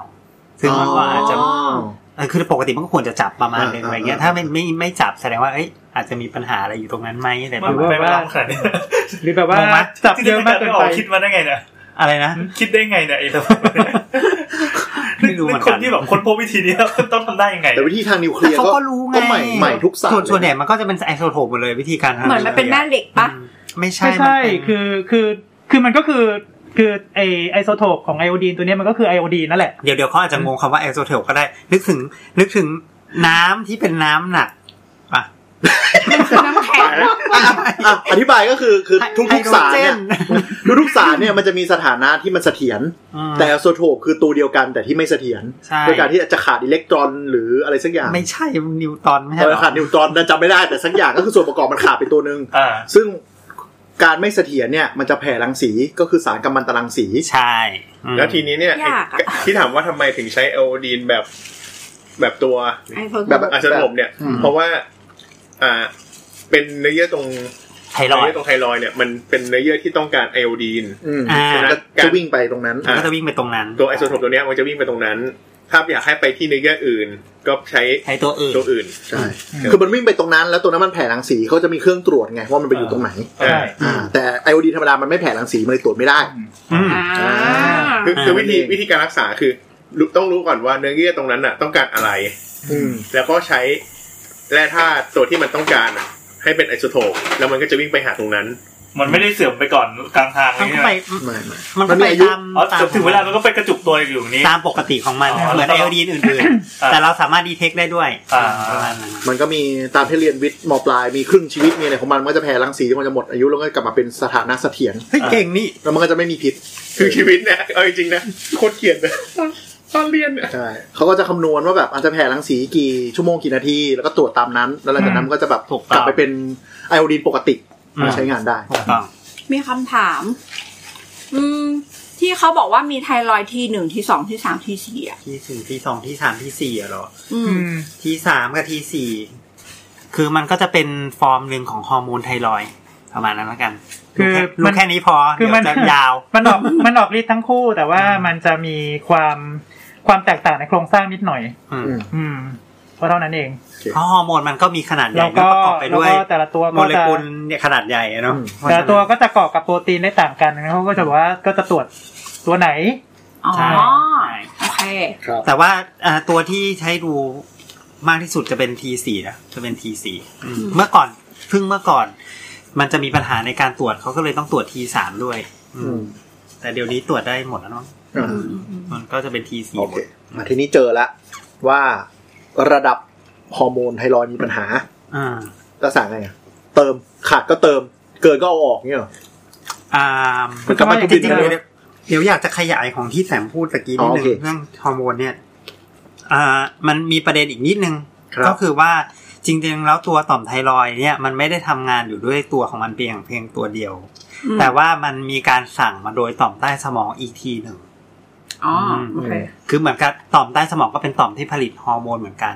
E: ซึ่งมันก็อาจจะ
B: อ๋อ
E: เออคือปกติมันก็ควรจะจับประมาณหนึง
B: อ่า
E: อะไรเงี้ย
B: อ่า
E: ถ้าไม่ไม่ไม่จับแสดงว่าเอ้ยอาจจะมีปัญหาอะไรอยู่ตรงนั้นไหมอะไร
A: มั
E: ป
A: น
E: ระมาณ
A: ไปไม่รำขนาดนี้
F: หรือแบบว่าง
E: งไหม
F: จับ
A: ที่
F: เย
A: เดิ
F: อะมาม
A: นาก เกิ
F: เกิ
A: น
F: น
A: ไป
F: ไป
A: คิดมาได้ไงเนี่ย
E: อะไรนะ
A: คิดได้ไงเนี่ยไอ้เรา
E: ไม่รู้เหมือน
A: ค
E: กัน น
A: ที่แบบคนพบวิธีนี้แล้วต้องทำได้ยังไง
B: แต่วิธีทางนิวเค
E: แต่
B: ลียร์
E: เขา
B: ก็
E: ก็รู้ไง
B: ก็ใหม่ใหม่ทุกสาร
E: ส่วนส่วนให
B: เลย
E: ญ่มันก็จะเป็นไอโซโทปหมดเลยวิธีการทำ
D: เหมือนมันเป็นแม่เหล็กปะ
E: อืมไม่ใช่
F: ไม่ใช่
E: มันเป็น
F: คือคือคือมันก็คือคือไอไอโซโทปของไอโอดีนตัวเนี้ยมันก็คือไอโอดีนนั่นแหละ
E: เดี๋ยวเดี๋ยวเขาอาจจะงงคำว่าไอโซโทปก็ได้ นึกถึง นึกถึงน้ำที่เป็นน้ำหนักอ่ะ
D: น้ำแข็ง
B: อ่ะอ่ะอธิบายก็คือคือทุก
E: ไฮ
B: ทุก
E: โดร
B: สาร
E: เจ
B: เนี่ย
E: น
B: ทุกทุกสารเนี่ยมันจะมีสถานะที่มันเสถียร
E: อืม
B: แต่โซโทปคือตัวเดียวกันแต่ที่ไม่เสถียร
E: ใช่
B: โดยการที่จะขาดอิเล็กตรอนหรืออะไรสักอย่าง
E: ไม่ใช่นิวตอนไม่ใช่
B: เอ
E: เหร
B: อ
E: อ
B: ขาดนิวตรอนนะจำไม่ได้แต่สักอย่างก็คือส่วนประกอบมันขาดไปตัวหนึ่ง
A: อ่า
B: ซึ่งการไม่เสถียรเนี่ยมันจะแผ่รังสีก็คือสารกัมมันตรังสี
E: ใช่อืม
G: แล้วทีนี้เนี่ย
D: ยากอะ
G: ที่ถามว่าทำไมถึงใช้ไอโอดีนแบบแบบตัว
D: ไอโซโท
B: แบ
D: ป
B: บ
G: อาจจะระบบเนี่ย
B: อืม
G: เพราะว่า อ่า เป็นเนื้อเยื่อตรง
E: ไทรอ
G: เนื้อย เยื่อ
E: ด์
G: ตรงไทรอยด์เนี่ยมันเป็นเนื้อเยื่อที่ต้องการไอโอดีน
B: อืม
E: อ่า
G: นะ
B: จะวิ่งไปตรงนั้น
E: มันก็จะวิ่งไปตรงนั้น
G: ตัวไอโซโทปตัวเนี้ยมันจะวิ่งไปตรงนั้น ถ้าอยากให้ไปที่เนื้อเยื่ออื่น ก็ใช้
E: ใช้ตัวอื่น
G: ตัวอื่น
B: ใช่ คือมันวิ่งไปตรงนั้น แล้วตัวนั้นมันแผ่รังสีเขาจะมีเครื่องตรวจไงว่ามันไปอยู่ตรงไหน
G: ใช่
B: อ่าแต่ไอโอดีธรรมดามันไม่แผ่รังสีมันเลยตรวจไม่ได้
E: อืม
D: อ่า
G: คือคือวิธี
B: อ่า
G: วิธีการรักษาคือ รู้ต้องรู้ก่อนว่าเนื้อเยื่อตรงนั้นน่ะ ต้องการอะไร
B: อืม
G: แล้วก็ใช้แร่ธาตุตัวที่มันต้องการน่ะให้เป็นไอโซโทปแล้วมันก็จะวิ่งไปหาตรงนั้น
A: มันไม่ได้เสื่อมไปก่อนกลางทาง
E: มัน
A: นี่
E: ก็
A: ใช่ไห
E: ไป
A: ม
B: ไม่ไม่
E: มันก็ไป
B: อายุ
E: ตาม
A: อ๋อ
E: ตาม
A: จนถึงเวลามันก็ไปกระจุกตัวอยู่อย่างนี้
E: ตามปกติของมัน
A: อ๋อ
E: เหมือน
A: แล้ว
E: ไอ
A: ก็
E: โอดีนอื่น
A: อ่า
E: ๆ แต่เราสามารถดีเทคได้ด้วย
A: อ่า
E: ประมาณนั้น
B: มันก็มีตามที่เรียนวิทย์มปลายมีครึ่งชีวิตมีอะไรของมันมันก็จะแผ่รังสีจนมันจะหมดอายุแล้วก็กลับมาเป็นสถานะเสถียร
E: เฮ้ยเก่งนี่
B: แล้วมันก็จะไม่มีพิษ
G: คือชีวิตเนี่ยเอาจริงๆนะโคตรเกลียดนะตอนเรียนเนี่ย
B: ใช่เขาก็จะคำนวณว่าแบบอาจจะแผ่รังสีกี่ชั่วโมงกี่นาทีแล้วก็ตรวจตามนั้น แล้วหลังจากนั้นมันก็จะแบบ
E: ถูกต้อง
B: กลับไปเป็นไอโอดีนปกติ
E: อืม
B: มาใช้งานได้
E: ถูกต้อง
D: มีคำถาม อืม ที่เขาบอกว่ามีไทรอยด์ที่หนึ่งที่สองที่สามที่สี่อ่ะ
E: ที่สี่ที่สองที่สามที่สี่อะเหรอ
D: อื
F: อื
D: ม
F: ม
E: ที่สามกับที่สี่คือมันก็จะเป็นฟอร์มหนึ่งของฮอร์โมนไทรอยด์ประมาณนั้นแล้วกัน
F: คือ
E: รู้แค่รู้แค่นี้พอ
F: คือ
E: เดี๋ยว
F: มัน
E: จะยาว
F: มันออกมันออกฤทธิ์ทั้งคู่ แต่ว่ามันจะมีความความแตกต่างในโครงสร้างนิดหน่อย
E: อืม
B: อืม
F: อืมเพราะเท่านั้นเอง
E: เพราะฮอร์โมนมันก็มีขนาดใหญ่
F: แล้วก็
E: ก็ประกอบไปด้วย
F: แล้วก็แต่ละตัว
E: โม
F: ก็จะ
E: เลกุลเนี่ยขนาดใหญ่อะเนาะ
B: อืม
F: แต่ละตัวก็จะเกาะกับโปรตีนได้ต่างกันนะเขาก็จะบอกว่าก็จะตรวจตัวไหน
D: อ๋อ
E: ใช่ใช่
D: โอเค
B: ครับ
E: แต่ว่าอ่าตัวที่ใช้ดูมากที่สุดจะเป็น T4 นะจะเป็น T4 อืม
D: อืม
E: เมื่อก่อนเพิ่งเมื่อก่อน มันจะมีปัญหาในการตรวจเขาก็เลยต้องตรวจ T3 ด้วย อืมแต่เดี๋ยวนี้ตรวจได้หมดแล้วเนาะ
B: อ่า
D: อืมอืมอืม
E: มันก็จะเป็น T4
B: โอ
E: หม
B: เค
E: ด
B: มาทีนี้เจอละว่าระดับฮอร์โมนไทรอยด์มีปัญหา
E: อ่า
B: แล้วสั่งไงอะเติมขาดก็เติมเกินก็เอาออกเนี่ยเหรอ
E: อ่า
B: มันกลับมา
E: จ
B: ที่
E: ริงๆ
B: บิน
E: เดี๋ยวเดี๋ยวอยากจะขยายของที่แสมพูดตะกี้นิด
B: อ๋
E: นึ
B: อโอเค
E: งเรื่องฮอร์โมนเนี่ย อ่า มันมีประเด็นอีกนิดนึง
B: ครับ
E: ก็คือว่าจริงๆแล้วตัวต่อมไทรอยด์เนี่ย มันไม่ได้ทำงานอยู่ด้วยตัวของมันเพียงเพียงตัวเดียว แต่ว่ามันมีการสั่งมาโดยต่อมใต้สมองอีกทีหนึ่ง
D: อ๋อโอเค
E: คือเหมือนกับต่อมใต้สมองก็เป็นต่อมที่ผลิตฮอร์โมนเหมือนกัน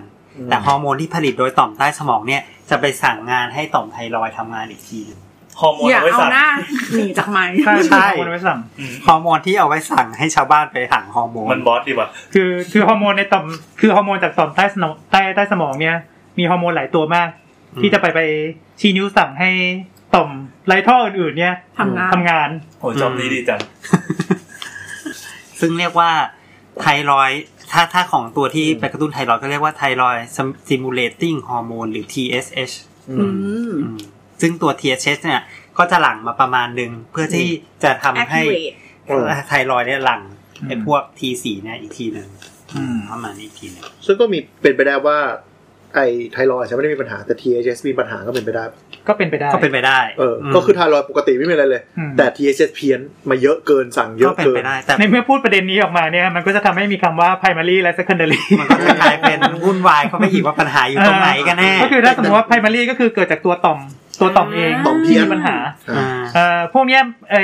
E: แต่ฮอร์โมนที่ผลิตโดยต่อมใต้สมองเนี่ย จะไปสั่งงานให้ต่อมไทรอยด์ทำงานอีกทีหนึ่ง
A: ฮอร์โมน
D: อย่า
A: เอาไว้
D: เอา
A: สั่น
D: หน้าหนีจากไม้
F: ใช่
E: ใช่
F: คนไว้สั่ง
A: อืม
E: ฮอร์โมนที่เอาไว้สั่งให้ชาวบ้านไปหาฮอร์โมน
A: มันบอสดีว่ะ
F: คือคือฮอร์โมนในต่อมคือฮอร์โมนจากต่อมใต้สมองใต้ใต้สมองเนี่ย มีฮอร์โมนหลายตัวมาก
E: อืม
F: ที่จะไปไปชี้นิ้วสั่งให้ต่อมไรท่ออื่นๆ เนี่ย
D: ทำงาน
F: ทำงาน
A: โอ้ยจอบนี้ดีจัง
E: ซึ่งเรียกว่าไทรอยด์ถ้าถ้าของตัวที่ไปกระตุ้นไทรอยด์ก็เรียกว่าไทรอยด์ stimulating hormone หรือ TSH
D: อืม
E: อืมซึ่งตัว TSH เนี่ยก็จะหลั่งมาประมาณหนึ่งเพื่อที่จะทำให้
D: activate
E: ไทรอยด์เนี่ยหลั่งไอ้
F: อืม
E: พวก T4 เนี่ยอีกทีหนึ่ง
A: อืม
E: ประมาณนี้อีกทีหนึง
B: ซึ่งก็มีเป็นไปได้ว่า ไอไทรอยด์ฉันไม่ได้มีปัญหาแต่ THS มีปัญหาก็เป็นไปได้
F: ก็เป็นไปได้
E: ก็เป็นไปได้
B: เอออ
E: ม
B: ก็คือไทรอยด์ปกติไม่มีอะไรเลย
F: อืม
B: แต่ THS เพี้ยนมาเยอะเกินสั่งเย
E: ก็
B: อะ
E: เป็น
B: เกิ
E: ไป
B: น
E: ได้ แต่
F: ในเมื่อพูดประเด็นนี้ออกมาเนี่ยมันก็จะทำให้มีคำว่า primary และ secondary
E: มันก็จะกลายเป็นวุ่นวายเขาไม่อีกว่าปัญหาอยู่ตรงไหนกันแน่
F: ก็คือถ้าสมมติว่า primary ก็คือเกิดจากตัวต่อมตัวต่อมเอง
B: ต่อมเพี้ยน
F: มีปัญหา
B: อ่า
E: า
F: เอ่อพวกเนี้ยไอ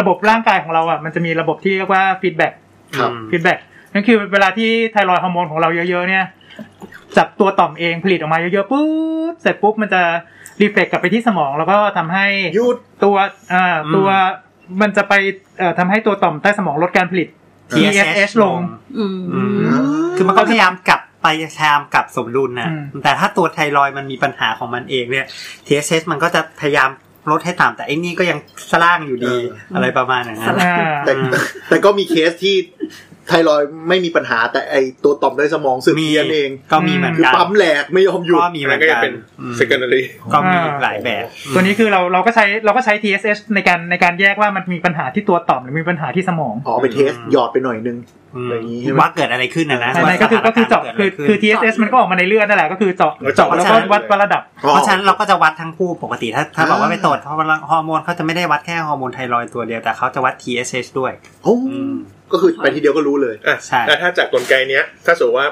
F: ระบบร่างกายของเราอ่ะมันจะมีระบบที่เรียกว่าฟีดแบ็ก
B: ครับ
E: อืม
F: ฟีดแบ็กนั่นคือเวลาที่ไทรอยด์ฮอร์โมนของเราเยอะๆเนี่ยจับตัวต่อมเองผลิตออกมาเยอะๆปุ๊บเสร็จปุ๊บมันจะรีเฟกกลับไปที่สมองแล้วก็ทำให้
B: หยุด
F: ตัวเอ่ออ
E: ม
F: ตัวมันจะไปเอ่อทำให้ตัวต่อมใต้สมองลดการผลิต TSH ลง
D: อืมอืม
E: คือมันก็พยายามกลับไปพยายามกลับสมดุลนะ
F: อืม
E: แต่ถ้าตัวไทรอยด์มันมีปัญหาของมันเองเนี่ย TSH มันก็จะพยายามลดให้ต่ำแต่ไอ้นี่ก็ยังสร้างอยู่ดี
B: เอออ
E: อะไรประมาณอย่างนั้น
F: อ่า
B: แต่
E: อืม
B: แต่ก็มีเคสที่ไทรอยด์ไม่มีปัญหาแต่ไอตัวต่อมในสมองสึก
E: มี
B: เพี้ยนเอง
E: ก็มีเหมือน
B: คือ
E: กัน
B: ปั๊มแหลกไม่ยอมหยุด
E: ก็มีเหมื
G: มั
E: อน
G: นก็
E: กั
G: จะ
E: น
G: เป็น
E: อืม
G: secondary
E: ก็มีหลายแบบ
F: ตัวนี้คือเราเราก็ใช้เราก็ใช้ TSH ในการในการแยกว่ามันมีปัญหาที่ตัวต่อมหรือมีปัญหาที่สมอง
B: อ๋อไปเทสหยอดไปหน่อยนึง
E: อืม
B: อย่างนี้ใช่ไหม
E: ว่าเกิดอะไรขึ้นนะนะ
F: ใช่ไหมก็คือก็คือเจาะคือคือ TSH มันก็ออกมาในเลือดนั่นแหละก็คือเจาะเจาะแล้วก็วัดว่าระดับ
E: เพราะฉะนั้นเราก็จะวัดทั้งคู่ปกติถ้าถ้า
B: อ่า
E: บอกว่าไปตรวจเพราะว่าฮอร์โมนเขาจะไม่ได้วัดแค่ฮอร์โมนไทรอยด์ตัวเดียวแต่เขาจะวัด TSH ด้วย
B: โอ้
E: อืม
B: ก็คือไปทีเดียวก็รู้เลย
G: อ่ะ
E: ใช่
G: แล้วถ้าจากกลไกเนี้ย ถ้าสมมติว่า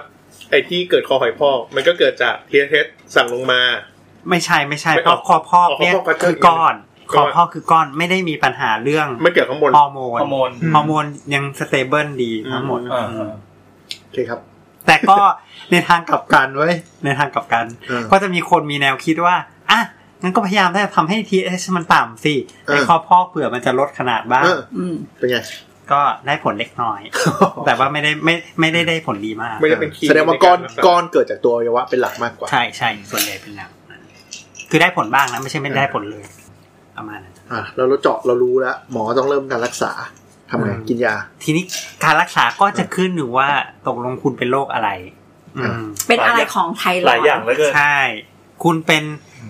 G: ไอ้ที่เกิดคอหอยพอกมันก็เกิดจาก TSH สั่งลงมา
E: ไม่ใช่ไม่ใช่
G: ไม่
E: เพราะคอพอกเนี่ย
G: คอพอกก็
E: คือก้อนค
G: ก้
E: อ
G: อน
E: พอกคือก้อนไม่ได้มีปัญหาเรื่อง
G: ไม่เกี่ยวข้างบน
E: ฮอร์โมน
A: ฮอร์โมน
F: อืม
E: ฮอร์โมนยังสเตเบิลดีทั้งหมด
A: อ่า
E: อืม
B: โอเคครับ
E: แต่ก็ ในทางกลับกันเว้ยในทางกลับกัน
B: เออ
E: ก็จะมีคนมีแนวคิดว่าอ่ะงั้นก็พยายามได้ทำให้ TH มันต่ำสิ
B: เออ
E: ไอ้คอพอกเผื่อมันจะลดขนาดบ้าง
B: เออ
D: อืม
B: เป็นไง
E: ก็ได้ผลเล็กน้อย แต่ว่าไม่ได้ไม่ไม่ได้ได้ผลดีมาก
G: ไม่ได้เป็นคีย์
B: แสดงว่าก้อน
G: ใรรัษา
B: ก้อนเกิดจากตัวอวัยวะเป็นหลักมากกว่า
E: ใช่ใช่ส่วนใหญ่เป็นแบบนั้นคือได้ผลบ้างนะไม่ใช่ไม่ได้ผลเลยประมาณนั้น
B: อ่ะเราเจาะเรารู้แล้วหมอต้องเริ่มการรักษา ทำไงกินยา
E: ทีนี้การรักษาก็จะขึ้นอยู่ว่าตกลงคุณเป็นโรคอะไร อืม
D: เป็นอะไรของไทร
A: ห
D: อ
A: ลาย
D: ด
A: อย่างเหลยเกิน
E: ใช่ คุณเป็น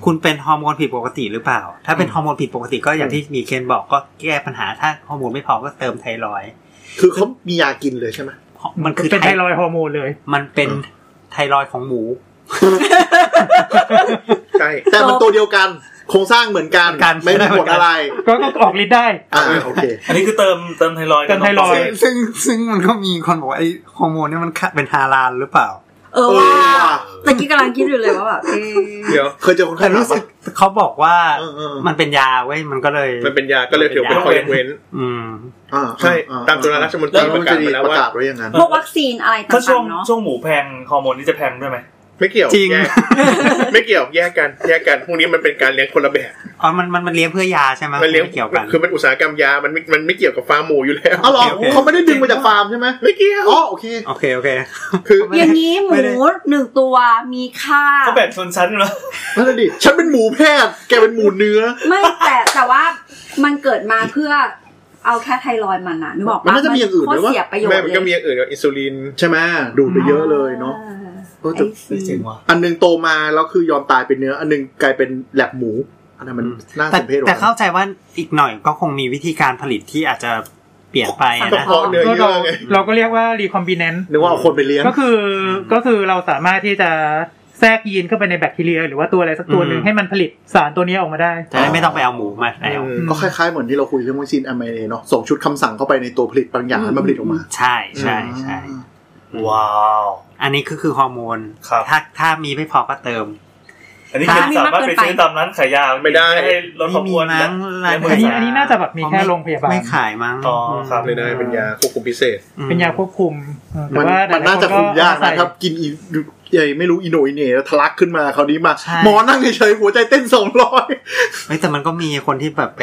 E: คุณเป็นฮอร์โมนผิดปกติหรือเปล่า ถ้าเป็นฮอร์โมนผิดปกติก็อย่างที่มีเคนบอกก็แก้ปัญหา ถ้าฮอร์โมนไม่พอก็เติมไทรอยด์
B: คือเขามียากินเลยใช่ไหม
E: มันคือ
F: เป็น
E: ไท
F: ไทรอยด์ฮอร์โมนเลย
E: มันเป็นไทรอยด์ของหมู
G: ใช่
B: แต่มันตัวเดียวกัน โครงสร้างเหมือนกัน
E: เหมือนกัน
B: ไม่ได้ผลอะไร
F: ก็ก็ออกฤทธิ์ได้
B: อ่าโอเค
A: อันนี้คือเติมเติมไทรอยด์
F: เติมไทรอยด์
E: ซึ่งซึ่งซึ่งมันก็มีคนบอกว่าไอ้ฮอร์โมนเนี่ยมันเป็นฮาลาลหรือเปล่า
D: เออว่า
B: เออว่ะ
D: ตะกี้กำลังคิดอยู่เลยว่าแบบเอ๊ะ
G: เดี๋ยว
B: เคยเจอคนไข้
E: แต่รู้
B: รู้
E: สึ
B: สึ
E: ก
B: ก
E: เขาบอกว่า
B: เออเออ
E: มันเป็นยาเว้ยมันก็เลย
G: มันเป็นยาก็เลยถือเป็นข้อยกเว้น
E: อืม
B: อ่า
G: ใช่ ตามจุฬาราชมนต
B: แล้
G: รี
B: ว
G: ป
B: มัน
G: ระกา
B: จะ
G: ศ
B: มี
G: มาแล้ว
B: ประ
G: ว่า
B: กาศไว้อย่างนั้น
D: พวกวัคซีนอะไร
A: ถ้า
D: ต่า
A: ช่วง
D: งๆเนาะ
A: ช่วงหมูแพงฮอร์โมนนี่จะแพงด้วยไหม
G: ไม่เกี่ยว
E: จริง
G: แยก ไม่เกี่ยวแยกกันแยกกันพวกนี้มันเป็นการเลี้ยงคนละแบบ
E: อ๋อมันมันมันเลี้ยงเพื่อยาใช่ไหม
G: มันเลี้ยง
E: ไเกี่ยวกัน
G: คือมันอุตสาหกรรมยามันไม่มันไม่เกี่ยวกับฟาร์มหมูอยู่แล้ว
B: เอาเหรอ
E: โอเค
B: เขาไม่ได้ดึงมาจากฟาร์มใช่ไหม
G: ไม่เกี่ยว
B: อ๋อโอเค
E: โอเคโอเค
G: คือ
D: อย่างนี้หมูหนึ่งตัวมีค่า
A: เขาแบ่งชนชั้นเหรอ
B: นั่นนะดิ ฉันเป็นหมูแพทย์ แกเป็นหมูเนื้อ
D: ไม่แต่แต่ว่ามันเกิดมาเพื่อเอาแค่ไทรอยด์มันนะนึกออกป
B: มันน่าจะมีอย่างอื่นด้วย
D: โคต
B: วะ
D: รเสียประโยชน์
G: แม่
D: เลย
G: มันก็มีอย่างอื่นอย่างอินซูลิน
B: ใช่ไหมดูดไปเยอะเลยเนาะเออแต่
D: ไอ้สิ
B: อันหนึงโตมาแล้วคือยอมตายเป็นเนื้อ อันหนึงกลายเป็นแหลบหมู อันนั้นมันน่า
E: แต่
B: สมเพช
E: แต่
B: ว่ะ
E: เข้าใจว่าอีกหน่อยก็คงมีวิธีการผลิตที่อาจจะเปลี่ยนไปอะ
G: ก็
E: นะ
G: เพาะเนื้อ
F: ก็
G: เย
F: เรา
G: อะไง
F: เราก็เรียกว่ารีคอมบิเนน
B: นึกว่าเอาคนไปเลี้ยง
F: ก็คือก็คือเราสามารถที่จะแทรกยีนเข้าไปในแบคทีเรีย หรือว่าตัวอะไรสักตัวหนึ่งให้มันผลิตสารตัวนี้ออกมาได้
E: จะได้ไม่ต้องไปเอาหมูมาแล้ว
G: อืม
B: ก็คล้ายๆเหมือนที่เราคุยเรื่องวัคซีนอเมริเนาะ ส่งชุดคำสั่งเข้าไปในตัวผลิตบางอย่างให้มันผลิตออกมา
E: ใช่ใช่ใช่
B: อ่า
A: ว้าว
E: อันนี้ก็คือฮอร์โมน
A: ครับ
E: ถ้าถ้ามีไม่พอก็เติม
A: อันนี้คือสามารถไปซื้อตามร้านขายยาให้ลดความอ้วน
E: ไม่มีมั้งร้าน
A: และมื
F: อันนี้
A: สม
F: อันนี้น่าจะแบบมีแค่โรงพยาบาล
E: ไม่ขายมั้ง
A: อ๋อครับ
G: เลยนะเป็นยาควบคุมพิเศษ
E: ม
F: เป็นยาควบคุมเออแต่
B: มัน
F: ว่า
B: มันน่าจะคุมยาก
F: หล
B: นะครับ กินอีใหญ่ไม่รู้อีโหนอีเหน่แล้วทะลักขึ้นมาคราวนี้มา
E: ใช่
B: หมอนั่งเฉยๆหัวใจเต้นสองร้อย
E: เฮ้ยแต่มันก็มีคนที่แบบไป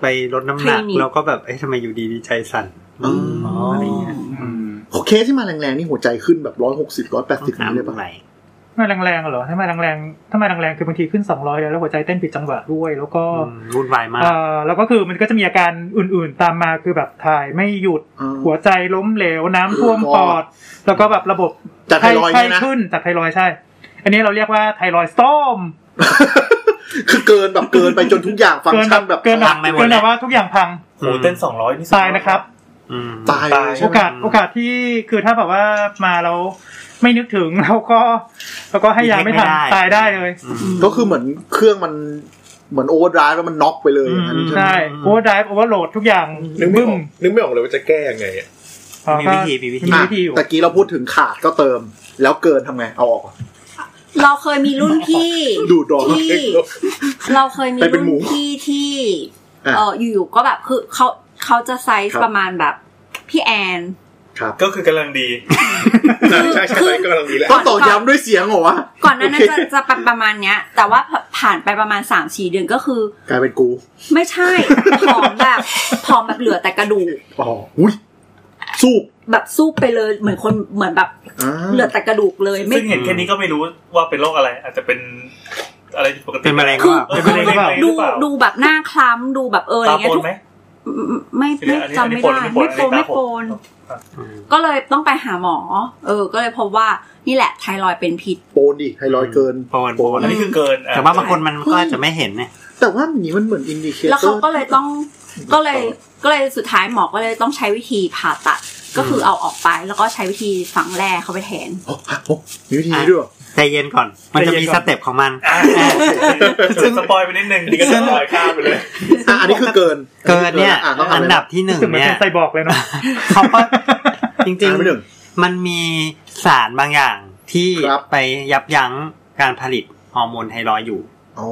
E: ไปลดน้ำหนักแล้วก็แบบเอ๊ะทำไมอยู่ดีดีใจสั่นอะไรเงี้ยอืม
B: เคสที่มาแรงๆนี่หัวใจขึ้นแบบร้อยหกสิบร้อยแปดสิบ
E: น้ำ
B: เลยปะ
E: ไหล
F: มาแรงๆเหรอถ้ามาแรงๆถ้ามาแรงๆคือบางทีขึ้น 200 แล้วแล้วหัวใจเต้นผิดจังหวะด้วย แล้วก็
E: อืมวุ่นวายมาก
F: เอ่อแล้วก็คือมันก็จะมีอาการอื่นๆตามมาคือแบบถ่ายไม่หยุด
B: อ่า
F: หัวใจล้มเหลวน้ำท่วมปอด แล้วก็แบบระบบ
B: จากไทรอยด์
F: ไข้
B: เนี่ยนะ
F: ขึ้นจากไทรอยด์ใช่ อันนี้เราเรียกว่าไทรอยด์ส้ม
B: คือเกินแบบเกินไปจนทุกอย่างฟัง
F: เกิ
B: ก์ชันแบบ
F: เกินแบ
E: พั
F: บ
E: งไปหมด
F: เกินแบบ
E: เลย
F: ว่าทุกอย่างพัง
A: โหเต้นสองร้อยนี่สุด
F: ตายนะครับ
E: อืม
B: ตายเลยใช่
F: โอ
B: ไหม
F: กาสโอกาสที่คือถ้าแบบว่ามาเราไม่นึกถึง เราก็เราก็ให้ยาไม่ทัน
E: ไม่ได้
F: ตายได้เลย
E: อืม
B: ก็คือเหมือนเครื่องมันเหมือนโอเวอร์ไดรฟ์แล้วมันน็อกไปเลย
E: อื
B: อ
E: ม
B: ย่างนั้นใช่ไหม
F: ใช่โอเวอร์ไดรฟ์โอเวอร์โหลดทุกอย่าง
G: นึกไม่
F: บึ้
G: อ
F: ม
G: อกนึกไม่ออกเลยว่าจะแก้ยังไงอะ
F: อ๋อ
E: มี
F: ก็
E: วิธีมีวิธี
F: มีวิธีอยู่
B: อ่ะตะกี้เราพูดถึงขาดก็เติม แล้วเกินทำไงเอาออก
D: เราเคยมีรุ่นพี่
B: ดูดดอก
D: ที่ เราเคยมี
B: ไปเป็น
D: รุ่
B: หมู
D: นพี่ที่
B: อ่ะ
D: เอออยู่ๆก็แบบคือเขาเขาจะไซ
B: ครั
D: ส์
B: บ
D: ประมาณแบบพี่แอน
B: ครับ
A: ก็คือกำลังดี
G: ใช่ใช่ใช่ใช่ก็กำลังดีแล้ว
B: ต้องตอกย้ำด้วยเสียงเหรอวะ
D: ก่อนหนั้าน
B: โเค
D: จะจะประมาณเนี้ย แต่ว่าผ่านไปประมาณ3ามสี่เดือนก็คือ
B: กลายเป็นกู
D: ไม่ใช่ผอมแบบผอมแบบเหลือแต่กระดูก
B: อ๋ออุ้ยสูบ
D: แบบสู้ไปเลยเหมือนคนเหมือนแบบ
B: อ่า
D: เหลือแต่กระดูกเลยไม่
A: ซึ่งเห็นแค่นี้ก็ไม่รู้ว่าเป็นโรคอะไร อาจจะเป็นอะไรผิดปกติ
E: เป็นมะเร็ง
D: คื
E: หรือ อเปล่า
A: เป็น
D: คื
A: มะ
D: อ
A: เร็งหรือเปล่า
D: ดูดูแบบหน้าคล้ำดูแบบเอออะไร
A: ตา
D: เงี้
A: โปน
D: ยทุก
A: ไหม
D: ไม่
A: อันนี้
D: ไม่จำไม่ได้
A: อันนี้
D: ไม่
A: ป
D: โปน
A: นหรือไม่
D: ไม่
A: ป
D: โป
A: น
D: นก็เลยต้องไปหาหมอ เออ ก็เลยพบว่านี่แหละไทรอยด์เป็นพิษ
B: โปนดิไทรอยด์เกิน
E: โปนโปน
A: อันนี้คือเกินอ่ะ
E: แต่ว่าบางคนมันก็อาจจะไม่เห็นเนี่ย
B: แต่ว่าอย่างนี้มันเหมือนอินดิเคเตอร์
D: แล้วเขาก็เลยต้องก็เลยก็เลยสุดท้ายหมอก็เลยต้องใช้วิธีผ่าตัดก็คือเอาออกไปแล้วก็ใช้วิธีฝังแร่เข้าไปแทน
B: โอ้โหมีวิธีนี้ด้วยเหรอ
E: ใจเย็นก่อน มันจะมีสเต็ปของมัน
A: อ่ะจุดสปอยไปนิดนึง
G: นี่ก็จะลอยข้ามไปเลย
B: อ่ะอันนี้คือเกิน
E: เกินเนี่ย
B: อ่ะต้อง
E: อั
B: อั
E: น
B: น
E: ดั
B: ดั
E: บบ ที่หนึ่ง
F: รู้สึกเหมือน
E: เนี่ย
F: เป็นไซบอร์กเลยเนาะ
E: เขาก็
B: จ
E: จ
B: ริ
E: ริ
B: ง
E: ง
B: ไม่หนึ่ง
E: ๆ มันมีสารบางอย่างที่
B: ครับ
E: ไปยับยั้งการผลิตฮอร์โมนไทรอยด์อยู่
B: อ๋อ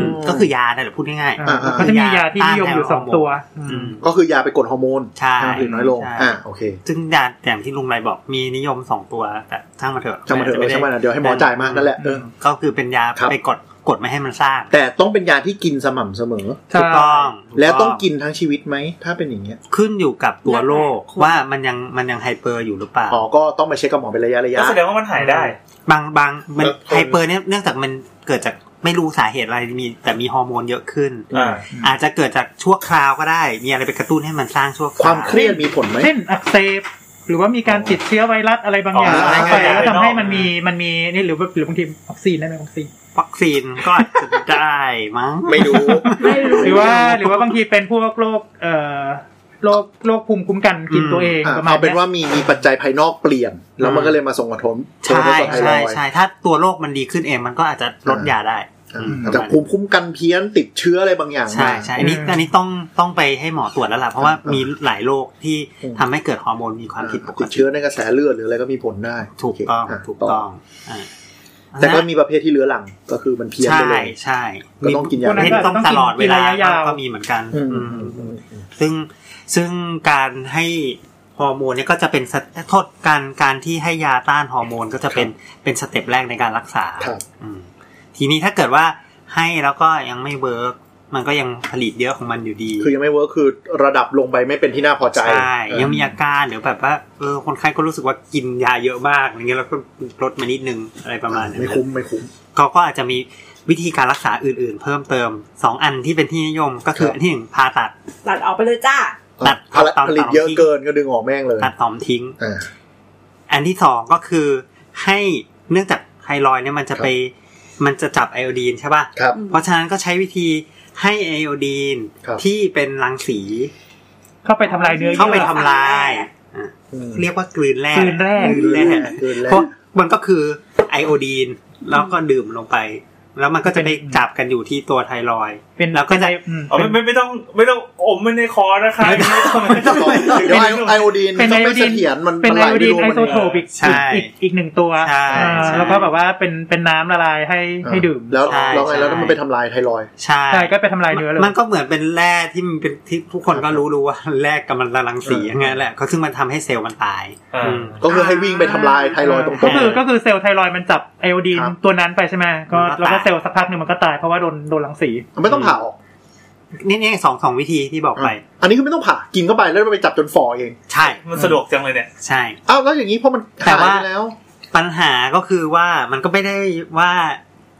D: ม
E: ก็คือยานั่นแหละพูดง่าย
B: อ่าอ่า
F: ก็จะมียาที่นิยมอยู่สองตัว
E: ๆอืม
B: ก็คือยาไปกดฮอร์โมน
E: ใช่
B: ห้ามผลิตน้อยลง
E: ใช่
B: อ่าโอเค
E: ซึ่งยาอย่างที่ลุงไรบอกมีนิยมสองตัวแต่ช่างมาเถอะ
B: จำมาเถอะ
E: ไได้
B: จำมาเถอะเดี๋ยวให้หมอจ่ายมานั่นแหละเออ
E: ก็คือเป็นยา
B: ครับ
E: ไปกดกดไม่ให้มันสร้าง
B: แต่ต้องเป็นยาที่กินสม่ำเสมอ
F: ใช่
E: ถูกต้องถู
B: แล้วต้องกินทั้งชีวิตไหม ถ้าเป็นอย่างเงี้ย
E: ขึ้นอยู่กับตัวโรค
D: แล้วแต่คน
E: ว่ามันยังมันยังไฮเปอร์อยู่หรือเปล่า
B: อ๋อก็ต้องมาเช็คกับหมอเป็นระยะระยะ
A: ก็แสดงว่ามันหายได้
E: บางบางมัน
G: บางคน
E: ไฮเปอร์เนี่ยเนื่องจากมันเกิดจาก ไม่รู้สาเหตุอะไรมีแต่มีฮอร์โมนเยอะขึ้น
A: อ่า
E: อาจจะเกิดจากชั่วคราวก็ได้ มีอะไรไปกระตุ้นให้มันสร้างชั่วคราว
B: คาว มเครียดมีผลไหม
F: เช่นอักเสบหรือว่ามีการติดเชื้อไวรัสอะไรบางอย่าง
B: อ๋อ
F: เข้าไป
A: อะไรอย่างเงี้ย
F: แล้วทำให้มันมีมันมีนี่หรือว่าหรือบางทีวัคซีนได้ไหมวัคซีน
E: วัคซีนก็อาจจะได้มั้ง
G: ไม่รู้
D: ไม่รู้
F: หรือว่าหรือว่าบางทีเป็นพวกโรคเอ่อโรคโรคภูมิคุ้มกันกิน
E: อืม
F: ตัวเอง
B: อ่ะ
F: ประมาณ
B: เอาเป็น
F: เนี้ย
B: ว่ามีมีปัจจัยภายนอกเปลี่ยน แล้วมันก็เลยมาส่งผลกระทบ
E: ใช่
B: ผลกระทบต่อไทร
E: ใช่
B: อยด์
E: ใช่ถ้าตัวโรคมันดีขึ้นเองมันก็อาจจะลดยาได้
B: อ่ะ
E: อืม
B: จากภูมิคุ้มกันเพี้ยนติดเชื้ออะไรบางอย่าง
E: ใช่
B: มา
E: ใช่อันนี้อันนี้ต้องต้องไปให้หมอตรวจแล้วล่ะ เพราะว่า
B: อ่ามี
E: มีหลายโรคที่
B: อืม
E: ทำให้เกิดฮอร์โมนมีความผิดปก
B: ติด
E: ติ
B: เชื้อในกระแสเลือดหรืออะไรก็มีผลได้
E: ถูกต้อง
B: โเคะ
E: ถูกต้องอ่า
B: แต่ก็มีประเภทที่เลื้อรังก็คือมันเพี้ยน
E: ใช่
B: ไปเลย
E: ใช่
B: ก็ต้องกินยา
E: เห็นต้องตลอดเวลาก็มีเหมือนกัน
B: อืม
E: อืม
B: อืมอืม
E: ซึ่งซึ่งการให้ฮอร์โมนเนี่ยก็จะเป็นสเตโทษการการที่ให้ยาต้านฮอร์โมนก็จะเป็นเป็นสเต็ปแรกในการรักษา
B: ครับ
E: อืมทีนี้ถ้าเกิดว่าให้แล้วก็ยังไม่เวิร์กมันก็ยังผลิตเยอะของมันอยู่ดี
B: คือยังไม่เวิร์คคือระดับลงไปไม่เป็นที่น่าพอใจ
E: ใช่
B: เออ
E: ยังมีอาการหรือแบบว่าเออคนไข้ก็รู้สึกว่ากินยาเยอะมากอย่างเงี้ยแล้วก็ลดมานิดนึงอะไรประมาณนั้น
B: ไม่คุ้มไม่คุ้ม
E: เขาก็อาจจะมีวิธีการรักษาอื่นๆ เพิ่มเติมสองอันที่เป็นที่นิยมก็คือ
B: ครับ
E: อันที่หนึ่งผ่าตัด
D: ตัดออกไปเลยจ้า
E: ตัด
B: ผลิต
E: ตัด
B: ผลิตเยอะเกินก็ดึงออกแม่งเลย
E: ตัดต่อมทิ้ง
B: อ่า
E: อันที่สองก็คือให้เนื่องจากไทรอยด์เนี่ยมันจะไปมันจะจับไอโอดีนใช่ป่ะ
B: ครับ
E: เพราะฉะนั้นก็ใช้วิธีให้ไอโอดีน
B: ครับ
E: ที่เป็นรังสี
F: เข้าไปทำลายเนื้อ
E: เข้าไป
F: เยื่อ
E: ทำลายอ่ะ
B: อืม
E: เรียกว่ากลืนแร่
F: กลืนแร่
E: กลืนแร่
B: เกินแล้
E: เพ
B: ว
E: ราะมันก็คือไอโอดีนแล้วก็ดื่มลงไป แล้วมันก็จะไปจับกันอยู่ที่ตัวไทรอยด์
F: เป็น
E: แล้วก็จะ
F: อืม
A: เอาไม่ไม่ไม่ต้องไม่ต้องอมไม่ในคอนะคะไม่ต้องไม่ต้อง
B: เดี๋ยวไอโอไอโอดีน
F: เป็น
B: ก็
F: ไอโอ
B: ไม่
F: ดี
B: เส
F: น
B: ถียรมัน
F: เป็น
B: มั
F: ไอ
B: หล
F: โอดีน
B: ม่
F: ไอ
B: รู้
F: โซโทปิก
E: ใช่
F: อีกอีกหนึ่งตัว
E: ใช่
F: อ่า
E: ใช่
F: แล้วก็แบบว่าเป็นเป็นน้ำละลายให้ให้ดื่ม
B: แล้ว
E: ใช่
B: แล้วไงแล้ว
E: ใช่
B: มันไปทำลายไทรอยด์
E: ใช่
F: ใช่ก็ไปทำลายเนื้อเลย
E: มันก็เหมือนเป็นแร่ที่มันเป็นที่ทุกคนก็รู้รู้ว่าแร่กำลังรังสีอย่างนั้นแหละก็ซึ่งมันทำให้เซลล์มันตาย
A: อ่า
E: อืม
B: ก็คือให้วิ่งไปทำลายไทรอยด์ตร
F: ก็
B: ง
F: คือก็คือเซลล์ไทรอยด์มันจับไอโอดีน
B: ครับ
F: ตัวนั้นไปใช่ไหมก็
E: มันก็ตาย
F: แล้วก็เซลล์สักพักหนึ่งมันก็ตายเพราะว่าโดนโดนรังสี
B: ๆไม่ต้องผ่าออก
E: นี่นี่สองสองวิธีที่บอกไป
B: อันนี้คือไม่ต้องผ่ากินเข้าไปแล้วมันไปจับจนฝ่อเอง
E: ใช่
A: มันสะดวกจังเลยเนี่ย
E: ใช่
B: อ้าวแล้วอย่างนี้เพราะมัน
E: แต่
B: หาย
E: ว่า
B: ไปแล้ว
E: ปัญหาก็คือว่ามันก็ไม่ได้ว่า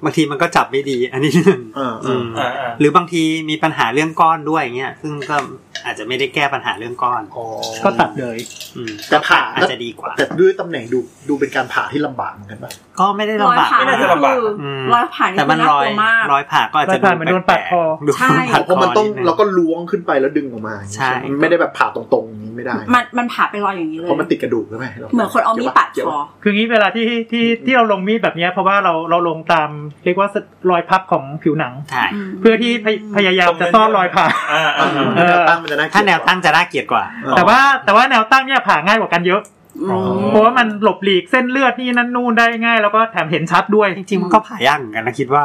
E: บางทีมันก็จับไม่ดี อันนี้หนึ่ง
B: อ่า
E: อืม
A: อ่าอ่า
E: หรือบางทีมีปัญหาเรื่องก้อนด้วยอย่างเงี้ยซึ่งก็อาจจะไม่ได้แก้ปัญหาเรื่องก้อน
B: อ๋อ
F: ก็ตัดเลย
E: อืม
B: แต่ผ่า
E: อาจจะดีกว่า
B: แต่ด้วยตำแหน่งดูดูเป็นการผ่าที่ลำบากเหมือนกันป่ะ
E: ก็ไม่ได้
D: รอย
E: ลำบาก
D: ผ่าน
A: ไม่น่า
D: นี่คื
A: จะลำบาก
D: อ
E: อืม
D: รอยผ่านนี่
E: แต่
D: มั
E: มัน น
D: น่ารก
E: อย
D: ลัวมาก
E: รอยผ่าก็อาจจะ
F: ผ่านเหมือนโดนปัดคอ
E: ดู
D: ใช่
E: ผัด
B: เพราะมันต้อง
E: คดง
B: เราก็ล้วงขึ้นไปแล้วดึงออกมา
E: ใช่
B: มันไม่ได้แบบผ่าตรงๆอย่างนี้ไม่ได้
D: มันมันผ่าเป็นรอยอย่างนี้เลย
B: เพราะมันติดกระดูกใช่ไหม
D: เหมือนคนเอามีดปาดคอ
F: คืองี้เวลาที่ที่ที่เราลงมีดแบบเนี้ยเพราะว่าเราเราลงตามเรียกว่ารอยพับของผิวหนัง
E: ใช่
F: เพื่อที่พยพยายามจะซ่อนรอยผ่า
A: อ่าอ่าอ่า
F: เออ
B: แนวตั้งมันจะน่าเกลียด
E: ถ้าแนวตั้งจะน่าเกลียดกว่า
B: เออ
F: แต่ว่าแต่ว่าแนวตั้งเนี่ยผ่าง่ายกว่ากันเยอะ เพราะว่ามันหลบหลีกเส้นเลือดนี่นั่นนู่นได้ง่าย แล้วก็แถมเห็นชัดด้วย
E: จริงๆมันก็ผ่ายากเหมือนกันนะคิดว่า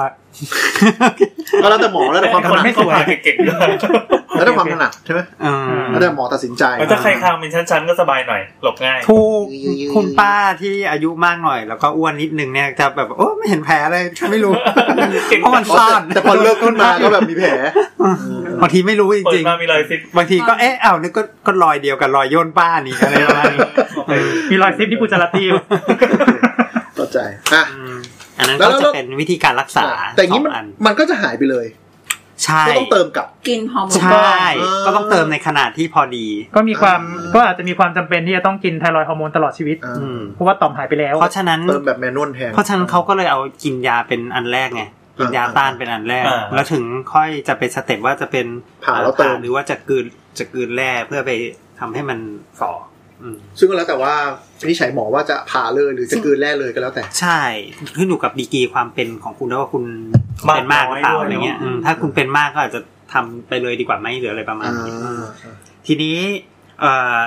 B: ก็แล้วแต่หมอแล้วแต่ความถนัด
A: ไม่สวยเก่งๆด้วย
B: แล้วแต่ความถนัดใช่ไหม
E: เออ
B: แล้วแต่หมอตัดสินใจ
A: แล้วถ้าใครคางเป็นชั้นๆก็สบายหน่อย หลบง่าย
E: ผู้
B: ยืนยืน
E: คุณป้าที่อายุมากหน่อย แล้วก็อ้วนนิดนึงเนี่ยจะแบบโอ้ไม่เห็นแผลเลยไม่รู้
A: เก่ง
E: เพราะมันซ่อน
B: แต่พอเลิกขึ้นมาก็แบบมีแผล
E: บางทีไม่รู้จ
A: เปิด
E: ริง
A: มามีรอยซิป
E: ๆบางทีก็เอ๊ะเอ้าวนึกก็ก็รอยเดียวกับรอยโยนป้านี่อะไรประมาณนี้เออ
F: มีรอยซิปที่กูจะรัดตี
B: เข้าใจอ่ะ
E: อืมอันนั้น
B: แล้
E: ก็
B: วแล้ว
E: จะเป็นวิธีการรักษา
B: แต่อย่างนี้มัน
E: สองอั
B: มันก็จะหายไปเลย
E: ใช่
B: ก็ต้องเติมกลับ
D: กินฮอร์โมน
E: ใช่
B: เออ
E: ก็ต้องเติมในขนาดที่พอดี
F: ก็มีความก็อาจจะมีความจำเป็นที่จะต้องกินไทรอยด์ฮอร์โมนตลอดชีวิต
B: อ่า
E: อืม
F: เพราะว่าต่อมหายไปแล้ว
E: เพราะฉะนั้น
B: เติมแบบแมนนวลแทน
E: เพราะฉะนั้นเขาก็เลยเอากินยาเป็นอันแรกไงกินยาต้านเป็นอันแรก
A: อ่า
E: แล้วถึงค่อยจะเป็นสเต็ปว่าจะเป็น
B: ผ่าแล้วเติม
E: หรือว่าจะกลืนจะกลืนแร่เพื่อไปทำให้มันฝ่ออืม
B: ซึ่งก็แล้วแต่ว่าวินิจฉัยหมอว่าจะผ่าเลยหรือจะกลืนแร่เลยก็แล้วแต่
E: ใช่ขึ้นอยู่กับดีกรีความเป็นของคุณด้วยว่าคุณ
A: มาก
E: เป็นมากหรือเปล่า
A: น้อยด้วย
E: อะไรเงี้ยอืมถ้าคุณเป็นมากก็อาจจะทำไปเลยดีกว่าไหมหรืออะไรประมาณ
B: อ่า
E: นี้ทีนี้เอ่อ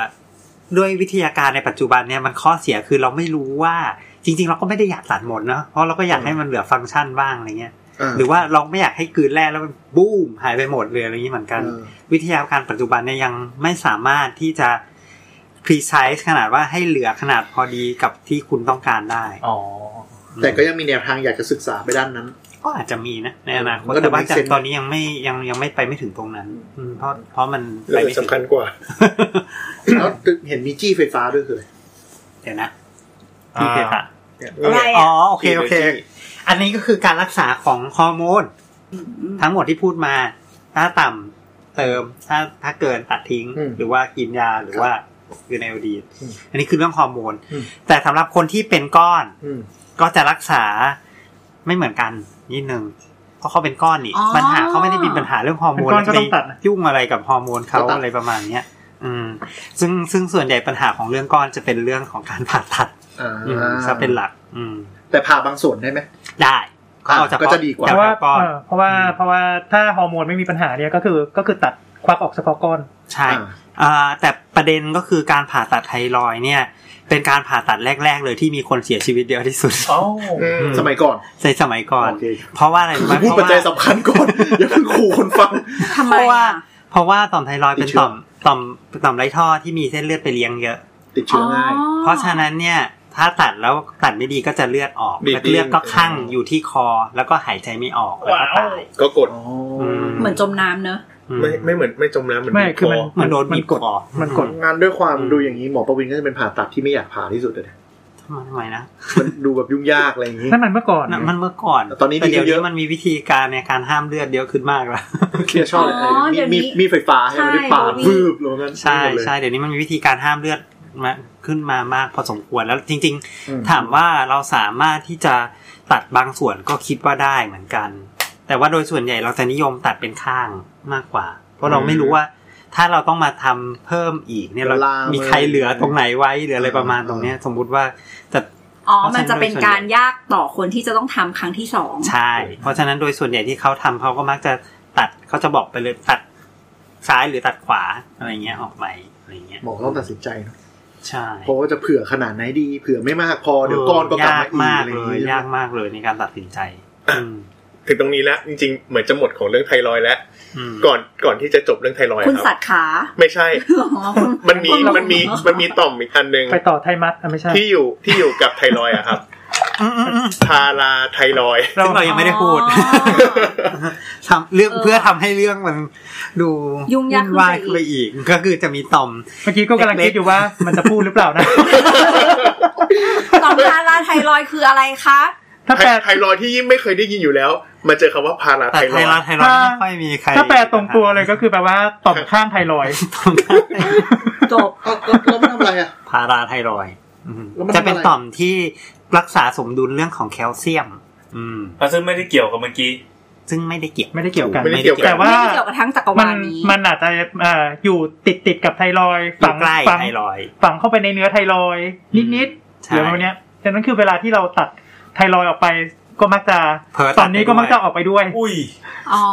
E: ด้วยวิทยาการในปัจจุบันเนี่ยมันข้อเสียคือเราไม่รู้ว่าจริง ๆ เราก็ไม่ได้อยากตัดหมดเนาะเพราะเราก็อยากให้มันเหลือฟังก์ชันบ้างอะไรเงี้ย หรือว่าเราไม่อยากให้กลืนแร่แล้วมันบูมหายไปหมดเลยอะไรอย่างนี้เหมือนกัน
B: เออ
E: วิทยาการปัจจุบันเนี่ยยังไม่สามารถที่จะ precise ขนาดว่าให้เหลือขนาดพอดีกับที่คุณต้องการได้
A: อ๋อ
B: แต่ก็ยังมีแนวทางอยากจะศึกษาไปด้านนั้น
E: ก็อาจจะมีนะในอนาคต
B: มันก็ดู
E: แต่ว่า
B: make
E: จาก
B: sense
E: ตอนนี้ยังไม่ยังยังไม่ไปไม่ถึงตรงนั้นอืมเพราะเพราะมัน
G: เล
E: ไป
G: ย
E: ไม่ถึง
G: สำคัญก ว่า
B: แล้วเห็นมีจี้ไฟฟ้าด้วยคืออะไร
E: เดี๋ยวนะที่เพตะ
A: อ่า
E: อ๋อโอเคโอเค
G: จี้
E: อันนี้ก็คือการรักษาของฮอร์โมน ทั้งหมดที่พูดมา ถ้าต่ำเติม ถ้าถ้าเกินตัดทิ้ง
B: อืม
E: หรือว่ากินยาหรือว่าคือในอดีต
B: อืม
E: อันนี้คือเรื่องฮอร์โมน
B: อืม
E: แต่สำหรับคนที่เป็นก้อน
B: อืม
E: ก็จะรักษาไม่เหมือนกันนิดนึงเพราะเขาเป็นก้อนนี่
D: อ๋อ
E: ปัญหาเขาไม่ได้มีปัญหาเรื่องฮอร์โมน
F: เป็นก้อนก็ต้อง
E: ไป
F: ตัดนะ
E: ยุ่งอะไรกับฮอร์โมนเขา
B: ก็ตัด
E: อะไรประมาณเนี้ย อืม ซึ่งซึ่งส่วนใหญ่ปัญหาของเรื่องก้อนจะเป็นเรื่องของการผ่าตัด
B: อ่า
E: อืมซะเป็นหลัก อืม
B: แต่ผ่าบางส่วนได้ไหม
E: ได้ก็เอาเฉ
B: ก็
E: พาะ
B: จะดีกว่า
E: เฉ
F: เพราะว่า
E: พาะก้อน
F: เออเพราะว่า
E: อืม
F: เพราะว่าถ้าฮอร์โมนไม่มีปัญหาเนี่ยก็คือก็คือตัดควักออกเฉพาะก้อน
E: ใช่เอ่อแต่ประเด็นก็คือการผ่าตัดไทรอยด์เนี่ย เป็นการผ่าตัดแรก ๆ เลยที่มีคนเสียชีวิตเยอะที่สุด
C: เอ้า
B: อืมสมัยก่อน
E: ในสมัยก่อน
B: โอเค
E: เพราะว่าอะไรรู้ไหม
B: พูด
E: เพราะ
B: ปัจ
E: ว่า
B: จัยสำคัญก่อน อย่าเพิ่งขู่คนฟัง
D: ทำไม
E: เพราะว่า
D: อะ
E: เพราะว่าต่อมไทรอยด์
B: ติ
E: เป็
B: ด
E: น
B: เชื้อ
E: ต่อมต่อมต่อมไรท่อที่มีเส้นเลือดไปเลี้ยงเยอะ
B: ติดเชื้อง่าย
E: เพราะฉะนั้นเนี่ยถ้าตัดแล้วตัดไม่ดีก็จะเลือดออก
G: บีบ
E: แล้วเลือด
G: ดิ้น
E: ก็คั่งอยู่ที่คอ แล้วก็หายใจไม่ออกแล้วก็ตาย
G: ก็กด
B: อ๋อ
E: ม
D: เหมือนจมน้ำเนอะ
E: อื
G: ไม่ไม่เหมือนไม่จมน้ำเหมือน
F: ไม่
G: บีบ
F: คือมัน
G: อ
E: เหมือนโดนบีบคอ
F: มันกด
B: งานด้วยความดูอย่างนี้หมอประวินก็จะเป็นผ่าตัดที่ไม่อยากผ่าที่สุดเลยนะ
E: ทำไมนะ
B: มันดูแบบยุ่งยากอะไรอย่างนี้
F: นั่นมันเมื่อก่อน
E: น่ะมันเมื่อก่อน
B: แต่ตอนนี้
E: แต่เดี๋ยว
B: ดีขึ้นเย
E: นี้
B: อะ
E: มันมีวิธีการในการห้ามเลือดเยอะขึ้นมากแล้ว
B: เคลียร์ชอบเลย
D: อ๋อ
B: ไอ้
D: เดี๋ยวนี้
B: มีมีมีไฟฟ้าให้มันได้
D: ใช่
B: ปาด
D: มี
B: วืบลงนั้น
E: ใช่
B: หมดเลย
E: ใช่เดี๋ยวนี้มันมีวิธีการห้ามเลือดมาขึ้นมามากพอสมควรแล้วจริง
B: อืม
E: ๆ ถามว่าเราสามารถที่จะตัดบางส่วนก็คิดว่าได้เหมือนกัน แต่ว่าโดยส่วนใหญ่เราจะนิยมตัดเป็นข้างมากกว่า เพราะเราไม่รู้ว่า ถ้าเราต้องมาทำเพิ่มอีกเนี่ยเรา
B: เวลามี
E: มีใครเหลือตรงไหนไว้หรืออะไรประมาณ
B: อ่า
E: ตรงเนี้ย สมมุติว่าจะ
D: อ๋อ
E: เพราะฉะนั้
D: มั
E: น
D: นจะเป็นการยากต่อคนที่จะต้องทำครั้งที่สอง
E: ใช่ เพราะฉะนั้นโดยส่วนใหญ่ที่เขาทำเขาก็มักจะตัดเขาจะบอกไปเลยตัดซ้ายหรือตัดขวาอะไรเงี้ยออกไปอะไรเงี้ย
B: หมอต้องตัดสินใจเนอะ
E: ใช่
B: เพราะว่าจะเผื่อขนาดไหนดี เผื่อไม่มากพอเดี๋ยวก้อนก็กลับมาอีกอะไร
E: ยาก
B: อ
E: เล
B: ย่าง
E: ย
B: นี้
E: ยากมากเลยในการตัดสินใจอืม
G: ถึงตรงนี้แล้วจริงๆ เหมือนจะหมดของเรื่องไทรอยด์แล้ว
E: ม
G: ก่อนก่อนที่จะจบเรื่องไทรอยด์
D: คุณ
G: ค
D: สั
G: รั
D: ต
G: บ
D: ว์ขา
G: ไม่ใช่
D: อ๋อคุณ
G: มันมี
D: คุณลง
G: มันมีมันมีต่อมอีกอันหนึ่ง
F: ไปต่อไทมัสอ่ะไม่ใช่
G: ที่อยู่ที่อยู่กับไทรอยด์อะครับ
E: อืมอืมอืม
G: พาราไทรอยด์
E: ซึ่งเรายังไม่ได้พูด
D: อ๋อ
E: ทำเรื่อง
D: เออ
E: เพื่อทำให้เรื่องมันดู
D: ยุ่งยากขึ้นไป
E: วายขึ้นไปอีก ก็คือจะมีต่อม
F: เมื่อกี้ก็กำลังคิดอยู่ว่ามันจะพูดหรือเปล่านะ
D: ต่อมพาราไทรอยด์คืออะไรคะ
F: ถ้าแปล
G: ไทรอยด์ที่ยิ่งไม่เคยได้ยินอยู่แล้ว มาเจอคำว่าพาราไท
E: แต่ไท
G: รอย
E: รอยด์
G: ด์
E: ไทรอยด์ไม่ค่อยมีใคร
F: ถ้าแปลตรงตัวเลยก็คือแปลว่าต่อมข้างไทรอยด์
E: ตรงข้าง
D: จบ
B: เอาเอาแล้วมันทำอะไร อ่ะ
E: พาราไทรอยด์อืม
B: แล้วมันทำอะไร
E: จะเป็นต่อมที่รักษาสมดุลเรื่องของแคลเซียม อืม
A: อ่ะซึ่งไม่ได้เกี่ยวกับเมื่อกี้
E: ซึ่งไม่ได้เกี่ยว
F: ไม่ได้เกี่ยวกัน
G: ไม่ได้เกี่ยวกั
F: แต่
G: น
F: ว่า
D: ไม่ได้เกี่ยวกับทั้งจักร
F: มั
D: วาล
F: น
D: นี้
F: มันอาจจะเอ่ออยู่ติดติดๆกับไทรอยด์
E: อยู่ใกล้
F: ฝัง
E: ไทรอยด์
F: ฝังเข้าไปในเนื้อไทรอยด์นิดๆ
E: ใช่
F: เดี๋ยววันเนี้ยดังนั้นคือเวลาที่เราตัดไทรอยด์ออกไปก็มักจะ
E: เผลอตัด
F: ตอนนี้ก็มักจะออกไปด้วย
A: อุ้ย
D: อ๋อ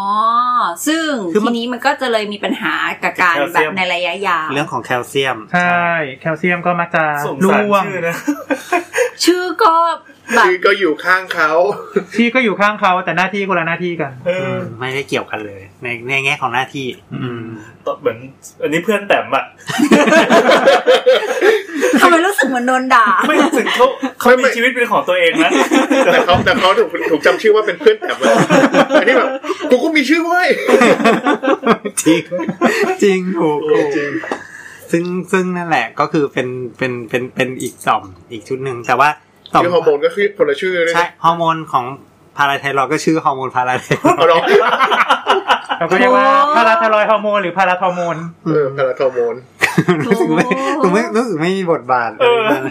D: ซึ่ง
E: คือมั
D: ที
E: น
D: นี้มันก็จะเลยมีปัญหากับการ
A: แคล
D: แบ
A: เซีย
D: บ
A: ม
D: ในระยะยาว
E: เรื่องของแคลเซียม
F: ใช่ แคลเซียมก็มักจะ
A: สงสาร
F: ร่วง
A: ชื่อนะ
D: ชื่อก็แบบ
G: คือก็อยู่ข้างเขา
F: ที่ก็อยู่ข้างเขาแต่หน้าที่คนละหน้าที่กัน
A: เอ
E: อื
A: อ
E: มไม่ได้เกี่ยวกันเลย ในในแง่ของหน้าที่ อืม
A: ตอนเหมือนอันนี้เพื่อนแต้มอะ
D: ทำไมรู้สึกเหมือนโดนด่า
A: ไม่รู้สึกเขาเขามีชีวิตเป็นของตัวเองนะ
G: แต่เขาแต่เขาถูกถูกจำชื่อว่าเป็นเพื่อนแต่ว่าอันนี้แบบกูก็มีชื่อเว้ย
E: จริง จริงถูกถูกซึ่งซึ่งนั่นแหละก็คือเป็นเป็นเป็นเป็นอีกต่อมอีกชุดหนึ่งแต่ว่าต่อม
G: ชื่อฮอร์โมนก็คือคนละชื่อเลย
E: ใช่ฮอร์โมนของพาราไทรอยด์ก็ชื่อฮอร์โมนพาราไทรอยด์
G: เอาลอง
F: เราก็เรียกว่า
D: โอ้
F: พาราไทรอยด์ฮอร์โมนหรือพาราทอร์โมน
G: เออพาราฮอร์โมน
E: รู้สึกไม่รู้ไม่รู้สึกไม่มีบทบาทเลยนะ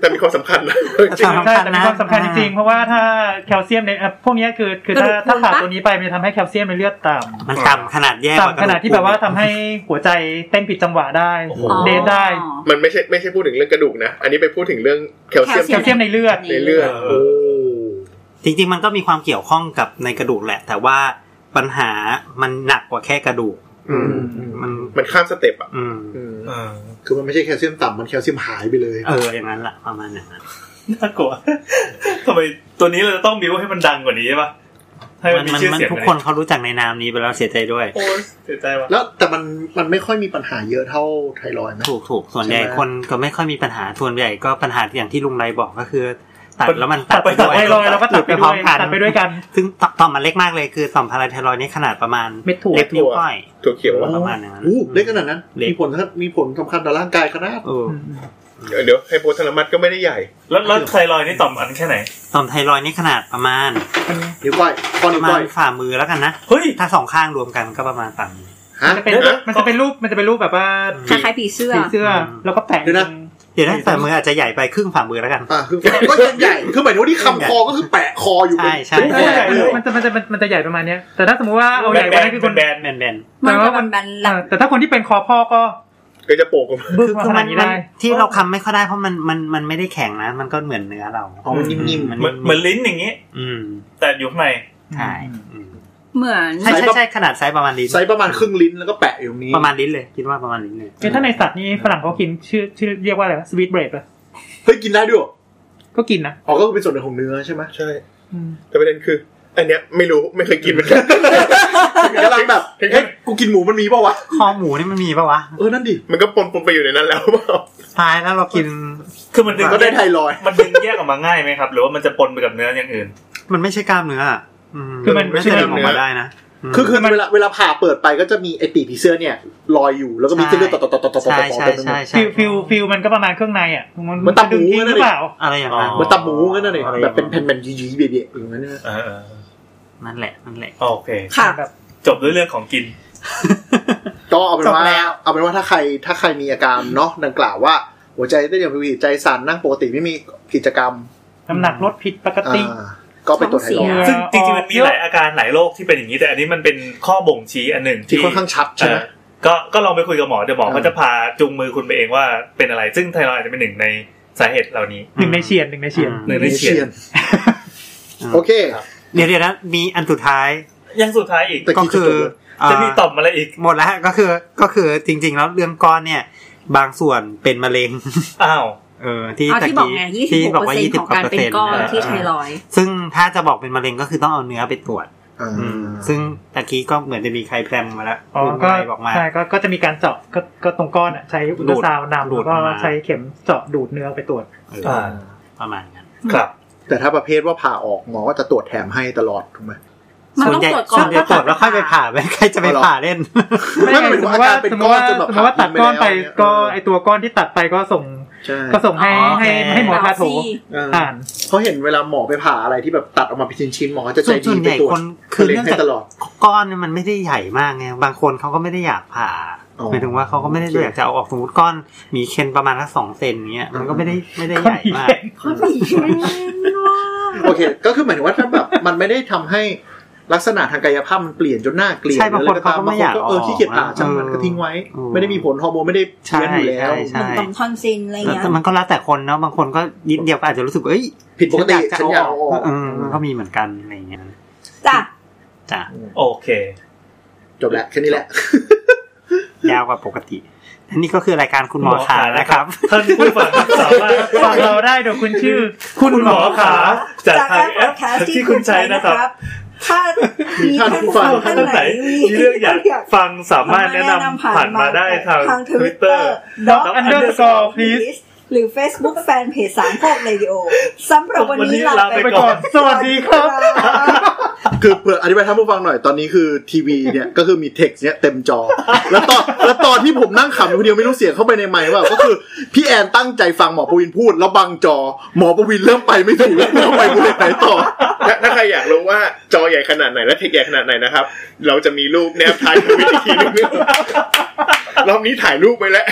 G: แต่มีความสำคัญนะ
E: สำคัญ
F: ใช่แต่มีความสำคัญจริ
E: อ่า
F: งๆเพราะว่าถ้าแคลเซียมในเอ่อพวกเนี้ยคือคือถ้าถ้าขาดตัวนี้ไปมันจะทำให้แคลเซียมในเลือดต่
E: มันต่ำขนาดแย่
F: ำ
E: กว่า
F: ต่ำขนาดที่แบบว่าทำให้หัวใจเต้นผิดจังหวะได้
A: โอ้โห
F: เดทได้
G: มันไม่ใช่ไม่ใช่พูดถึงเรื่องกระดูกนะ อันนี้ไปพูดถึงเรื่องแคลเซียม
F: แคลเซียมในเลือด
G: ในเลือด
A: เอ
G: โอ้
E: จริงๆ มันก็มีความเกี่ยวข้องกับในกระดูกแหละ แต่ว่าปัญหามันหนักกว่าแค่กระดูก
G: อืม
E: มัน
G: มันข้ามสเต็ปอ่ะ
E: อืม
G: อืม
A: เออ
B: คือมันไม่ใช่แคลเซียมต่ำมันแคลเซียมหายไปเลย
E: เอออย่างนั้นแหละประมาณอย่างนั้น
A: น่ากลัวทำไมตัวนี้เราจะต้องบิวให้มันดังกว่านี้ใช่ปะให้มันมี
E: มัน
A: ชื่อ
E: มัน
A: เสียง
E: ทุกคนเขารู้จักในนามนี้ไปแล้วเสียใจด้วย
A: โอ้ยเสียใจว่ะ
B: แล้วแต่มันมันไม่ค่อยมีปัญหาเยอะเท่าไทรอยด์นะ
E: ถูกถูกส่วนใหญ่
B: ใช่ไหม
E: คนก็ไม่ค่อยมีปัญหาส่วนใหญ่ก็ปัญหาอย่างที่ลุงไรบอกก็คือ ตัดแล้วมันตัดไปด้วย
F: ไทรอยด์เราก็ตัดไป
E: พร้
F: ด้
E: อ
F: ว
E: ม
F: ย
E: กัน
F: ตัดไปด้วยกัน
E: ซึ่งต่อมมันเล็กมากเลยคือต่อมพาราไทรอยด์นี่ขนาดประมาณ
F: เม็ดถั่ว
E: เล็กนิ้วก้อย
G: ถั่วเขียว
E: ป
G: อ่ะ
E: ระมาณนั้น
B: โอ้เล็กขนาดนั้น
E: เล็ก
B: มีผลมีผลสำคัญต่อร่างกายขนาด
E: เออ
G: เดี๋ยวไฮโปทาลามัสก็ไม่ได้ใหญ่
A: แล้วแล้วไทรอยด์นี่ต่อมอันแค่ไหน
E: ต่อมไทรอยด์นี่ขนาดประมาณ
B: เดี๋ยวก้อยก้อน
E: ป
B: เดี๋ยว
E: ระมา
B: ก้อ
E: ณ
B: ย
E: ฝ่ามือแล้วกันนะ
A: เฮ้ย
E: ถ้าสองข้างรวมกันก็ประมาณฝ่ามือ
B: ฮะ
F: มันจะเป็น
A: เดี๋ยว
F: มันจะเป็นรูปมันจะเป็นรูปแบบว่า
D: คล้ายๆผีเสื้อ
F: ผีเสื้อแล้วก็แปะ
B: เดี๋ยวนะ
E: เดี๋ยวนะฝ่ามืออาจจะใหญ่ไปครึ่งฝ่ามือแล้วกัน
B: อ่ะคือก็ยังใหญ่คือหมายถึงว่าที่คำคอก็คือแปะคออยู่เป็น
E: ใช่
B: เป็น
E: ใช่
B: แผลเลย
F: มันจะมันจะมันจะมันจะใหญ่ประมาณเนี้ยแต่ถ้าสมมติว่าเอาใหญ่ไปนั่นคือคน
A: แบน
E: แบนแบน
D: มันจะแบนๆหลัง
F: เออแต่ถ้าคนที่เป็นคอพ่อก็
G: ก็จะโปกออกมา
F: บึ้ม
E: คือคือ
F: มา
E: มัน
F: ขาน ดนี้
E: มัน
F: ได้
E: ที่เราคำไม่ค่อยได้เพราะมันมันมันไม่ได้แข็งนะ มันก็เหมือนเนื้อเรา
B: อ๋อมันนิ่ม
A: ๆเหมือนเหมือนลิ้นอย่างงี้
E: อืม
A: แต่อยู่ข้างใน
E: ใช่อืม
D: เหมือน
E: ใช่ใช่ใช่ขนาดไซส์ประมาณลิ้น
B: ๆไซส์ประมาณครึ่งลิ้นแล้วก็แปะอยู่ตรงนี้
E: ประมาณลิ้นเลย คิดว่าประมาณลิ้นเลย
F: คือถ้าในสัตว์นี่ฝรั่งเขากินชื่อชื่อเรียกว่าอะไรวะสวีทเบรดป่ะ
B: เฮ้ยกินได้ด้วยเหรอ
F: ก็กินนะ
B: อ๋อก็คือเป็นส่วนหนึ่งของเนื้อใช่ไหม
G: ใช่
F: อืม
G: แต่ประเด็นคือ อันเนี้ยไม่รู้ไม่เคยกินเหมือนกัน
B: กำลังแบบเฮ้ยกูกินหมูมันมีเปล่าวะ
E: คอหมูนี่มันมีปะวะ
B: เออนั่นดิ
G: มันก็ปนปนไปอยู่ในนั้นแล้ว เปล่า
E: ตายแล้วเรากิน
A: คือมันดึง
B: ก็ได้ไทรอยด์
A: มันดึงแยกออกมาง่ายไหมครับ หรือว่ามันจะปนไปกับเนื้ออย่างอื่น
E: มันไม่ใช่กล้ามเนื้ออ่ะอืมมันไม่ใช่เดินออกมาได้นะม
B: คือคือเวลาเวลาผ่าเปิดไปก็จะมีไอตีผีเสื้อเนี่ยลอยอยู่แล้วก็มีเส้นเลือดต่อต่อต่อต่อต่อต่อ
E: ใช่
B: ต่อ
E: ใช่
B: เต็มไปหม
E: ใช่
B: ด
E: ใช่
F: ฟิลฟิลฟิลมันก็ประมาณเครื่องในอ่ะมัน
B: มันตำหมู
F: ดึงทิ้ง
B: นั่
F: ห
B: น
F: รื
B: ดิ
F: อเปล่า
E: อะไรอย่างนั้น
A: อ๋อ
B: เหมันตับหมูงั้นน่ะเนี่ยแบบเป็นแผ่นๆยีๆเบียดๆอย่างนั้นนะ
A: เออเออ
E: นั่นแหละนั่นแหละ
A: โอเค
D: ค่ะ
A: จบด้วยเรื่องของกิน
B: ก็เอาเป็น
E: จ
B: ว่า
E: บแล้ว
B: เอาเป็นว่าถ้าใครถ้าใครมีอาการเนาะดังกล่าวว่า หัวใจเต้นอย่างผิดปกติใจสั่นนั่งปกติไม่มีกิจกรรม
F: น้ำหนักลดผิดปก
B: อ่า
F: ติ
B: ก็ไปตรวจไทรอยด์
A: ซึ่งจริงๆมันมี
F: เยอะ
A: หลายอาการหลายโรคที่เป็นอย่างนี้แต่อันนี้มันเป็นข้อบ่งชี้อันหนึ่ง
B: ที่ค่อนข้างชัดใช่ไหม
A: เอ่อก็ก็ลองไปคุยกับหมอเดี๋ยวหมอ
B: เออ
A: เขาจะพาจูงมือคุณไปเองว่าเป็นอะไร ซึ่งไทรอยด์อาจจะเป็นหนึ่งในสาเหตุเหล่านี้
F: หนึ่งในเชียนหนึ่งในเชียน
A: หนึ่งในเฉียน
B: โอเค
E: เดี๋ยวเดี๋ยวนะมีอันสุดท้าย
A: ยังสุดท้ายอีก
B: แต่
E: ก็คือ
A: จะมีต่
E: เอ่
A: อมอะไรอีก
E: อหมดแล้วฮะก็คือก็คือจริง ๆ แล้วเรื่องก้อนเนี่ย บางส่วนเป็นมะเร็ง
A: อ้าว
E: เออที่
D: เอา
E: ตะ
D: ที่บอก
E: กี้
D: ไง
E: ที่
D: 26
E: บอกว่า
D: เปอร์เซ็นต์ของการเป็นก้อนที่ไทรอยด์
E: ซึ่งถ้าจะบอกเป็นมะเร็งก็คือต้องเอาเนื้อไปตรวจ
B: อ่า
E: อืม ซึ่งตะกี้ก็เหมือนจะมีใครแพรมมาแล้ว
F: อ๋อ
E: คุณ
F: ก็
E: ไรบอกมา
F: ใช่ก็ก็จะมีการเจาะก็ก็ตรงก้อนอะใช้อุลตราซาวน์นำ
E: ดูด
F: แล้วก็
E: ออกมา
F: ใช้เข็มเจาะดูดเนื้อไปตรวจ
E: เออ
A: อ่า
E: ประมาณนั้น
A: ครับ
B: แต่ถ้าประเภทว่าผ่าออกหมอก็จะตรวจแถมให้ตลอดถูกไหม
D: มัน
E: ส่ว
D: ต้อง
E: นใหญ่
D: ตรวจก่อ
E: ส่วน นใหญ่ตรวจแล้วค่อยไปผ่าไม่ใครจะไป
B: เอาเหรอ
E: ผ่าเล่น
B: ไม่หมายถึงว่าอาการเป็นก้อนจนแบบ
F: สมมติว่าตัดก้อนไปก็ไอตัวก้อนที่ตัดไปก็ส่ง
B: ใช่
F: ก็ส่งให้
E: อ๋อ
F: ให้
E: โอเค
F: ให้หมอทาโถ
D: ซี่
B: เออ
F: อ่าน
B: เพราะเห็นเวลาหมอไปผ่าอะไรที่แบบตัดออกมาเป็นชิ้นๆหมอจะใจ
E: ส่วน
B: ดี
E: ส่วน
B: ไป
E: ใหญ่
B: ตรวจ
E: คนคื
B: คือ อเล็
E: เนื่อง
B: งให้
E: จาก
B: ตลอด
E: ก้อนเนี่ยมันไม่ได้ใหญ่มากไงบางคนเขาก็ไม่ได้อยากผ่า
B: อ๋อ
E: หมายถึงว่าเขาก็ไม่ได้
B: โอเค
E: อยากจะเอาออกสมมติก้อนหมีเคนประมาณสักสองเซนเงี้ยมันก็ไม่ได้ไม่ได้ใหญ่มาก
D: ข้อผีแม่งว่ะ
B: โอเค ก็คือหมายถึงว่าถ้าแบบมันไม่ได้ทำให้ลักษณะทางกายภาพมันเปลี่ยนจนหน้าเกลียด
E: ใช่บางคนเขา
B: ห
E: ก็
B: รืะร
E: ไม่อยาก
B: บงคนเออขี้เกียจผ่าช่างมันก็ทิ้งไว้
E: เออ
B: ไม่ได้มีผลฮอร์โมนไม่ได้
E: ใช่
B: เชื้ออยู่แล้ว
E: ใช่
D: เหมือ
E: ใช่
D: นต่อมทอนซิลอะไร
E: แล้ว
D: เงี้ย
E: แต่มันก็แล้วแต่คนเนาะบางคนก็นิดเดียวก็อาจจะรู้สึกว่าเอ้ย
B: ผิดปกติฉันอยาก
E: เ
B: เอาออก
E: เออมันก็มีเหมือนกันอะไรอย่างเงี้ย
D: จ้ะ
E: จ้ะ
A: โอเค
B: จบแล้วแค่นี้แหละ
E: ยาวกว่าปกติอันนี้ก็คือรายการคุณหมอขานะครับ
A: ท่านผู้ฟังสา มารถ
F: ฟังเราได้โดยคุณชื่อ
A: คุณหมอขาจาก
D: จาก
A: ทาง
D: การ
A: แอ
D: พอ
A: ป
D: ดแคสต์
A: ที่
D: ที่
A: คุ
D: คุณ ณ
A: ใช้
D: ใช้
A: นะ
D: นะ
A: ค
D: ค
A: รั
D: รับ บ ถ้ามีท่านผู้ฟังท่า
A: ท่านน
D: ไห
A: ไห
D: น
A: นมีเรื่องอยากฟังสามารถแนะนำผ่านมาได้ทางทวิตเตอร์
D: ด็อก
F: underscore please
D: หรือ Facebook Fanpage สามโคกเรดิโอสำหรับวันนี้ลาไป
A: ไปก่
D: ก่อ
A: อน น
F: สวัสดีครับ
B: คือเผื่ออธิบายท่านผู้ฟังหน่อยตอนนี้คือทีวีเนี่ย ก็คือมีเท็กซ์เนี่ยเต็มจอ แล้วตอนแล้วตอนที่ผมนั่งขำอยู่คนเดียวไม่รู้เสียงเข้าไปในไมค์ว่าก็คือพี่แอนตั้งใจฟังหมอประวินพูด แล้วบังจอ หมอประวินเริ่มไปไม่ถูกแล้วไม่รู้ไปบริไหนต่อ
G: ถ้าถ้าใครอยากรู้ว่าจอใหญ่ขนาดไหนและเทคใหญ่ขนาดไหนนะครับ เราจะมีรูปแนบท้ายทวิตอีกทีหนึง รอบนี้ถ่ายรูปไปแล้ว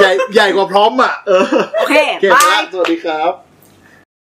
B: ใหญ่ใหญ่กว่าพร้อมอ่ะเออ
D: โอเค
B: โอเค
D: บา
B: ครั
D: ย
B: บสวัสดีครับ